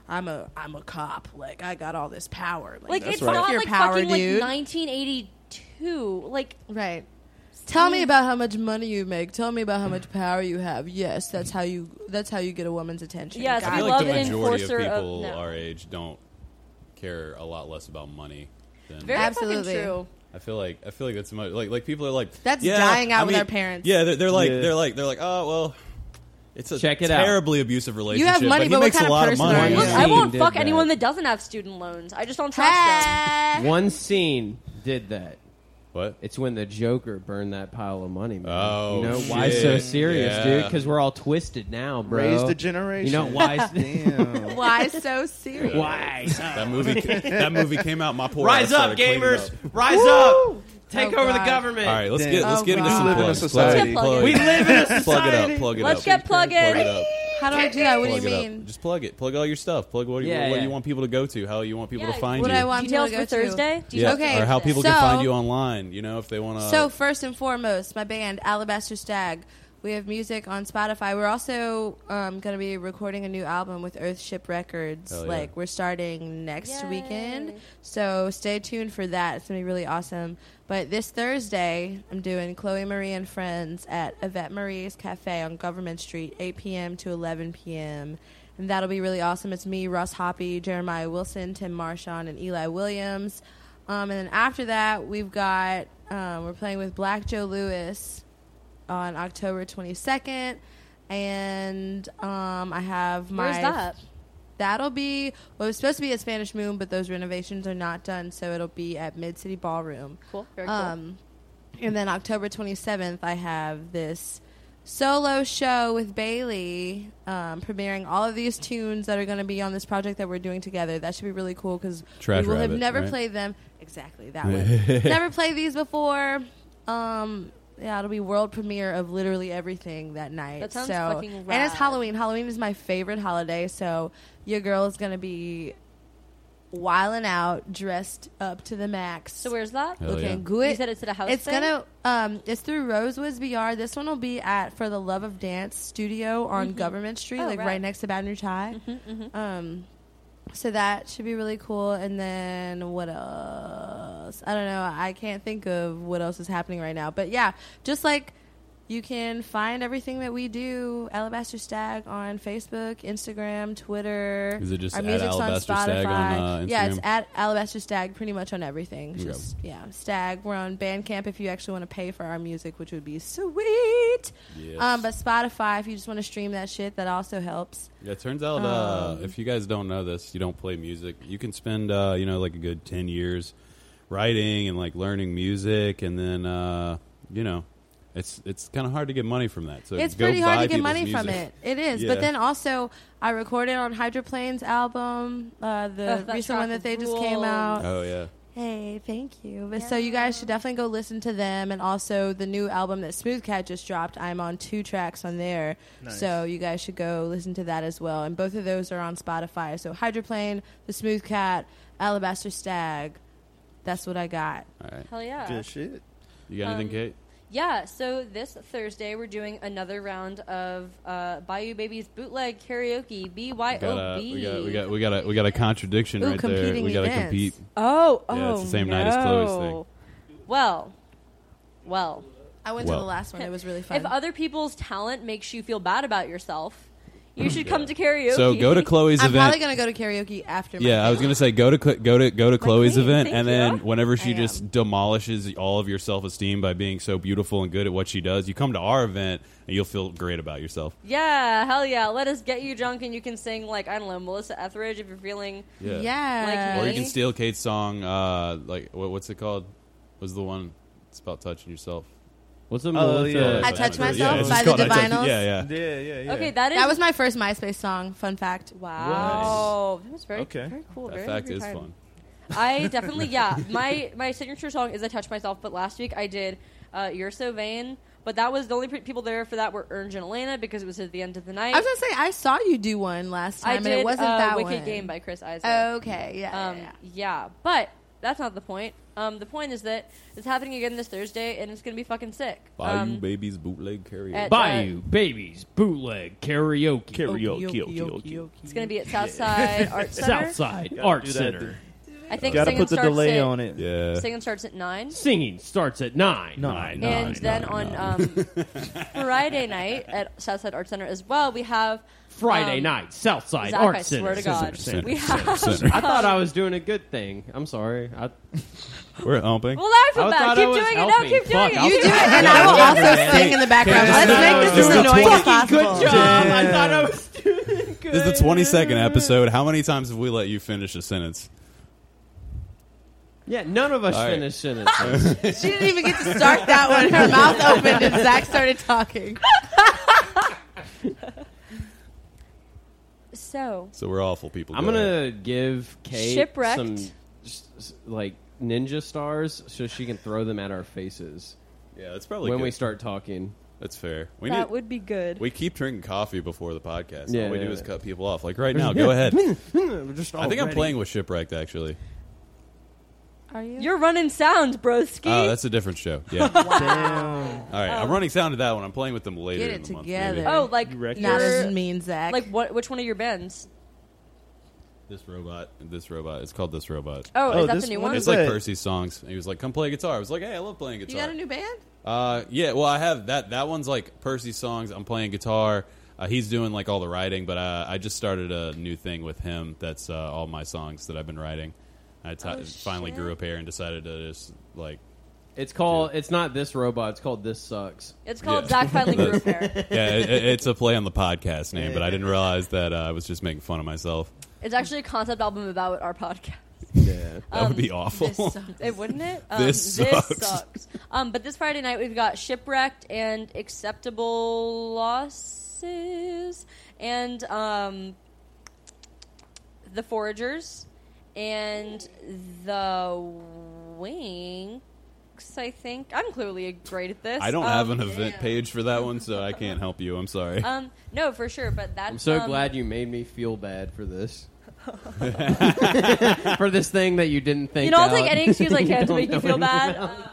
S3: I'm a I'm a cop. Like I got all this power.
S4: like
S3: that's
S4: it's
S3: fuck
S4: not
S3: your
S4: like
S3: power,
S4: fucking
S3: dude.
S4: like 1982. Like,
S3: right. Tell me about how much money you make. Tell me about how much power you have. Yes, that's how you that's how you get a woman's attention.
S4: Yes,
S3: Got
S4: I
S2: I
S3: it.
S2: feel
S4: love
S2: like the
S4: an
S2: majority of
S4: enforcer of-
S2: people
S4: no.
S2: our age don't care a lot less about money. Than
S4: very
S3: Absolutely.
S4: fucking true.
S2: I feel like I feel like that's much, like like people are like
S3: That's
S2: yeah,
S3: dying out
S2: I
S3: with
S2: mean,
S3: our parents.
S2: Yeah, they're, they're like
S5: Yeah.
S2: they're like they're like oh well, it's a
S1: Check it out.
S2: terribly abusive relationship.
S3: money,
S2: but he
S3: but what
S2: makes
S3: kind
S2: a
S3: of
S2: lot of
S3: person
S2: money.
S3: are you?
S4: Look,
S1: Yeah.
S4: I
S1: Scene
S4: won't
S1: did
S4: fuck
S1: that.
S4: anyone that doesn't have student loans. I just don't trust them.
S3: Hey!
S1: One scene did that.
S2: What?
S1: It's when the Joker burned that pile of money, man.
S2: Oh,
S1: you know why
S2: shit.
S1: so serious,
S2: Yeah.
S1: dude? Because we're all twisted now, bro.
S5: Raise the generation.
S1: You know why?
S5: Damn.
S3: Why so serious?
S1: why?
S2: Uh, That movie that movie came out. My poor ass
S1: Rise up,
S2: started cleaning
S1: gamers!
S2: up.
S1: Rise
S5: Woo!
S1: up! Take
S3: Oh,
S1: over the
S3: God.
S1: government.
S2: All right, let's
S5: Damn.
S2: get let's
S3: Oh,
S2: get into some
S5: We
S3: God.
S5: live in a
S2: plugs.
S5: society.
S2: Plug it.
S1: We live in a society.
S2: plug it up. Plug it
S4: Let's
S2: up.
S4: get plugged in.
S2: Plug it up.
S3: How do I do that? What do
S2: Plug
S3: you
S2: it up.
S3: mean?
S2: Just plug it. Plug all your stuff. Plug what, you
S1: Yeah,
S2: what
S1: yeah.
S2: you want people to go to. How you want people
S4: Yeah,
S2: to find
S3: What
S2: you.
S3: I want people
S4: Details
S3: to go
S4: for Thursday?
S3: To?
S2: yeah,
S4: Details
S3: Okay,
S2: or how people
S3: so-
S2: can find you online. You know, if they want to.
S3: So first and foremost, my band Alabaster Stag We have music on Spotify. We're also um, going to be recording a new album with Earthship Records.
S2: Hell yeah.
S3: Like we're starting next
S4: Yay.
S3: weekend, so stay tuned for that. It's going to be really awesome. But this Thursday, I'm doing Chloe Marie and Friends at Yvette Marie's Cafe on Government Street, 8 p.m. to 11 p.m. And that'll be really awesome. It's me, Russ Hoppy, Jeremiah Wilson, Tim Marchand, and Eli Williams. Um, and then after that, we've got um, we're playing with Black Joe Lewis on October 22nd, and um, I have my
S4: Where's that?
S3: That'll be well, it was supposed to be at Spanish Moon, but those renovations are not done, so it'll be at Mid City Ballroom.
S4: Cool. Very cool.
S3: Um, and then October 27th, I have this solo show with Bailey, um, premiering all of these tunes that are going to be on this project that we're doing together. That should be really cool because we
S2: Trash
S3: will have
S2: Rabbit,
S3: never
S2: right?
S3: played them. Exactly that one. never played these before. Um, yeah, it'll be world premiere of literally everything that night.
S4: That sounds
S3: so,
S4: fucking
S3: and it's
S4: rad.
S3: Halloween. Halloween is my favorite holiday, so your girl is gonna be wiling out, dressed up to the max.
S4: so where's that?
S2: Hell yeah.
S3: looking good.
S4: You said it's at a house
S3: It's
S4: thing?
S3: gonna um, it's through Rosewoods VR. This one will be at For the Love of Dance Studio on Government Street,
S4: Oh, Mm-hmm,
S3: like right.
S4: rad.
S3: next to Baton Rouge High. Um, so that should be really cool. And then what else? I don't know. I can't think of what else is happening right now. But yeah, just like you can find everything that we do, Alabaster Stag, on Facebook, Instagram, Twitter.
S2: Is it just
S3: Our
S2: at
S3: music's
S2: Alabaster
S3: on Spotify.
S2: Stag on, uh,
S3: Yeah, it's
S2: Instagram?
S3: at Alabaster Stag pretty much on everything. It's
S2: Okay.
S3: Just, yeah, Stag. We're on Bandcamp if you actually want to pay for our music, which would be sweet.
S2: Yes.
S3: Um, but Spotify, if you just want to stream that shit, that also helps.
S2: Yeah, it turns out
S3: Um,
S2: uh, if you guys don't know this, you don't play music. You can spend uh, you know like a good ten years writing and like learning music, and then uh, you know it's it's kind of hard to get money from that. So
S3: it's
S2: go
S3: pretty hard
S2: buy
S3: to get
S2: people's
S3: money from
S2: music.
S3: it. It is.
S2: Yeah.
S3: But then also, I recorded on Hydroplane's album, uh, the
S4: Ugh, that
S3: recent one
S4: track
S3: that they just came
S4: rules.
S3: out.
S2: Oh yeah,
S3: Hey, thank you. But so you guys should definitely go listen to them and also the new album that Smooth Cat just dropped. I'm on two tracks on there. So you guys should go listen to that as well. And both of those are on Spotify. So Hydroplane, The Smooth Cat, Alabaster Stag. That's what I got.
S2: all right.
S4: Hell yeah.
S5: Good shit.
S2: You got
S3: um,
S2: anything, Kate?
S4: Yeah, so this Thursday we're doing another round of uh, Bayou Babies bootleg karaoke. B Y
S2: Got
S4: O
S2: a,
S4: B.
S2: we got we got we got a we got a contradiction
S3: Ooh,
S2: right there.
S3: competing
S2: We got to
S3: events.
S2: compete.
S4: Oh, oh.
S2: Yeah, it's the same night as Chloe's
S4: no.
S2: thing.
S4: Well, well.
S3: I went
S2: Well.
S3: to the last one. It was really fun.
S4: If other people's talent makes you feel bad about yourself, you should come to karaoke.
S2: So go to Chloe's
S3: I'm
S2: event.
S3: probably going to go to karaoke after my
S2: Yeah, I was
S3: thing.
S2: gonna say go to Cl- go to go to Chloe's
S4: queen,
S2: event,
S4: thank
S2: and then
S4: you.
S2: whenever she
S3: I am.
S2: just demolishes all of your self esteem by being so beautiful and good at what she does, you come to our event and you'll feel great about yourself.
S4: Yeah, hell yeah. Let us get you drunk and you can sing, like, I don't know, Melissa Etheridge if you're feeling.
S2: Yeah,
S3: Yeah.
S4: Like
S2: Or you
S4: me.
S2: can steal Kate's song. Uh, like what, what's it called? Was the one? It's about touching yourself.
S1: What's up?
S5: Oh,
S1: with
S5: yeah.
S1: the-
S3: I Touch
S2: Yeah, it's
S3: Myself
S2: just
S3: by the
S2: called I Touch-
S3: Divinals.
S2: Yeah, yeah.
S5: Yeah, yeah, yeah.
S4: Okay, that is.
S3: that was my first MySpace song. Fun fact.
S4: Wow. That was very,
S5: Okay.
S4: very cool.
S2: That
S4: very
S2: fact
S4: good
S2: is
S4: time.
S2: fun.
S4: I definitely, yeah. My my signature song is I Touch Myself, but last week I did uh, You're So Vain. But that was the only pe- people there for that were Ernst and Elena because it was at the end of the night.
S3: I was going to say, I saw you do one last time,
S4: I
S3: and
S4: did
S3: it wasn't
S4: uh,
S3: that
S4: Wicked
S3: one. Oh,
S4: Game by Chris Isaac.
S3: Okay, yeah, yeah,
S4: Um,
S3: yeah.
S4: yeah, but that's not the point. Um, the point is that it's happening again this Thursday, and it's gonna be fucking sick.
S2: Bayou
S4: Um,
S2: babies bootleg karaoke.
S4: at-
S1: Bayou Babies Bootleg Karaoke.
S4: It's gonna be at Southside Art Center.
S1: Southside
S5: Gotta
S1: Art
S5: do that, dude.
S1: Center.
S4: I think
S5: Gotta
S4: singing
S5: put the
S4: starts
S5: delay
S4: at,
S5: on it.
S2: yeah.
S4: Singing starts at nine.
S1: Singing starts at nine.
S5: Nine.
S4: and then on um, Friday night at Southside Art Center as well, we have
S1: Friday
S4: um,
S1: night, Southside
S4: Zach,
S1: Art
S4: I
S1: Center.
S4: swear to God,
S1: Center,
S4: we
S1: center.
S4: have.
S2: Center.
S1: I thought I was doing a good thing. I'm sorry. I,
S2: We're humping.
S4: Well, I feel
S1: I
S4: bad.
S1: thought I
S4: Keep
S1: was
S4: doing it. No,
S1: helping.
S4: keep doing
S1: Fuck,
S4: it.
S1: I'll
S4: You
S3: You do
S4: do
S3: it,
S4: it.
S3: and I will also sing in the background. Let's make this as
S2: This is
S3: annoying as
S1: fucking
S3: possible.
S1: good job. I thought I was doing good.
S2: This is the 22nd episode. How many times have we let you finish a sentence?
S1: Yeah, none of us
S2: All right.
S1: finished sentences.
S3: She didn't even get to start that one. Her mouth opened, and Zach started talking.
S4: So
S2: So we're awful people.
S1: I'm
S2: Go
S1: gonna
S2: ahead.
S1: give Kate
S4: Shipwrecked.
S1: some s- s- like ninja stars so she can throw them at our faces
S2: Yeah, that's probably
S1: when
S2: good.
S1: we start talking.
S2: That's fair. We
S4: that
S2: need.
S4: would be good.
S2: we keep drinking coffee before the podcast.
S1: Yeah,
S2: All we
S1: yeah,
S2: do is
S1: yeah.
S2: cut people off. Like right now, go ahead.
S1: We're just
S2: I think I'm
S1: already-
S2: playing with shipwrecked actually.
S3: Are you?
S4: You're running sound, broski.
S2: Oh, that's a different show. Yeah. All right, I'm running sound to that one. I'm playing with them later.
S3: Get it
S2: in the month,
S3: together.
S2: maybe.
S4: Oh, like
S5: You reckon?
S3: not
S4: your-
S3: as mean, Zach.
S4: like what? Which one of your bands?
S2: This robot. This robot. It's called this robot.
S4: Oh,
S5: Oh,
S4: is that
S5: this
S4: the new
S5: one
S4: one?
S5: is
S2: It's like
S5: Hey.
S2: Percy's songs. He was like, "Come play guitar." I was like, "Hey, I love playing
S3: you
S2: guitar."
S3: got a new band?
S2: Uh, yeah. Well, I have that. That one's like Percy's songs. I'm playing guitar. Uh, he's doing like all the writing, but uh, I just started a new thing with him. That's uh, all my songs that I've been writing. I ti-
S3: Oh,
S2: finally
S3: shit.
S2: grew a pair and decided to just like,
S1: It's called. It's not this robot. It's called this sucks.
S4: It's called
S2: Yeah.
S4: Zach finally grew a pair.
S2: yeah, it, it- it's a play on the podcast name, but I didn't realize that uh, I was just making fun of myself.
S4: It's actually a concept album about our podcast.
S5: Yeah.
S2: That would be awful.
S3: Um, This sucks.
S4: It wouldn't it? Um,
S2: This sucks.
S4: sucks. Um, but this Friday night we've got shipwrecked and acceptable losses, and um, the foragers, and the winks. I think I'm clearly great at this.
S2: I don't
S4: Um,
S2: have an event page for that one, so I can't help you. I'm sorry.
S4: Um, no, for sure. But that's
S1: I'm so
S4: um,
S1: glad you made me feel bad for this.
S3: Oh,
S1: for this thing that you didn't think.
S4: You know, I'll
S1: out.
S4: take any excuse I can to
S1: don't
S4: make you
S1: know
S4: feel
S1: anything
S4: bad.
S1: about.
S4: Um,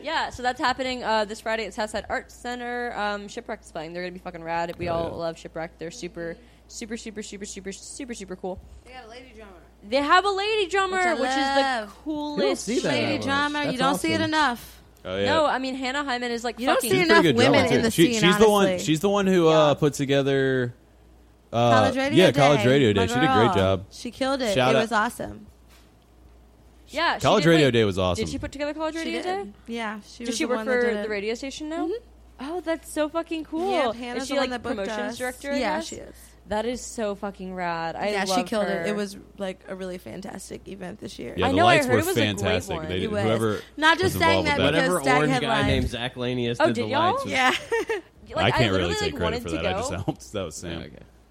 S4: yeah, so that's happening uh, this Friday at Southside Arts Center. Um, Shipwreck's playing. They're going to be fucking rad. We all
S2: Oh, yeah.
S4: love Shipwreck. They're super, super, super, super, super, super, super cool.
S6: They got a lady drummer.
S4: They have a lady drummer,
S3: Which I
S4: which, is the
S3: love.
S1: You don't
S4: coolest.
S1: see that
S4: shit.
S1: that
S3: Lady
S1: much.
S3: drummer, you
S1: That's
S3: don't see it
S1: awesome.
S3: enough.
S2: oh, yeah.
S4: No, I mean Hannah Hyman is like
S3: You don't
S4: fucking.
S3: see
S2: She's a pretty
S3: enough
S2: good
S3: women
S2: drummer,
S3: in
S2: too.
S3: the
S2: She-
S3: scene.
S2: She's
S3: honestly.
S2: the one. She's the one who uh,
S4: Yeah.
S2: put together uh,
S3: college radio
S2: yeah,
S3: day.
S2: college radio
S3: my
S2: day. She did a great
S3: girl.
S2: job.
S3: She killed it.
S2: Shout
S3: it
S2: out-
S3: was awesome.
S4: yeah, she
S2: college
S4: did,
S2: radio
S4: like-
S2: day was awesome.
S4: Did she put together college
S3: She
S4: radio
S3: did.
S4: day?
S3: Yeah, she
S4: Does
S3: was
S4: she
S3: the
S4: work
S3: one
S4: for
S3: that did
S4: the
S3: it. Mm-hmm.
S4: radio station now? Oh, that's so fucking cool.
S3: Yeah, Hannah's
S4: is she
S3: the
S4: like
S3: one that booked
S4: promotions
S3: us.
S4: director? I
S3: yeah,
S4: guess?
S3: she is.
S4: That is so fucking rad. I
S3: yeah, she
S4: love
S3: killed
S4: her.
S3: it. It was like a really fantastic event this year.
S2: yeah,
S4: I
S2: the
S4: know, I
S2: lights
S4: heard
S2: were
S4: it was a great
S2: fantastic.
S4: one.
S2: They
S4: It
S2: did,
S3: was.
S2: whoever
S3: Not
S2: was
S3: just
S2: involved
S3: saying
S2: with
S3: that,
S2: that.
S1: Whatever
S3: because Stag
S1: orange guy
S3: headlined.
S1: named Zach Lanius
S4: Oh,
S1: did,
S4: did
S1: the
S4: y'all?
S1: lights. was-
S3: Yeah,
S4: Like,
S2: I can't really
S4: literally,
S2: take
S4: like,
S2: credit
S4: wanted
S2: for
S4: to
S2: that.
S4: go.
S2: I just helped. That was Sam.
S1: Okay.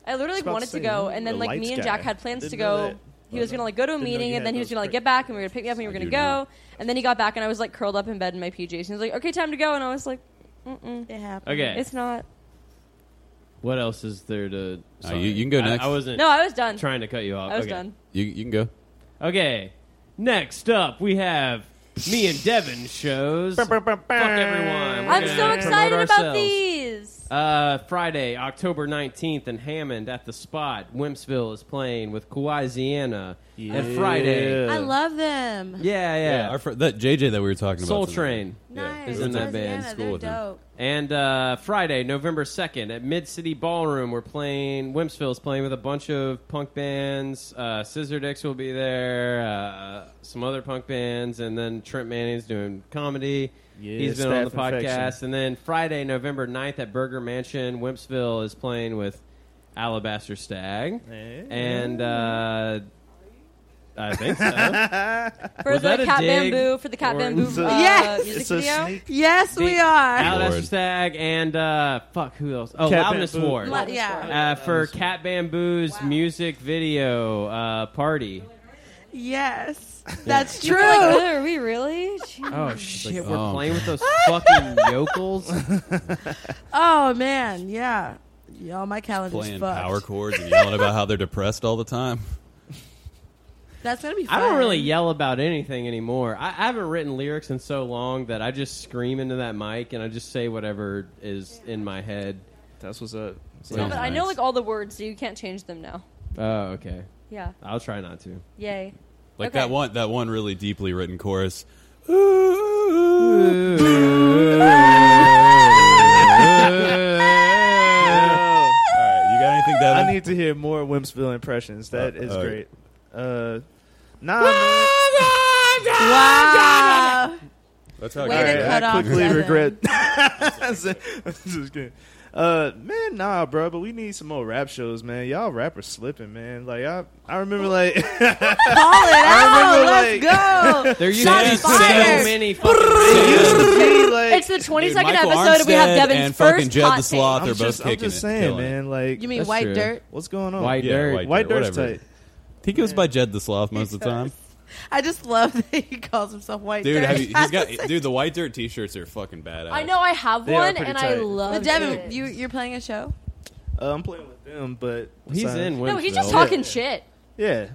S4: I literally
S5: That's what
S4: wanted
S5: I'm
S4: to
S5: saying.
S4: go, and then
S5: The
S4: like me
S5: lights
S4: and Jack
S5: guy.
S4: had plans to
S5: Didn't know
S4: go.
S5: that.
S4: He was gonna like go to a
S5: Didn't know
S4: meeting,
S5: you
S4: and
S5: had
S4: then he was
S5: those
S4: gonna like
S5: great-
S4: get back, and we were gonna pick me up, and we
S2: I
S4: were gonna
S2: do
S4: go.
S2: know.
S4: And then he got back, and I was like curled up in bed in my PJs, and he was like, "Okay, time to go," and I was like, "Mm-mm,
S3: it happened.
S1: Okay.
S4: it's not."
S1: what else is there to?
S2: Uh, you- you can go
S1: I-
S2: next.
S1: I, wasn't
S4: No, I was done.
S1: trying to cut you off.
S4: I was
S1: okay.
S4: done.
S2: You, you can go.
S1: Okay. Next up, we have me and Devin shows. Fuck everyone. We're
S4: I'm
S1: gonna
S4: so
S1: promote
S4: excited about
S1: ourselves.
S4: these.
S1: Uh, Friday, October 19th in Hammond at the spot. Wimpsville is playing with Kawaiiana. And Friday.
S3: I love them.
S1: Yeah, yeah.
S2: our fr- that JJ that we were talking
S1: Soul
S2: about. tonight.
S1: Train.
S3: Nice.
S1: Isn't that band
S3: Louisiana,
S2: school with
S3: They're
S2: him?
S3: dope.
S1: And uh, Friday, November 2nd, at Mid City Ballroom, we're playing, Wimpsville's playing with a bunch of punk bands. Uh, Scissor Dicks will be there, uh, some other punk bands, and then Trent Manning's doing comedy.
S5: Yeah,
S1: He's been on the
S5: Staff
S1: podcast.
S5: Infection.
S1: And then Friday, November 9th, at Burger Mansion, Wimpsville is playing with Alabaster Stag.
S5: Hey.
S1: And uh, I think so.
S4: For
S1: Was that
S4: the
S1: a
S4: Cat
S1: dig
S4: Bamboo, for the Cat
S1: or-
S4: Bamboo
S5: It's
S4: uh,
S5: a-
S3: Yes!
S4: music
S5: It's a
S4: video.
S5: sneak.
S3: Yes, we are.
S1: Alabaster
S2: Lord.
S1: Stag and uh, fuck, who else? Oh,
S5: Cat
S1: Loudness
S5: Bamboo.
S1: Ward.
S3: Lo- yeah.
S1: uh, for Cat Bamboo's music video uh, party.
S3: Yes, that's
S4: You're like,
S3: true.
S4: "Ugh, Are we really?
S1: Oh shit,
S2: like,
S1: we're
S2: oh.
S1: playing with those fucking yokels.
S3: Oh man, yeah. Y'all, my calendar's
S2: Playing
S3: fucked.
S2: power chords and yelling about how they're depressed all the time.
S3: That's gonna be. Fun.
S1: I don't really yell about anything anymore. I, I haven't written lyrics in so long that I just scream into that mic and I just say whatever is in my head.
S5: That's what's up. It's
S4: No,
S5: like-
S4: but I know like all the words, so you can't change them now.
S1: Oh, okay.
S4: Yeah.
S1: I'll try not to.
S4: Yay.
S2: Like
S4: Okay.
S2: that one, that one really deeply written chorus. All right, you got anything, Devin?
S5: I need to hear more Wimpsville impressions. That
S2: Uh,
S5: is
S2: uh,
S5: great. Uh, nah, man.
S3: Wow.
S2: That's how
S3: Way
S2: it
S3: to
S2: goes.
S3: cut
S5: I
S3: off
S5: quickly
S3: Devin.
S5: regret. Just kidding. Uh, man, nah, bro. But we need some more rap shows, man. Y'all rappers slipping, man. Like I, I remember, like
S3: Call it out.
S5: remember,
S3: Let's go.
S1: There used
S3: Shots
S1: to be so
S3: fired.
S1: many fucking
S5: it used to be, like
S4: It's the 22nd
S2: Dude, Michael
S4: episode. and we have
S2: Armstead
S4: Devin's
S2: and fucking
S4: first
S2: Jed
S4: hot
S2: the
S4: take.
S2: Sloth.
S5: I'm
S2: They're both
S5: just, I'm
S2: kicking
S5: just
S2: it,
S5: saying,
S2: killing it.
S5: man. Like
S3: You mean
S1: That's
S3: white
S1: true.
S3: dirt?
S5: what's going on?
S1: white
S2: Yeah,
S1: dirt.
S2: white-
S5: White dirt's
S2: whatever.
S5: tight.
S2: He goes by Jed the Sloth most of the time.
S3: I just love that he calls himself white
S2: Dude,
S3: dirt.
S2: have you, he's got dude. The white dirt T-shirts are fucking badass.
S4: I know I have
S5: They are
S4: one,
S5: pretty
S4: and I
S5: tight.
S4: love
S3: But
S4: it.
S3: Devin, you you're playing a show.
S5: Uh, I'm playing with them, but
S1: He's
S5: besides-
S1: in. Wimpsville.
S4: no, he's just talking shit.
S5: Yeah,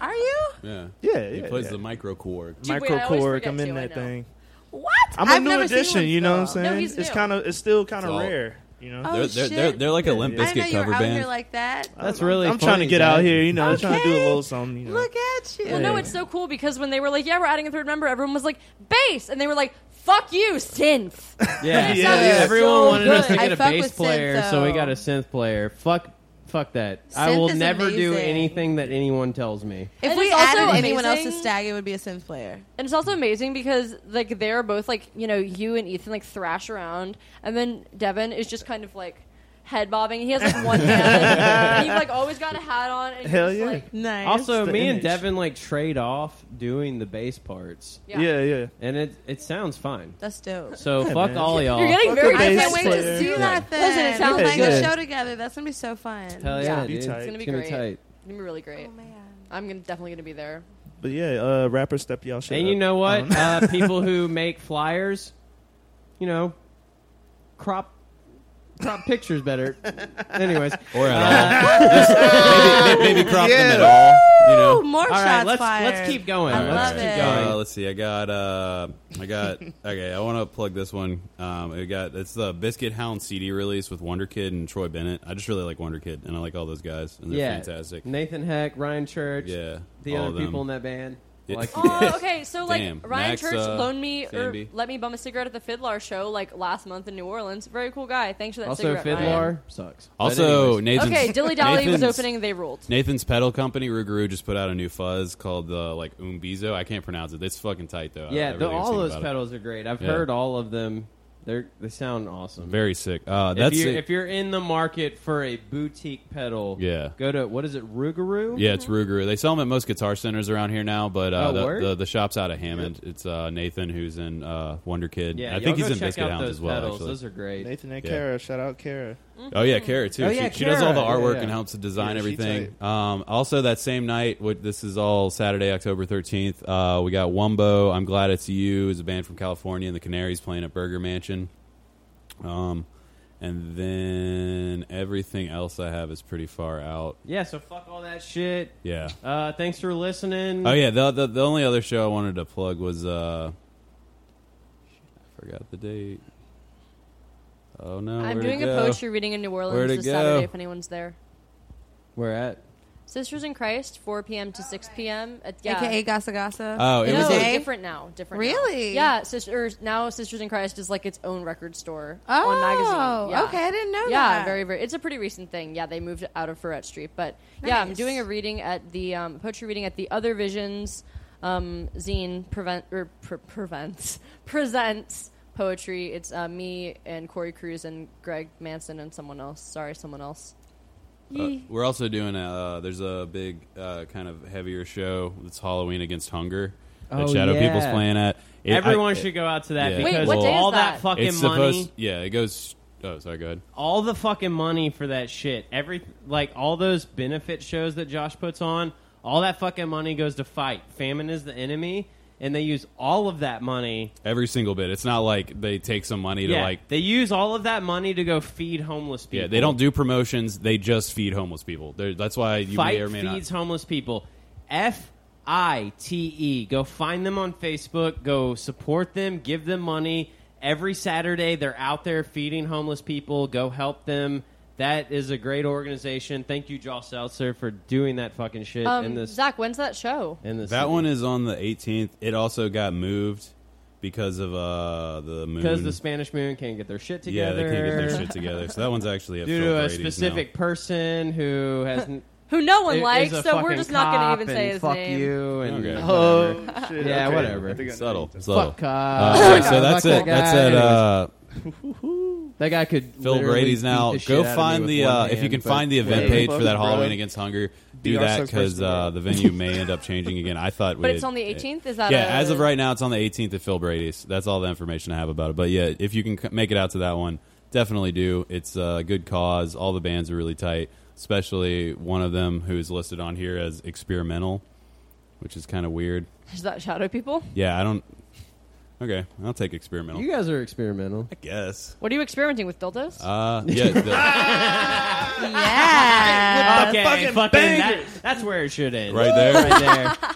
S3: Are you?
S2: Yeah.
S5: Yeah,
S2: He
S5: yeah,
S2: plays
S5: yeah.
S2: the micro chord.
S4: Dude, wait, I
S5: Micro
S4: always
S5: Cork,
S4: forget
S5: I'm in
S4: too, I
S5: that
S4: know.
S5: thing.
S3: What?
S5: I'm a
S3: I've
S5: new
S3: never seen
S5: addition,
S3: one
S5: you know what I'm
S3: still.
S5: saying?
S4: he's
S5: it's
S4: new.
S5: kind of it's still kind
S2: It's
S5: of
S2: all-
S5: rare, you know.
S3: Oh,
S2: they're, they're,
S3: shit.
S2: they're, they're like a
S5: Yeah,
S2: Limp
S5: yeah.
S3: I didn't
S2: Bizkit
S3: know you
S2: cover
S3: were out
S2: band.
S3: here like that.
S1: That's
S5: I'm-
S1: really
S5: I'm trying to
S1: funny,
S5: get
S1: Zach.
S5: out here, you know, trying to do a
S3: Okay.
S5: little something, you know.
S3: Look at you.
S4: Well, no, it's so cool because when they were like, "Yeah, we're adding a third member," everyone was like, "Bass," and they were like, "Fuck you, synth."
S1: Yeah,
S5: Yeah.
S1: everyone
S4: So
S1: wanted us to
S3: good.
S1: get
S3: I
S1: a
S3: fuck
S1: bass
S3: with synth,
S1: player, so we
S3: though.
S1: got a synth player. Fuck, fuck that. I
S3: Synth
S1: will
S3: is
S1: never do
S3: amazing.
S1: anything that anyone tells me.
S3: If
S4: And
S3: we
S4: it's also
S3: added anyone else to
S4: amazing-
S3: Stag, it would be a synth player.
S4: And it's also amazing because like they're both like you know you and Ethan like thrash around, and then Devin is just kind of like head bobbing. He has like one hand, and he like always got a hat on. And he's
S5: Hell
S4: just,
S5: yeah.
S4: Like,
S3: Nice.
S1: Also,
S5: the
S1: me and
S5: image.
S1: Devin like trade off doing the bass parts,
S4: yeah.
S5: yeah, yeah.
S1: and it it sounds fine.
S3: that's dope.
S1: So
S5: Yeah,
S1: fuck
S5: man.
S1: all y'all.
S4: You're getting
S5: Fuck
S4: very
S5: the
S3: I
S5: bass
S3: can't wait
S4: competitive.
S5: player.
S3: to see that thing.
S4: Listen, it sounds
S3: We're playing a
S5: good.
S3: show together. That's gonna be so fun.
S1: Hell
S4: Yeah.
S1: yeah,
S4: It'd
S5: be
S1: dude.
S5: tight.
S1: It's gonna be,
S4: great.
S1: tight.
S4: It's gonna be really great.
S3: Oh man.
S4: I'm gonna definitely gonna be there.
S5: But yeah, uh, rapper step y'all shit.
S1: And
S5: up.
S1: you know
S5: I
S1: what?
S5: don't know.
S1: Uh,
S3: Uh-huh.
S1: people who make flyers, you know, crop crop pictures better. Anyways,
S2: Or at all. Just maybe, maybe crop them at all. You
S3: Ooh,
S2: know?
S3: more
S1: all
S3: shots
S1: right, let's
S3: fired.
S1: let's keep going.
S3: I
S2: All
S1: Let's
S3: love
S1: keep
S3: it.
S1: going.
S2: Uh, let's see. I got. Uh, I got. Okay, I want to plug this one. Um, I got. It's the Biscuit Hound CD release with Wonder Kid and Troy Bennett. I just really like Wonder Kid, and I like all those guys, and they're
S1: yeah,
S2: fantastic.
S1: Nathan Heck, Ryan Church,
S2: Yeah,
S1: the
S2: all
S1: other
S2: of them.
S1: people in that band.
S2: Yeah.
S1: Like,
S4: Oh, okay. So like
S2: Damn.
S4: Ryan
S2: Max,
S4: Church
S2: uh,
S4: loaned me or
S2: Sandy.
S4: let me bum a cigarette at the Fiddlar show like last month in New Orleans. Very cool guy. Thanks for that
S1: also
S4: cigarette. Ryan.
S1: Fiddlar sucks. But
S2: Also,
S1: anyways.
S2: Nathan's,
S4: Okay, Dilly Dally was
S2: Nathan's-
S4: opening. They ruled.
S2: Nathan's pedal company Rougarou just put out a new fuzz called the like Umbizo. I can't pronounce it. It's fucking tight though. I- I
S1: yeah, the,
S2: really was
S1: all
S2: thinking
S1: those
S2: about it.
S1: pedals are great. I've
S2: Yeah.
S1: heard all of them. They're they sound awesome.
S2: Very sick. Uh,
S1: If
S2: that's
S1: you're,
S2: it.
S1: if you're in the market for a boutique pedal,
S2: Yeah.
S1: go to what is it, Rougarou?
S2: yeah, it's Rougarou. They sell them at most guitar centers around here now, but uh,
S1: Oh,
S2: the,
S1: word?
S2: the the shop's out of Hammond. It's uh, Nathan who's in uh, Wonder Kid.
S1: yeah.
S2: I think
S1: y'all
S2: he's
S1: go
S2: in
S1: check
S2: Biscuit
S1: out
S2: Hounds
S1: those
S2: as well.
S1: pedals.
S2: actually.
S1: Those are great.
S5: Nathan and
S2: Yeah.
S5: Kara, shout out Kara.
S2: Oh yeah, Kara too.
S1: Oh, yeah,
S2: she, she does all the
S1: Kara.
S2: artwork
S1: Yeah.
S2: and helps to design
S5: Yeah, she
S2: everything. Um, also, that same night, what, this is all Saturday, October thirteenth. Uh, we got Wumbo. I'm glad it's you. Is a band from California and the Canaries playing at Burger Mansion. Um, and then everything else I have is pretty far out.
S1: Yeah, so fuck all that shit.
S2: Yeah.
S1: Uh, thanks for listening.
S2: Oh yeah. The, the the only other show I wanted to plug was uh, I forgot the date. Oh no.
S4: I'm
S2: where'd it
S4: doing a
S2: go?
S4: poetry reading in New Orleans
S2: Where'd it
S4: this
S2: go?
S4: Saturday if anyone's there.
S1: We're at
S4: Sisters in Christ, 4 p.m. to 6 p.m. At, yeah.
S3: AKA Gasa Gasa.
S2: Oh, it was
S4: no, it's
S2: a-
S3: Today?
S4: different now. Different. now.
S3: Really?
S4: Yeah. Sisters now Sisters in Christ is like its own record store
S3: Oh,
S4: on magazine. Yeah.
S3: okay. I didn't know
S4: yeah,
S3: that.
S4: very, very. It's a pretty recent thing. Yeah, they moved out of Ferret Street, but yeah, I'm
S3: Nice.
S4: doing a reading at the um, poetry reading at the Other Visions um, zine prevent or pre- prevents presents poetry. It's uh, me and Corey Cruz and Greg Manson and someone else. Sorry, someone else.
S2: Uh, we're also doing a, uh, there's a big uh, kind of heavier show. It's Halloween Against Hunger that
S1: Oh,
S2: Shadow
S1: yeah.
S2: People's playing at. It-
S1: everyone
S2: I-
S1: should go out to that
S2: Yeah. Wait,
S1: because
S2: what day is
S1: all that,
S4: that?
S1: fucking
S2: it's
S1: money,
S2: Supposed, yeah, it goes. Oh, sorry. Go ahead.
S1: all the fucking money for that shit. Every like all those benefit shows that Josh puts on, all that fucking money goes to fight. Famine is the enemy, and they use all of that money.
S2: Every single bit. It's not like they take some money to
S1: yeah,
S2: like.
S1: they use all of that money to go feed homeless people.
S2: Yeah, they don't do promotions. They just feed homeless people. They're, that's why you
S1: Fight
S2: may or may
S1: feeds
S2: not.
S1: homeless people. F I T E. Go find them on Facebook. Go support them. Give them money. Every Saturday, they're out there feeding homeless people. Go help them. That is a great organization. Thank you, Josh Seltzer, for doing that fucking shit in
S4: Um,
S1: this.
S4: Zach, when's that show?
S1: in this
S2: That one is on the 18th. It also got moved because of uh, the moon.
S1: because the Spanish Moon can't get their shit
S2: yeah,
S1: together.
S2: they can't get their shit together. So that one's actually at
S1: Due
S2: Phil
S1: to a
S2: Brady's now.
S1: specific person who has n-
S4: who no one
S1: is
S4: likes,
S1: a
S4: so we're
S1: fucking
S4: just not going
S1: cop
S4: to even
S1: and
S4: say his
S1: fuck
S4: name.
S1: you and
S2: Okay. Oh.
S1: whatever.
S5: shit.
S1: Uh, Yeah, whatever.
S5: I think I know
S2: Subtle,
S5: you.
S2: subtle.
S1: Fuck
S2: Uh,
S1: off.
S2: alright, so that's
S1: Fuck
S2: it. That's
S1: guy.
S2: at uh,
S1: That guy could.
S2: Phil
S1: literally
S2: Brady's
S1: beat
S2: now.
S1: the
S2: Go
S1: shit out of me
S2: find
S1: with
S2: the
S1: one
S2: uh, if
S1: hand,
S2: you can
S1: but-
S2: find the event
S5: Yeah.
S2: page for that
S5: Fuck,
S2: Halloween
S5: bro.
S2: against hunger.
S5: Be
S2: Do
S5: our
S2: that
S5: spokesperson,
S2: because uh,
S5: bro.
S2: the venue may end up changing again. I thought,
S4: But
S2: we
S4: it's
S2: had-
S4: on the 18th. Is that
S2: Yeah,
S4: a-
S2: as of right now, it's on the 18th at Phil Brady's. That's all the information I have about it. But yeah, if you can c- make it out to that one, definitely do. It's a uh, good cause. All the bands are really tight, especially one of them who is listed on here as experimental, which is kind of weird.
S4: Is that Shadow People?
S2: Yeah, I don't. Okay, I'll take experimental.
S1: You guys are experimental.
S2: I guess.
S4: What are you experimenting with dildos?
S2: Uh, yeah. the-
S3: yeah.
S1: okay,
S5: fucking
S1: fucking
S5: banger.
S1: that- that's where it should end.
S2: Uh, right there.
S1: Right there.